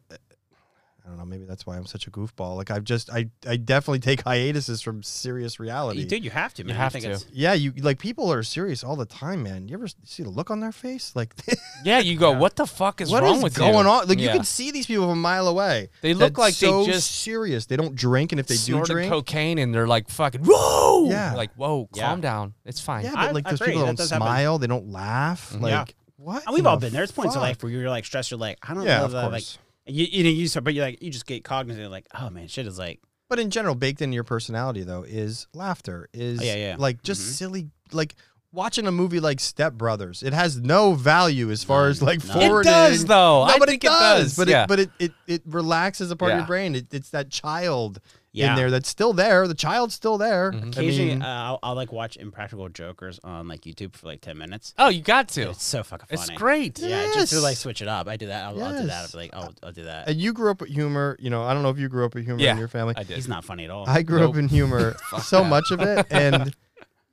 [SPEAKER 3] I don't know. Maybe that's why I'm such a goofball. Like I've just, I, I definitely take hiatuses from serious reality.
[SPEAKER 1] you, dude, you have to. Man. I
[SPEAKER 2] have
[SPEAKER 1] think
[SPEAKER 2] to.
[SPEAKER 1] It's,
[SPEAKER 3] Yeah, you like people are serious all the time, man. You ever see the look on their face? Like,
[SPEAKER 2] Yeah. You go. What the fuck is
[SPEAKER 3] what
[SPEAKER 2] wrong
[SPEAKER 3] is
[SPEAKER 2] with
[SPEAKER 3] going
[SPEAKER 2] you?
[SPEAKER 3] on? Like,
[SPEAKER 2] Yeah.
[SPEAKER 3] you can see these people from a mile away.
[SPEAKER 2] They look
[SPEAKER 3] That's
[SPEAKER 2] like they
[SPEAKER 3] so
[SPEAKER 2] just
[SPEAKER 3] serious. They don't drink, and if they do
[SPEAKER 2] snorted
[SPEAKER 3] drink,
[SPEAKER 2] cocaine and they're like fucking whoa
[SPEAKER 3] Yeah.
[SPEAKER 2] like whoa
[SPEAKER 1] Yeah.
[SPEAKER 2] calm down it's fine
[SPEAKER 3] yeah,
[SPEAKER 1] I-
[SPEAKER 3] but like
[SPEAKER 1] I
[SPEAKER 3] those
[SPEAKER 1] agree,
[SPEAKER 3] people
[SPEAKER 1] that
[SPEAKER 3] don't
[SPEAKER 1] does happen.
[SPEAKER 3] smile, they don't laugh.
[SPEAKER 2] Mm-hmm.
[SPEAKER 3] Like,
[SPEAKER 1] Yeah.
[SPEAKER 3] what?
[SPEAKER 1] and we've
[SPEAKER 3] in
[SPEAKER 1] all
[SPEAKER 3] the
[SPEAKER 1] been there. There's points in
[SPEAKER 3] fuck?
[SPEAKER 1] life where you're like stressed. You're like, I don't
[SPEAKER 3] Yeah,
[SPEAKER 1] know
[SPEAKER 3] of
[SPEAKER 1] that. Like,
[SPEAKER 3] course.
[SPEAKER 1] you, you know, you start, but you're like, you just get cognizant. Like, oh man, shit is like,
[SPEAKER 3] But in general, baked into your personality though is laughter. Is
[SPEAKER 1] Oh, yeah, yeah.
[SPEAKER 3] like just
[SPEAKER 1] Mhm.
[SPEAKER 3] silly like. Watching a movie like Step Brothers, it has no value as far
[SPEAKER 1] None.
[SPEAKER 3] as like
[SPEAKER 1] None. It
[SPEAKER 3] forward.
[SPEAKER 2] it does
[SPEAKER 3] in.
[SPEAKER 2] though
[SPEAKER 3] No,
[SPEAKER 2] I
[SPEAKER 3] but
[SPEAKER 2] think
[SPEAKER 3] it does. But
[SPEAKER 2] yeah
[SPEAKER 3] it, but it, it it relaxes a part of
[SPEAKER 2] Yeah.
[SPEAKER 3] your brain. It, it's that child
[SPEAKER 1] yeah.
[SPEAKER 3] in there that's still there. The child's still there.
[SPEAKER 2] Mhm.
[SPEAKER 1] Occasionally,
[SPEAKER 3] I mean,
[SPEAKER 1] uh, I'll, I'll like watch Impractical Jokers on like YouTube for like ten minutes.
[SPEAKER 2] oh you got to
[SPEAKER 1] It's so fucking
[SPEAKER 2] it's
[SPEAKER 1] funny.
[SPEAKER 2] great
[SPEAKER 1] Yeah, just to like
[SPEAKER 3] Yes.
[SPEAKER 1] switch it up. I do that. I'll, I'll do that. I'll
[SPEAKER 3] Yes.
[SPEAKER 1] be like, oh, I'll do that.
[SPEAKER 3] and you grew up with humor. You know, I don't know if you grew up with humor
[SPEAKER 2] Yeah.
[SPEAKER 3] in your family.
[SPEAKER 2] I did
[SPEAKER 1] He's not funny at all.
[SPEAKER 3] I grew
[SPEAKER 2] Nope.
[SPEAKER 3] up in humor, so
[SPEAKER 2] Oh, that.
[SPEAKER 3] much of it, and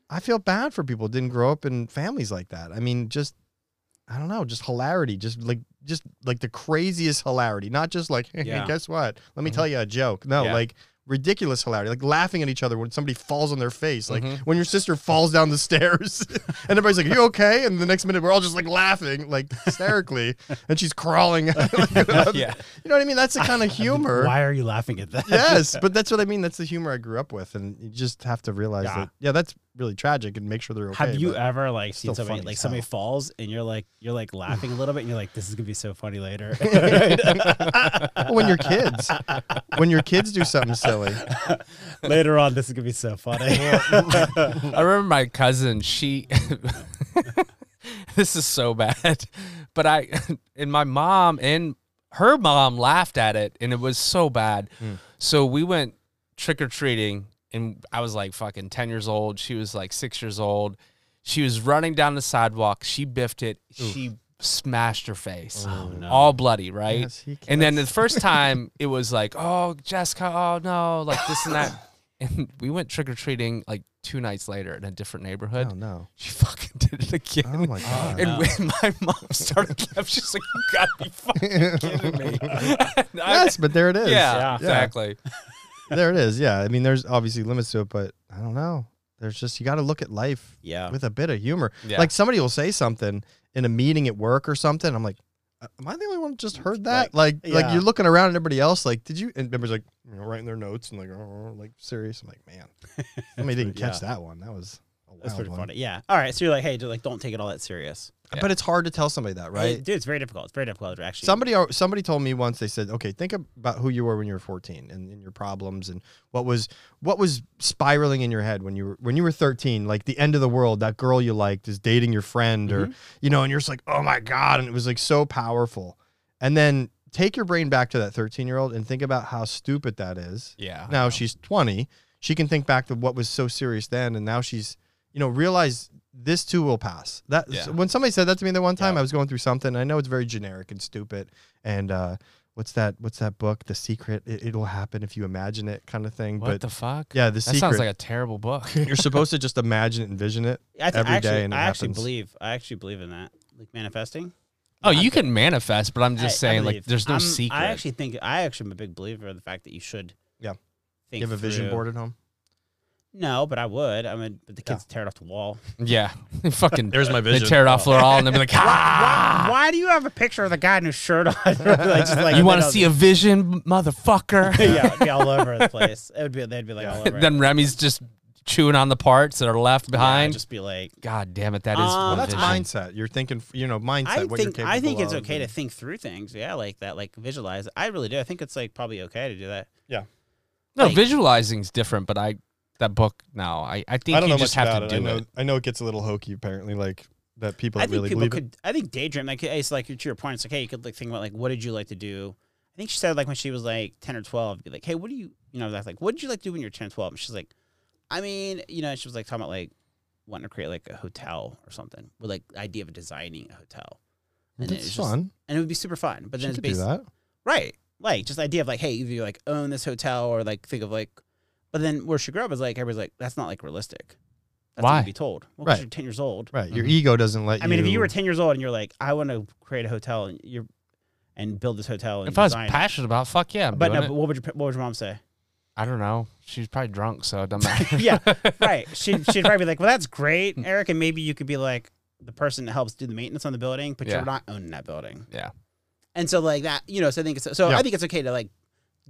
[SPEAKER 3] I feel bad for people who didn't grow up in families like that. I mean, just I don't know, just hilarity, just like just like the craziest hilarity, not just like hey,
[SPEAKER 1] Yeah.
[SPEAKER 3] guess what? Let me
[SPEAKER 2] Mhm.
[SPEAKER 3] tell you a joke. No,
[SPEAKER 2] Yeah.
[SPEAKER 3] like ridiculous hilarity, like laughing at each other when somebody falls on their face, like
[SPEAKER 2] Mm-hmm.
[SPEAKER 3] when your sister falls down the stairs, and everybody's like, "You okay?" And the next minute, we're all just like laughing, like hysterically, and she's crawling. like,
[SPEAKER 2] Yeah.
[SPEAKER 3] you know what I mean? That's the kind of humor.
[SPEAKER 1] Why are you laughing at that?
[SPEAKER 3] yes, but that's what I mean. That's the humor I grew up with, and you just have to realize
[SPEAKER 1] Yeah.
[SPEAKER 3] that. Yeah, that's really tragic, and make sure they're okay.
[SPEAKER 1] Have you
[SPEAKER 3] but-
[SPEAKER 1] ever like seen
[SPEAKER 3] still
[SPEAKER 1] somebody
[SPEAKER 3] funny
[SPEAKER 1] like
[SPEAKER 3] as
[SPEAKER 1] somebody
[SPEAKER 3] hell.
[SPEAKER 1] falls and you're like you're like laughing a little bit and you're like this is gonna be so funny later.
[SPEAKER 3] Well, when your kids, when your kids do something silly,
[SPEAKER 1] later on, this is gonna be so funny.
[SPEAKER 2] I remember my cousin, she this is so bad. But I and my mom and her mom laughed at it and it was so bad.
[SPEAKER 1] Mm.
[SPEAKER 2] So we went trick or treating and I was like fucking 10 years old, she was like 6 years old. She was running down the sidewalk, she biffed it, she smashed her face.
[SPEAKER 1] Oh, no.
[SPEAKER 2] All bloody, right?
[SPEAKER 3] Yes, he
[SPEAKER 2] and then the first time it was like, "Oh, Jessica, oh no, like this and that." And we went trick or treating like two nights later in a different neighborhood.
[SPEAKER 3] oh no,
[SPEAKER 2] She fucking did it again.
[SPEAKER 3] oh my god,
[SPEAKER 2] And when my mom started laughing, she's like, "You gotta be fucking kidding me!" And I-
[SPEAKER 3] yes, but there it
[SPEAKER 2] yeah,
[SPEAKER 3] is.
[SPEAKER 1] Yeah.
[SPEAKER 2] exactly.
[SPEAKER 3] there it is. Yeah, I mean, there's obviously limits to it, but I don't know. There's just you got to look at life
[SPEAKER 1] yeah.
[SPEAKER 3] with a bit of humor.
[SPEAKER 2] Yeah.
[SPEAKER 3] Like somebody will say something in a meeting at work or something. I'm like, "Uh, am I the only one who just heard that? Like, like,
[SPEAKER 1] yeah.
[SPEAKER 3] you're looking around at everybody else. Like, did you? And everybody's like, you know, writing their notes and like, oh, like serious. I'm like, man, somebody didn't
[SPEAKER 1] pretty-
[SPEAKER 3] catch that one. That was a wild
[SPEAKER 1] That's pretty
[SPEAKER 3] one.
[SPEAKER 1] funny. Yeah. All right. So you're like, hey, dude, like, don't take it all that serious,
[SPEAKER 2] Yeah.
[SPEAKER 3] But it's hard to tell somebody that, right?
[SPEAKER 1] Hey, dude, it's very difficult. It's very difficult to actually.
[SPEAKER 3] Somebody al- somebody told me once they said, "Okay, think about who you were when you were 14 and, and your problems and what was what was spiraling in your head when you were when you were 13, like the end of the world, that girl you liked is dating your friend or you know, and you're just like, "Oh my god," and it was like so powerful. And then take your brain back to that 13-year-old and think about how stupid that is
[SPEAKER 2] yeah.
[SPEAKER 3] now she's 20 she can think back to what was so serious then and now she's you know realize this too will pass that
[SPEAKER 2] Yeah.
[SPEAKER 3] when somebody said that to me the one time
[SPEAKER 2] Yeah.
[SPEAKER 3] i was going through something and i know it's very generic and stupid and uh what's that what's that book the secret it, it'll happen if you imagine it kind of thing
[SPEAKER 2] What
[SPEAKER 3] but
[SPEAKER 2] the fuck?
[SPEAKER 3] yeah the
[SPEAKER 2] that
[SPEAKER 3] secret
[SPEAKER 2] sounds like a terrible book.
[SPEAKER 3] you're supposed to just imagine it envision it
[SPEAKER 1] I th-
[SPEAKER 3] every
[SPEAKER 1] actually,
[SPEAKER 3] day and it
[SPEAKER 1] I actually
[SPEAKER 3] happens.
[SPEAKER 1] believe. I actually believe in that, like manifesting.
[SPEAKER 2] oh, you can manifest, but I'm just
[SPEAKER 1] I- I
[SPEAKER 2] saying, like,
[SPEAKER 1] believe.
[SPEAKER 2] there's no
[SPEAKER 1] I'm-
[SPEAKER 2] secret.
[SPEAKER 1] I actually think I actually am a big believer of the fact that you should.
[SPEAKER 3] Yeah.
[SPEAKER 1] Think
[SPEAKER 3] you have a vision
[SPEAKER 1] through-
[SPEAKER 3] board at home
[SPEAKER 1] No, but I would. I mean, but the kids tear it off the wall.
[SPEAKER 2] yeah, fucking.
[SPEAKER 3] There's my
[SPEAKER 2] They
[SPEAKER 3] vision.
[SPEAKER 2] tear it off their all, and they'll be like, "Ah!"
[SPEAKER 1] Oh. Why do you have a picture of the guy in his shirt on? Like, just like-
[SPEAKER 2] You want to
[SPEAKER 1] I'll-
[SPEAKER 2] see a vision, motherfucker?
[SPEAKER 1] yeah, it'd be all over the place. It would be. They'd be like all over. it.
[SPEAKER 2] then Remy's just chewing on the parts that are left
[SPEAKER 1] Yeah, I'd
[SPEAKER 2] behind.
[SPEAKER 1] just be like,
[SPEAKER 2] God damn it, that is.
[SPEAKER 1] Um,
[SPEAKER 2] one
[SPEAKER 3] well, that's
[SPEAKER 2] vision.
[SPEAKER 3] mindset you're thinking f- you know mindset
[SPEAKER 1] I
[SPEAKER 3] what
[SPEAKER 1] think
[SPEAKER 3] you're
[SPEAKER 1] I think
[SPEAKER 3] capable
[SPEAKER 1] it's
[SPEAKER 3] of
[SPEAKER 1] okay to
[SPEAKER 3] and-
[SPEAKER 1] think through things. Yeah, like that, like visualize. I really do. I think it's like probably okay to do that.
[SPEAKER 2] No,
[SPEAKER 1] like-
[SPEAKER 2] visualizing's different, but I that book. No, I I think
[SPEAKER 3] i don't
[SPEAKER 2] you
[SPEAKER 3] know
[SPEAKER 2] just
[SPEAKER 3] much
[SPEAKER 2] have
[SPEAKER 3] about
[SPEAKER 2] to do
[SPEAKER 3] it i know
[SPEAKER 2] it.
[SPEAKER 3] i know it gets a little hokey apparently like that people
[SPEAKER 1] I
[SPEAKER 3] that
[SPEAKER 1] think
[SPEAKER 3] really
[SPEAKER 1] people
[SPEAKER 3] believe it.
[SPEAKER 1] could. I think daydream. Like it's like to your point. It's like hey, you could like think about like what did you like to do. I think she said like when she was like ten or twelve, be like hey, what do you you know that's like what did you like to do when you were ten or twelve? And she's like, I mean, you know, she was like talking about like wanting to create like a hotel or something with like the idea of designing a hotel. And it
[SPEAKER 3] it's
[SPEAKER 1] was just-
[SPEAKER 3] fun
[SPEAKER 1] and it would be super fun. But
[SPEAKER 3] she
[SPEAKER 1] then it's
[SPEAKER 3] could do
[SPEAKER 1] based
[SPEAKER 3] that
[SPEAKER 1] Right. Like just the idea of like, hey, either you like own this hotel or like think of like but then where she grew up is like everybody's like, that's not like realistic. That's
[SPEAKER 2] Why?
[SPEAKER 1] to be told. Well, 'cause
[SPEAKER 3] Right.
[SPEAKER 1] you're ten years old.
[SPEAKER 3] Right. Your
[SPEAKER 2] Mhm.
[SPEAKER 3] ego doesn't let you.
[SPEAKER 1] I mean, if you were ten years old and you're like, I want to create a hotel and you're and build this hotel and
[SPEAKER 2] If I was
[SPEAKER 1] design it."
[SPEAKER 2] passionate about, it, fuck yeah, I'm
[SPEAKER 1] but
[SPEAKER 2] doing
[SPEAKER 1] no, but
[SPEAKER 2] it.
[SPEAKER 1] what would your what would your mom say?
[SPEAKER 2] I don't know. She's probably drunk, so it doesn't matter.
[SPEAKER 1] Yeah, right. She she'd probably be like, Well, that's great, Eric, and maybe you could be like the person that helps do the maintenance on the building, but
[SPEAKER 2] Yeah.
[SPEAKER 1] you're not owning that building.
[SPEAKER 2] Yeah.
[SPEAKER 1] And so like that, you know, so I think it's so
[SPEAKER 3] Yeah.
[SPEAKER 1] I think it's okay to like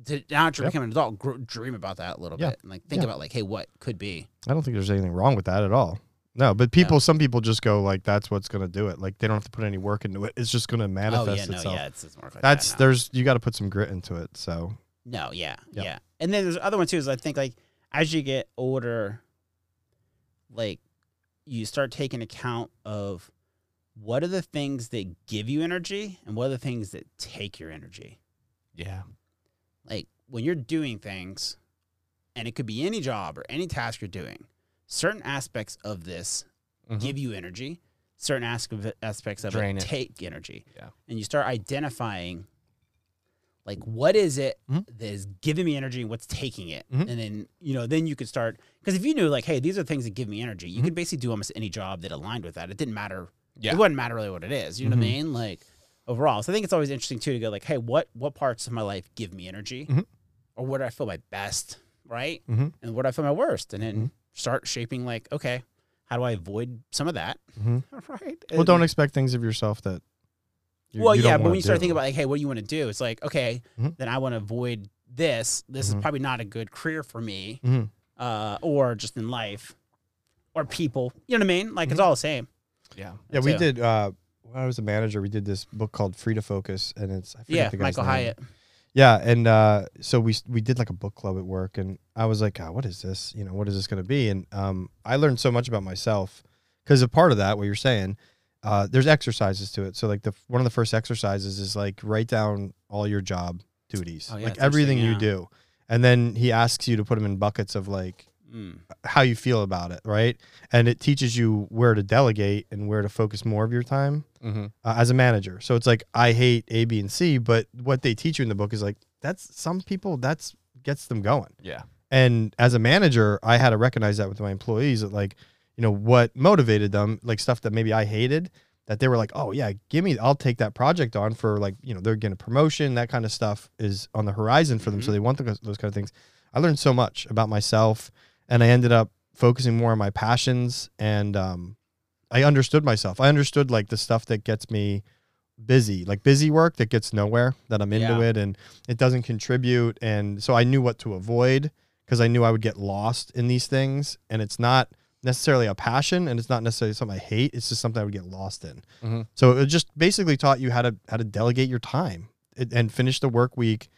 [SPEAKER 1] to now that you're
[SPEAKER 3] Yeah.
[SPEAKER 1] becoming an adult, gr- dream about that a little
[SPEAKER 3] Yeah.
[SPEAKER 1] bit and like think
[SPEAKER 3] Yeah.
[SPEAKER 1] about like, hey, what could be?
[SPEAKER 3] I don't think there's anything wrong with that at all. No, but people, some people just go like, "That's what's going to do it." Like they don't have to put any work into it. It's just going to manifest
[SPEAKER 1] oh yeah, no,
[SPEAKER 3] itself.
[SPEAKER 1] yeah, it's, it's more like
[SPEAKER 3] That's
[SPEAKER 1] that, no.
[SPEAKER 3] there's you got to put some grit into it. So
[SPEAKER 1] No, yeah,
[SPEAKER 3] Yeah.
[SPEAKER 1] yeah. And then there's other one too is I think like as you get older, like you start taking account of what are the things that give you energy and what are the things that take your energy.
[SPEAKER 2] yeah,
[SPEAKER 1] Like when you're doing things, and it could be any job or any task you're doing, certain aspects of this
[SPEAKER 2] Mhm.
[SPEAKER 1] give you energy, certain as- aspects of
[SPEAKER 2] Drain
[SPEAKER 1] it,
[SPEAKER 2] it.
[SPEAKER 1] take energy.
[SPEAKER 2] Yeah.
[SPEAKER 1] And you start identifying like what is it
[SPEAKER 3] Mhm.
[SPEAKER 2] Mm-hmm.
[SPEAKER 1] that is giving me energy and what's taking it
[SPEAKER 3] Mhm.
[SPEAKER 1] and then you know then you could start because if you knew like hey these are things that give me energy you could basically do almost any job that aligned with that it didn't matter
[SPEAKER 2] Mm-hmm. Yeah. Mm-hmm.
[SPEAKER 1] it wouldn't matter really what it is you know what i mean like overall so i think it's
[SPEAKER 2] Mm-hmm.
[SPEAKER 1] always interesting too to go like hey what what parts of my life give me energy
[SPEAKER 3] Mhm.
[SPEAKER 1] or where do i feel my best right?
[SPEAKER 3] Mhm.
[SPEAKER 1] And where do I feel my worst? And
[SPEAKER 3] Mm-hmm.
[SPEAKER 1] then start shaping like, okay, how do I avoid some of that?
[SPEAKER 3] Mhm.
[SPEAKER 1] right.
[SPEAKER 3] Well, don't
[SPEAKER 1] And-
[SPEAKER 3] expect things of yourself that. you-
[SPEAKER 1] well,
[SPEAKER 3] you don't
[SPEAKER 1] yeah, but
[SPEAKER 3] wanna
[SPEAKER 1] when you start
[SPEAKER 3] do.
[SPEAKER 1] thinking about like, hey, what do you want to do? It's like, okay,
[SPEAKER 3] Mhm.
[SPEAKER 1] then I want to avoid this. This
[SPEAKER 3] Mhm.
[SPEAKER 1] is probably not a good career for me,
[SPEAKER 3] Mhm.
[SPEAKER 1] uh, or just in life, or people. You know what I mean?
[SPEAKER 3] Mm-hmm.
[SPEAKER 1] Like it's all the same.
[SPEAKER 2] Yeah.
[SPEAKER 3] yeah, we
[SPEAKER 1] too.
[SPEAKER 3] did. Uh, when I was a manager, we did this book called Free to Focus, and it's I forget
[SPEAKER 1] Yeah,
[SPEAKER 3] the guy's
[SPEAKER 1] Michael
[SPEAKER 3] name.
[SPEAKER 1] Hyatt.
[SPEAKER 3] Yeah, and uh, so we we did like a book club at work, and I was like, God, what is this? You know, what is this going to be? And um, I learned so much about myself because a part of that, what you're saying, uh, there's exercises to it. So like the one of the first exercises is like write down all your job duties,
[SPEAKER 1] Oh, yeah,
[SPEAKER 3] like
[SPEAKER 1] that's interesting,
[SPEAKER 3] everything you
[SPEAKER 1] yeah.
[SPEAKER 3] do, and then he asks you to put them in buckets of like
[SPEAKER 1] Mm.
[SPEAKER 3] how you feel about it, right? And it teaches you where to delegate and where to focus more of your time
[SPEAKER 2] Mm-hmm.
[SPEAKER 3] uh, as a manager. So it's like I hate A, B, and C, but what they teach you in the book is like that's some people that's gets them going.
[SPEAKER 2] Yeah.
[SPEAKER 3] And as a manager, I had to recognize that with my employees that like you know what motivated them, like stuff that maybe I hated that they were like, oh yeah, give me, I'll take that project on for like you know they're getting a promotion, that kind of stuff is on the horizon for them, so they want those, those kind of things. I learned so much about myself, and I ended up focusing more on my passions and um, I understood myself. I understood like the stuff that gets me busy, like busy work that gets nowhere, that I'm into
[SPEAKER 1] Yeah.
[SPEAKER 3] it and it doesn't contribute. And so I knew what to avoid because I knew I would get lost in these things. And it's not necessarily a passion and it's not necessarily something I hate. It's just something I would get lost in.
[SPEAKER 2] Mhm.
[SPEAKER 3] So it just basically taught you how to how to delegate your time and- and finish the work week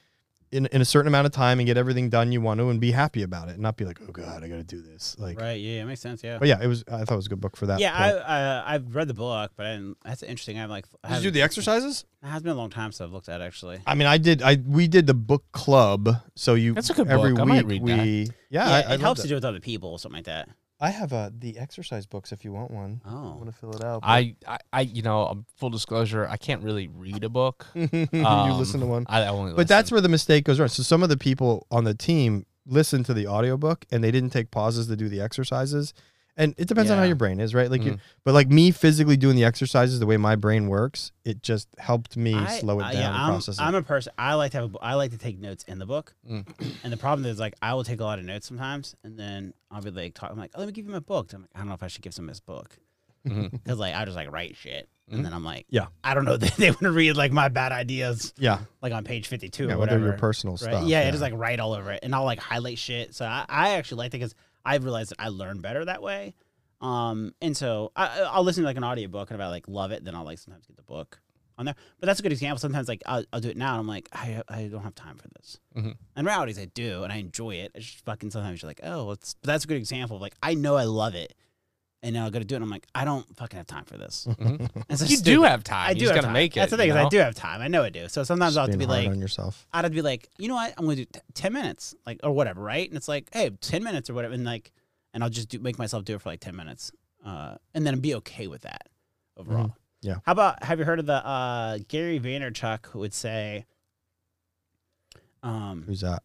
[SPEAKER 3] in, in a certain amount of time and get everything done you want to and be happy about it and not be like, oh God, I gotta do this. Like
[SPEAKER 1] Right. Yeah, it makes sense. Yeah.
[SPEAKER 3] but yeah, it was I thought it was a good book for that.
[SPEAKER 1] Yeah, I,
[SPEAKER 3] part.
[SPEAKER 1] uh, I've read the book, but I didn't, that's interesting. I'm like, I haven't-
[SPEAKER 3] exercises?
[SPEAKER 1] It has been a long time since I've looked at it, actually.
[SPEAKER 3] I mean, I did. I we did the book club. So you.
[SPEAKER 2] That's a good
[SPEAKER 3] every
[SPEAKER 2] book. I
[SPEAKER 3] Week
[SPEAKER 2] might read that.
[SPEAKER 3] we, Yeah, I, I
[SPEAKER 1] it
[SPEAKER 3] love
[SPEAKER 1] helps to
[SPEAKER 3] that.
[SPEAKER 1] do it with other people or something like that.
[SPEAKER 3] I have uh, the exercise books if you want one. I
[SPEAKER 1] Oh,
[SPEAKER 3] want to fill it out.
[SPEAKER 2] I, I, I, you know, um, full disclosure, I can't really read a book.
[SPEAKER 3] you
[SPEAKER 2] Um,
[SPEAKER 3] listen to one,
[SPEAKER 2] I only.
[SPEAKER 3] but that's
[SPEAKER 2] listen.
[SPEAKER 3] where the mistake goes wrong. So some of the people on the team listened to the audiobook and they didn't take pauses to do the exercises. And it depends on how
[SPEAKER 1] Yeah.
[SPEAKER 3] your brain is, right? Like, you,
[SPEAKER 2] Mm-hmm.
[SPEAKER 3] but like me physically doing the exercises, the way my brain works, it just helped me
[SPEAKER 1] I-
[SPEAKER 3] slow it
[SPEAKER 1] I-
[SPEAKER 3] down
[SPEAKER 1] yeah,
[SPEAKER 3] and
[SPEAKER 1] I'm,
[SPEAKER 3] process it.
[SPEAKER 1] I'm a person. I like to have. A, bo- I like to take notes in the book.
[SPEAKER 2] Mm.
[SPEAKER 1] And the problem is, like, I will take a lot of notes sometimes, and then I'll be like, talk, I'm like, oh, let me give you my book. I'm like, I don't know if I should give some of this book
[SPEAKER 2] Mhm.
[SPEAKER 1] because, like, I just like write shit, and then I'm like,
[SPEAKER 3] Mm-hmm. Yeah.
[SPEAKER 1] I don't know. They, they want to read like my bad ideas,
[SPEAKER 3] yeah,
[SPEAKER 1] like on page 52
[SPEAKER 3] yeah,
[SPEAKER 1] or
[SPEAKER 3] whether
[SPEAKER 1] whatever.
[SPEAKER 3] your personal
[SPEAKER 1] right?
[SPEAKER 3] stuff.
[SPEAKER 1] Yeah, it is like write all over it, and I'll like highlight shit. So I, I actually like that because I've realized that I learn better that way. Um, and so I, I- I'll listen to like an audiobook, and if I like love it, then I'll like sometimes get the book on there. But that's a good example. Sometimes like I'll, I'll do it now, and I'm like, I, I don't have time for this.
[SPEAKER 2] Mhm.
[SPEAKER 1] And realities I do, and I enjoy it. It's just fucking sometimes you're like, oh, it's, but that's a good example. Of, like I know I love it, and now I got to do it. and I'm like, I don't fucking have time for this.
[SPEAKER 3] Mm-hmm.
[SPEAKER 2] Mhm.
[SPEAKER 1] And so
[SPEAKER 2] you do
[SPEAKER 1] stupid.
[SPEAKER 2] have time.
[SPEAKER 1] I
[SPEAKER 2] you
[SPEAKER 1] do
[SPEAKER 2] just
[SPEAKER 1] have
[SPEAKER 2] gotta
[SPEAKER 1] time.
[SPEAKER 2] make it.
[SPEAKER 1] That's the thing
[SPEAKER 2] you
[SPEAKER 1] is
[SPEAKER 2] know?
[SPEAKER 1] I do have time. I know I do. So sometimes I'll have to
[SPEAKER 3] Being
[SPEAKER 1] be
[SPEAKER 3] hard
[SPEAKER 1] like,
[SPEAKER 3] on yourself.
[SPEAKER 1] I'd have to be like, you know what, I'm gonna do t- ten minutes, like or whatever, right? And it's like, hey, ten minutes or whatever, and like, and I'll just do make myself do it for like ten minutes, uh, and then be okay with that overall.
[SPEAKER 3] Mm-hmm. Yeah.
[SPEAKER 1] How about have you heard of the uh, Gary Vaynerchuk who would say, um,
[SPEAKER 3] Who's that?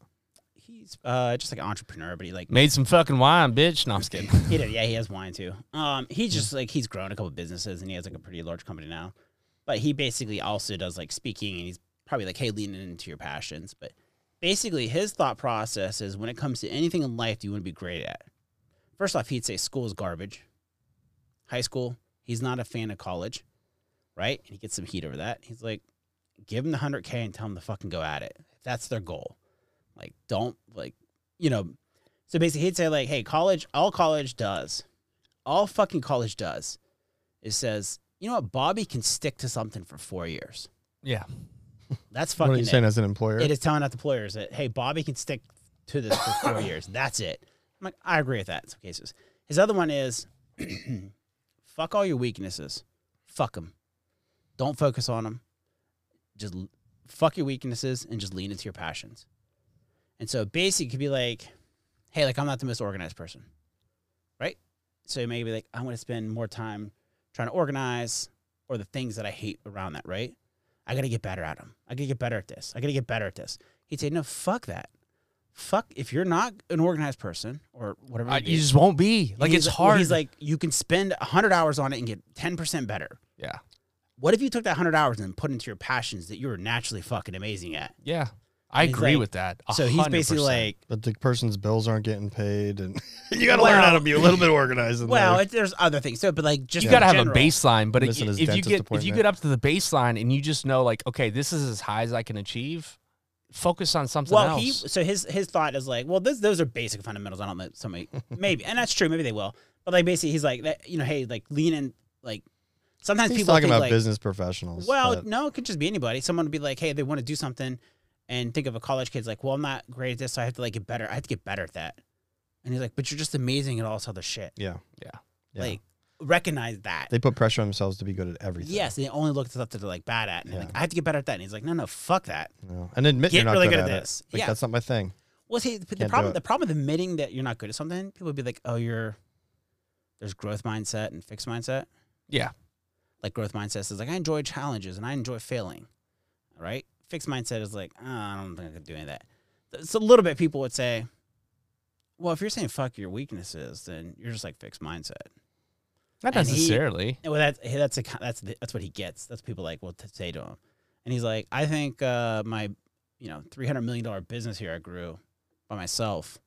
[SPEAKER 1] he's uh just like an entrepreneur, but he like
[SPEAKER 2] Made some fucking wine, bitch. No, I'm just kidding.
[SPEAKER 1] he did. Yeah, he has wine too. Um, he's just like he's grown a couple businesses and he has like a pretty large company now. But he basically also does like speaking and he's probably like, hey, lean into your passions. But basically, his thought process is when it comes to anything in life, do you want to be great at? First off, he'd say school is garbage. High school, he's not a fan of college, right? And he gets some heat over that. He's like, give them the hundred k and tell them to fucking go at it. If that's their goal, like don't like, you know, so basically, he'd say like, "Hey, college, all college does, all fucking college does, is says, you know what, Bobby can stick to something for four years.
[SPEAKER 2] Yeah.
[SPEAKER 1] That's
[SPEAKER 3] What
[SPEAKER 1] fucking
[SPEAKER 3] are you
[SPEAKER 1] it.
[SPEAKER 3] saying as an employer?
[SPEAKER 1] It is telling out the players that, hey, Bobby can stick to this for four years. That's it. I'm like, I agree with that in some cases. His other one is, fuck all your weaknesses. Fuck them. Don't focus on them. Just l- fuck your weaknesses and just lean into your passions. And so basically, it could be like, hey, like I'm not the most organized person, right? So you may be like, I'm going to spend more time trying to organize or the things that I hate around that, right? I gotta get better at them. I gotta get better at this. I gotta get better at this. He'd say, no, fuck that. Fuck if you're not an organized person or whatever.
[SPEAKER 2] I,
[SPEAKER 1] it
[SPEAKER 2] you
[SPEAKER 1] is."
[SPEAKER 2] just won't be.
[SPEAKER 1] And
[SPEAKER 2] Like
[SPEAKER 1] he's
[SPEAKER 2] it's
[SPEAKER 1] well,
[SPEAKER 2] hard.
[SPEAKER 1] He's like, you can spend hundred hours on it and get ten percent better.
[SPEAKER 2] yeah,
[SPEAKER 1] What if you took that hundred hours and put into your passions that you were naturally fucking amazing at?
[SPEAKER 2] yeah. I
[SPEAKER 1] He's
[SPEAKER 2] agree
[SPEAKER 1] like-
[SPEAKER 2] with that.
[SPEAKER 1] So he's
[SPEAKER 2] 100%.
[SPEAKER 1] basically like,
[SPEAKER 3] But the person's bills aren't getting paid, and you got to
[SPEAKER 1] Well-
[SPEAKER 3] learn how to be a little bit organized. In
[SPEAKER 1] well,
[SPEAKER 3] life.
[SPEAKER 1] it, there's other things. So, but like, just
[SPEAKER 2] you
[SPEAKER 1] in
[SPEAKER 2] gotta have
[SPEAKER 1] general-
[SPEAKER 2] a baseline. But if,
[SPEAKER 3] Missing his
[SPEAKER 2] if you
[SPEAKER 3] dentist
[SPEAKER 2] get if you
[SPEAKER 3] appointment.
[SPEAKER 2] get up to the baseline and you just know like, okay, this is as high as I can achieve. Focus on something
[SPEAKER 1] Well,
[SPEAKER 2] else.
[SPEAKER 1] he so his his thought is like, well, this, those are basic fundamentals. I don't know somebody maybe, and that's true. Maybe they will, but like basically, he's like, that, you know, hey, like lean in, like sometimes
[SPEAKER 3] he's
[SPEAKER 1] people
[SPEAKER 3] talking
[SPEAKER 1] think,
[SPEAKER 3] about
[SPEAKER 1] like,
[SPEAKER 3] business professionals.
[SPEAKER 1] Well,
[SPEAKER 3] but
[SPEAKER 1] no, it could just be anybody. Someone would be like, hey, they want to do something and think of a college kid's like, well, I'm not great at this, so I have to like get better. I have to get better at that. And he's like, but you're just amazing at all this other shit.
[SPEAKER 3] Yeah.
[SPEAKER 2] Yeah.
[SPEAKER 3] Yeah.
[SPEAKER 1] Like, recognize that.
[SPEAKER 3] they put pressure on themselves to be good at everything.
[SPEAKER 1] Yes, they only look at stuff that they're like bad at. And they're
[SPEAKER 3] Yeah.
[SPEAKER 1] like, I have to get better at that. And he's like, no, no, fuck that.
[SPEAKER 3] You know? And admit
[SPEAKER 1] Get
[SPEAKER 3] you're not
[SPEAKER 1] really
[SPEAKER 3] good,
[SPEAKER 1] good at
[SPEAKER 3] at,
[SPEAKER 1] this.
[SPEAKER 3] It. Like,
[SPEAKER 1] Yeah.
[SPEAKER 3] That's not my thing.
[SPEAKER 1] Well, see, but the
[SPEAKER 3] Can't do
[SPEAKER 1] problem
[SPEAKER 3] it.
[SPEAKER 1] the problem with admitting that you're not good at something, people would be like, oh, you're there's growth mindset and fixed mindset.
[SPEAKER 2] Yeah.
[SPEAKER 1] Like growth mindset is like I enjoy challenges and I enjoy failing, right? Fixed mindset is like "Ah, I don't think I could do any of that. It's a little bit. People would say, well, if you're saying fuck your weaknesses, then you're just like fixed mindset.
[SPEAKER 2] not
[SPEAKER 1] and he-
[SPEAKER 2] necessarily.
[SPEAKER 1] And well, that's hey, that's a, that's the, that's what he gets. That's what people like will t- say to him, and he's like, I think uh, my you know three hundred million dollar business here I grew by myself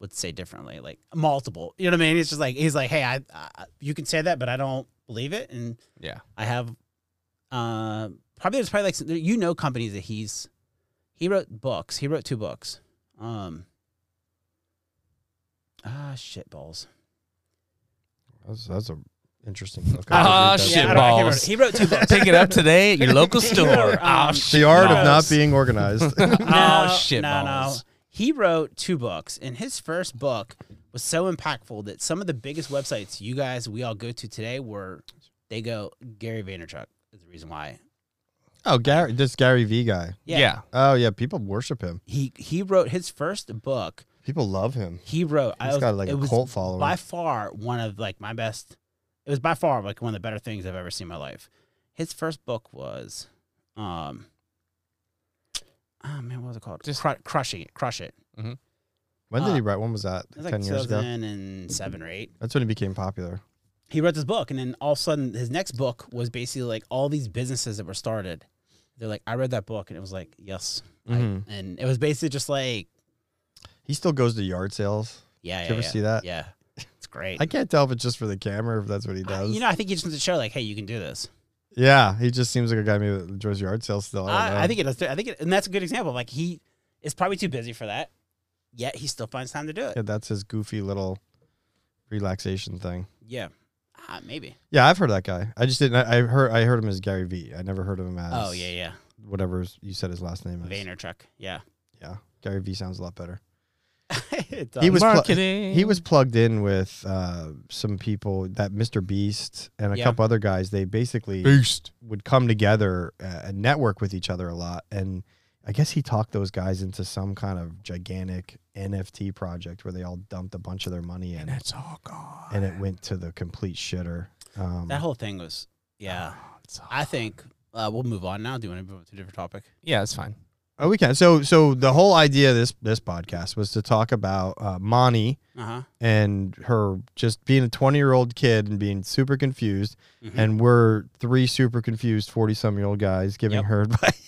[SPEAKER 1] would say differently, like multiple. You know what I mean? It's just like he's like, hey, I, I you can say that, but I don't believe it, and
[SPEAKER 2] yeah.
[SPEAKER 1] I have uh, probably there's probably like some, you know companies that he's he wrote books. He wrote two books. Um, ah shit balls.
[SPEAKER 3] That's that's a interesting. Book. I would
[SPEAKER 2] Ah,
[SPEAKER 3] read that.
[SPEAKER 2] shit,
[SPEAKER 1] I don't- I can't remember.
[SPEAKER 2] balls.
[SPEAKER 1] He wrote two books.
[SPEAKER 2] Pick it up today at your local
[SPEAKER 1] You
[SPEAKER 2] store.
[SPEAKER 1] remember,
[SPEAKER 2] Ah,
[SPEAKER 1] um,
[SPEAKER 2] shit,
[SPEAKER 3] The art of
[SPEAKER 2] balls.
[SPEAKER 3] not being organized.
[SPEAKER 2] Oh, shit
[SPEAKER 1] No, no.
[SPEAKER 2] balls.
[SPEAKER 1] He wrote two books, and his first book was so impactful that some of the biggest websites you guys, we all go to today, were they go Gary Vaynerchuk is the reason why.
[SPEAKER 3] oh, Gary, this Gary V guy.
[SPEAKER 2] Yeah.
[SPEAKER 3] Oh yeah, people worship him.
[SPEAKER 1] He he wrote his first book.
[SPEAKER 3] People love him.
[SPEAKER 1] He wrote. I
[SPEAKER 3] He's
[SPEAKER 1] was,
[SPEAKER 3] got like
[SPEAKER 1] it
[SPEAKER 3] a
[SPEAKER 1] was
[SPEAKER 3] cult following.
[SPEAKER 1] by far one of like my best. It was by far like one of the better things I've ever seen in my life. His first book was, um, oh man, what was it called?
[SPEAKER 2] Just-
[SPEAKER 1] Cru- crushing it, crush it.
[SPEAKER 3] when did
[SPEAKER 1] uh,
[SPEAKER 3] he write? When was that?
[SPEAKER 1] It was like
[SPEAKER 3] Ten years ago.
[SPEAKER 1] 2007 or eight.
[SPEAKER 3] That's when he became popular.
[SPEAKER 1] he wrote this book and then all of a sudden his next book was basically like all these businesses that were started they're like i read that book and it was like yes I-
[SPEAKER 3] Mhm.
[SPEAKER 1] and it was basically just like
[SPEAKER 3] He still goes to yard sales.
[SPEAKER 1] yeah
[SPEAKER 3] Did
[SPEAKER 1] yeah,
[SPEAKER 3] you ever
[SPEAKER 1] yeah,
[SPEAKER 3] see that?
[SPEAKER 1] yeah it's great
[SPEAKER 3] I can't tell if it's just for the camera or if that's what he
[SPEAKER 1] I-
[SPEAKER 3] does.
[SPEAKER 1] you know i think he just wants to show like hey you can do this
[SPEAKER 3] yeah, he just seems like a guy maybe that enjoys yard sales still. I, don't know.
[SPEAKER 1] I, I think it does i think it, and that's a good example like he is probably too busy for that yet he still finds time to do it
[SPEAKER 3] yeah, that's his goofy little relaxation thing.
[SPEAKER 1] yeah ah, maybe
[SPEAKER 3] Yeah, I've heard of that guy. I just didn't. I, I heard. I heard him as Gary V. I never heard of him as.
[SPEAKER 1] oh yeah yeah
[SPEAKER 3] Whatever his- you said his last name is.
[SPEAKER 1] vaynerchuk yeah
[SPEAKER 3] Yeah, Gary V. sounds a lot better.
[SPEAKER 1] It
[SPEAKER 3] He
[SPEAKER 1] does.
[SPEAKER 3] was pl-
[SPEAKER 2] marketing.
[SPEAKER 3] He was plugged in with uh, some people that Mr. Beast and a
[SPEAKER 1] Yeah.
[SPEAKER 3] couple other guys. They basically
[SPEAKER 2] beast.
[SPEAKER 3] would come together uh, and network with each other a lot. And I guess he talked those guys into some kind of gigantic NFT project where they all dumped a bunch of their money in,
[SPEAKER 2] And it's all gone.
[SPEAKER 3] and it went to the complete shitter. Um,
[SPEAKER 1] that whole thing was yeah
[SPEAKER 3] Ah.
[SPEAKER 2] Ah, It's all-
[SPEAKER 1] i think uh, we'll move on now do you want to move on to a different topic
[SPEAKER 2] yeah, it's fine.
[SPEAKER 3] oh, we can. So, so the whole idea of this this podcast was to talk about uh, Monty
[SPEAKER 1] uh-huh
[SPEAKER 3] and her just being a twenty year old kid and being super confused,
[SPEAKER 1] Mhm.
[SPEAKER 3] and we're three super confused forty some year old guys giving
[SPEAKER 1] Yep.
[SPEAKER 3] her advice.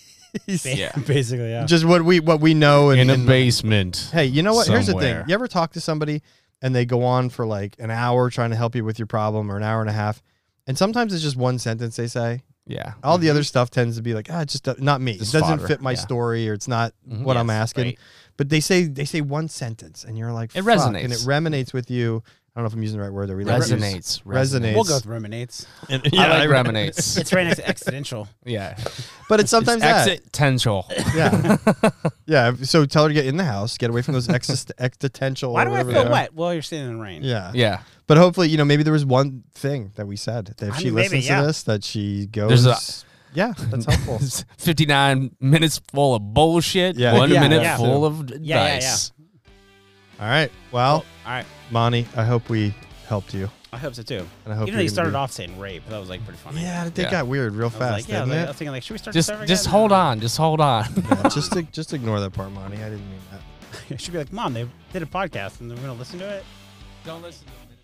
[SPEAKER 2] Yeah.
[SPEAKER 1] basically yeah
[SPEAKER 3] Just what we what we know and,
[SPEAKER 2] In a
[SPEAKER 3] and-
[SPEAKER 2] basement.
[SPEAKER 3] Hey, you know what? Here's the thing.
[SPEAKER 2] somewhere.
[SPEAKER 3] You ever talk to somebody and they go on for like an hour trying to help you with your problem or an hour and a half? And sometimes it's just one sentence they say.
[SPEAKER 2] Yeah.
[SPEAKER 3] All
[SPEAKER 1] Mm-hmm.
[SPEAKER 3] the other stuff tends to be like, ah, it's just uh, not me.
[SPEAKER 2] Just
[SPEAKER 3] it doesn't
[SPEAKER 2] fodder,
[SPEAKER 3] fit my
[SPEAKER 2] yeah.
[SPEAKER 3] story or it's not
[SPEAKER 2] Mhm.
[SPEAKER 1] Mm-hmm.
[SPEAKER 3] what
[SPEAKER 1] Yes,
[SPEAKER 3] I'm asking.
[SPEAKER 1] right.
[SPEAKER 3] But they say they say one sentence and you're like,
[SPEAKER 2] It
[SPEAKER 3] "Fuck," And it
[SPEAKER 2] resonates.
[SPEAKER 3] resonates with you. I don't know if I'm using the right word. Or we like to use-
[SPEAKER 2] Resonates.
[SPEAKER 3] Resonates.
[SPEAKER 1] We'll go with ruminates.
[SPEAKER 2] I
[SPEAKER 3] Yeah,
[SPEAKER 2] like
[SPEAKER 3] I-
[SPEAKER 2] reminates.
[SPEAKER 1] It's right next to existential.
[SPEAKER 2] yeah.
[SPEAKER 3] But it's sometimes that.
[SPEAKER 2] existential.
[SPEAKER 3] Yeah. yeah. So tell her to get in the house, get away from those exist- existential.
[SPEAKER 1] Why
[SPEAKER 3] or
[SPEAKER 1] do I
[SPEAKER 3] whatever
[SPEAKER 1] feel
[SPEAKER 3] they are.
[SPEAKER 1] wet? Well, you're standing in the rain.
[SPEAKER 3] Yeah.
[SPEAKER 2] Yeah.
[SPEAKER 3] But hopefully, you know, maybe there was one thing that we said that if
[SPEAKER 1] I
[SPEAKER 3] she
[SPEAKER 1] mean, maybe,
[SPEAKER 3] listens
[SPEAKER 1] yeah.
[SPEAKER 3] to this, that she goes.
[SPEAKER 2] There's a-
[SPEAKER 3] yeah, that's helpful.
[SPEAKER 2] 59 minutes full of bullshit.
[SPEAKER 3] Yeah,
[SPEAKER 2] one
[SPEAKER 3] yeah,
[SPEAKER 2] minute
[SPEAKER 1] yeah.
[SPEAKER 2] full of
[SPEAKER 1] yeah, yeah.
[SPEAKER 2] advice.
[SPEAKER 3] All right. Well,
[SPEAKER 1] All right.
[SPEAKER 3] Monty, I hope we helped you,
[SPEAKER 1] I hope so too.
[SPEAKER 3] and I hope
[SPEAKER 1] Even though you
[SPEAKER 3] you're gonna
[SPEAKER 1] started off saying rape, that was like pretty
[SPEAKER 3] be-
[SPEAKER 1] funny.
[SPEAKER 3] Yeah, it did
[SPEAKER 2] Yeah.
[SPEAKER 3] got weird real
[SPEAKER 1] I was
[SPEAKER 3] fast,
[SPEAKER 1] like, yeah, I was,
[SPEAKER 3] didn't
[SPEAKER 1] like, I
[SPEAKER 3] it?
[SPEAKER 1] was thinking like, should we start
[SPEAKER 2] Just
[SPEAKER 1] this over
[SPEAKER 2] just
[SPEAKER 1] again?
[SPEAKER 2] hold on. Just hold on.
[SPEAKER 3] Yeah, just ig- just ignore that part, Monty. I didn't mean that.
[SPEAKER 1] should be like, mom, they did a podcast and we're gonna listen to it.
[SPEAKER 2] Don't listen to him.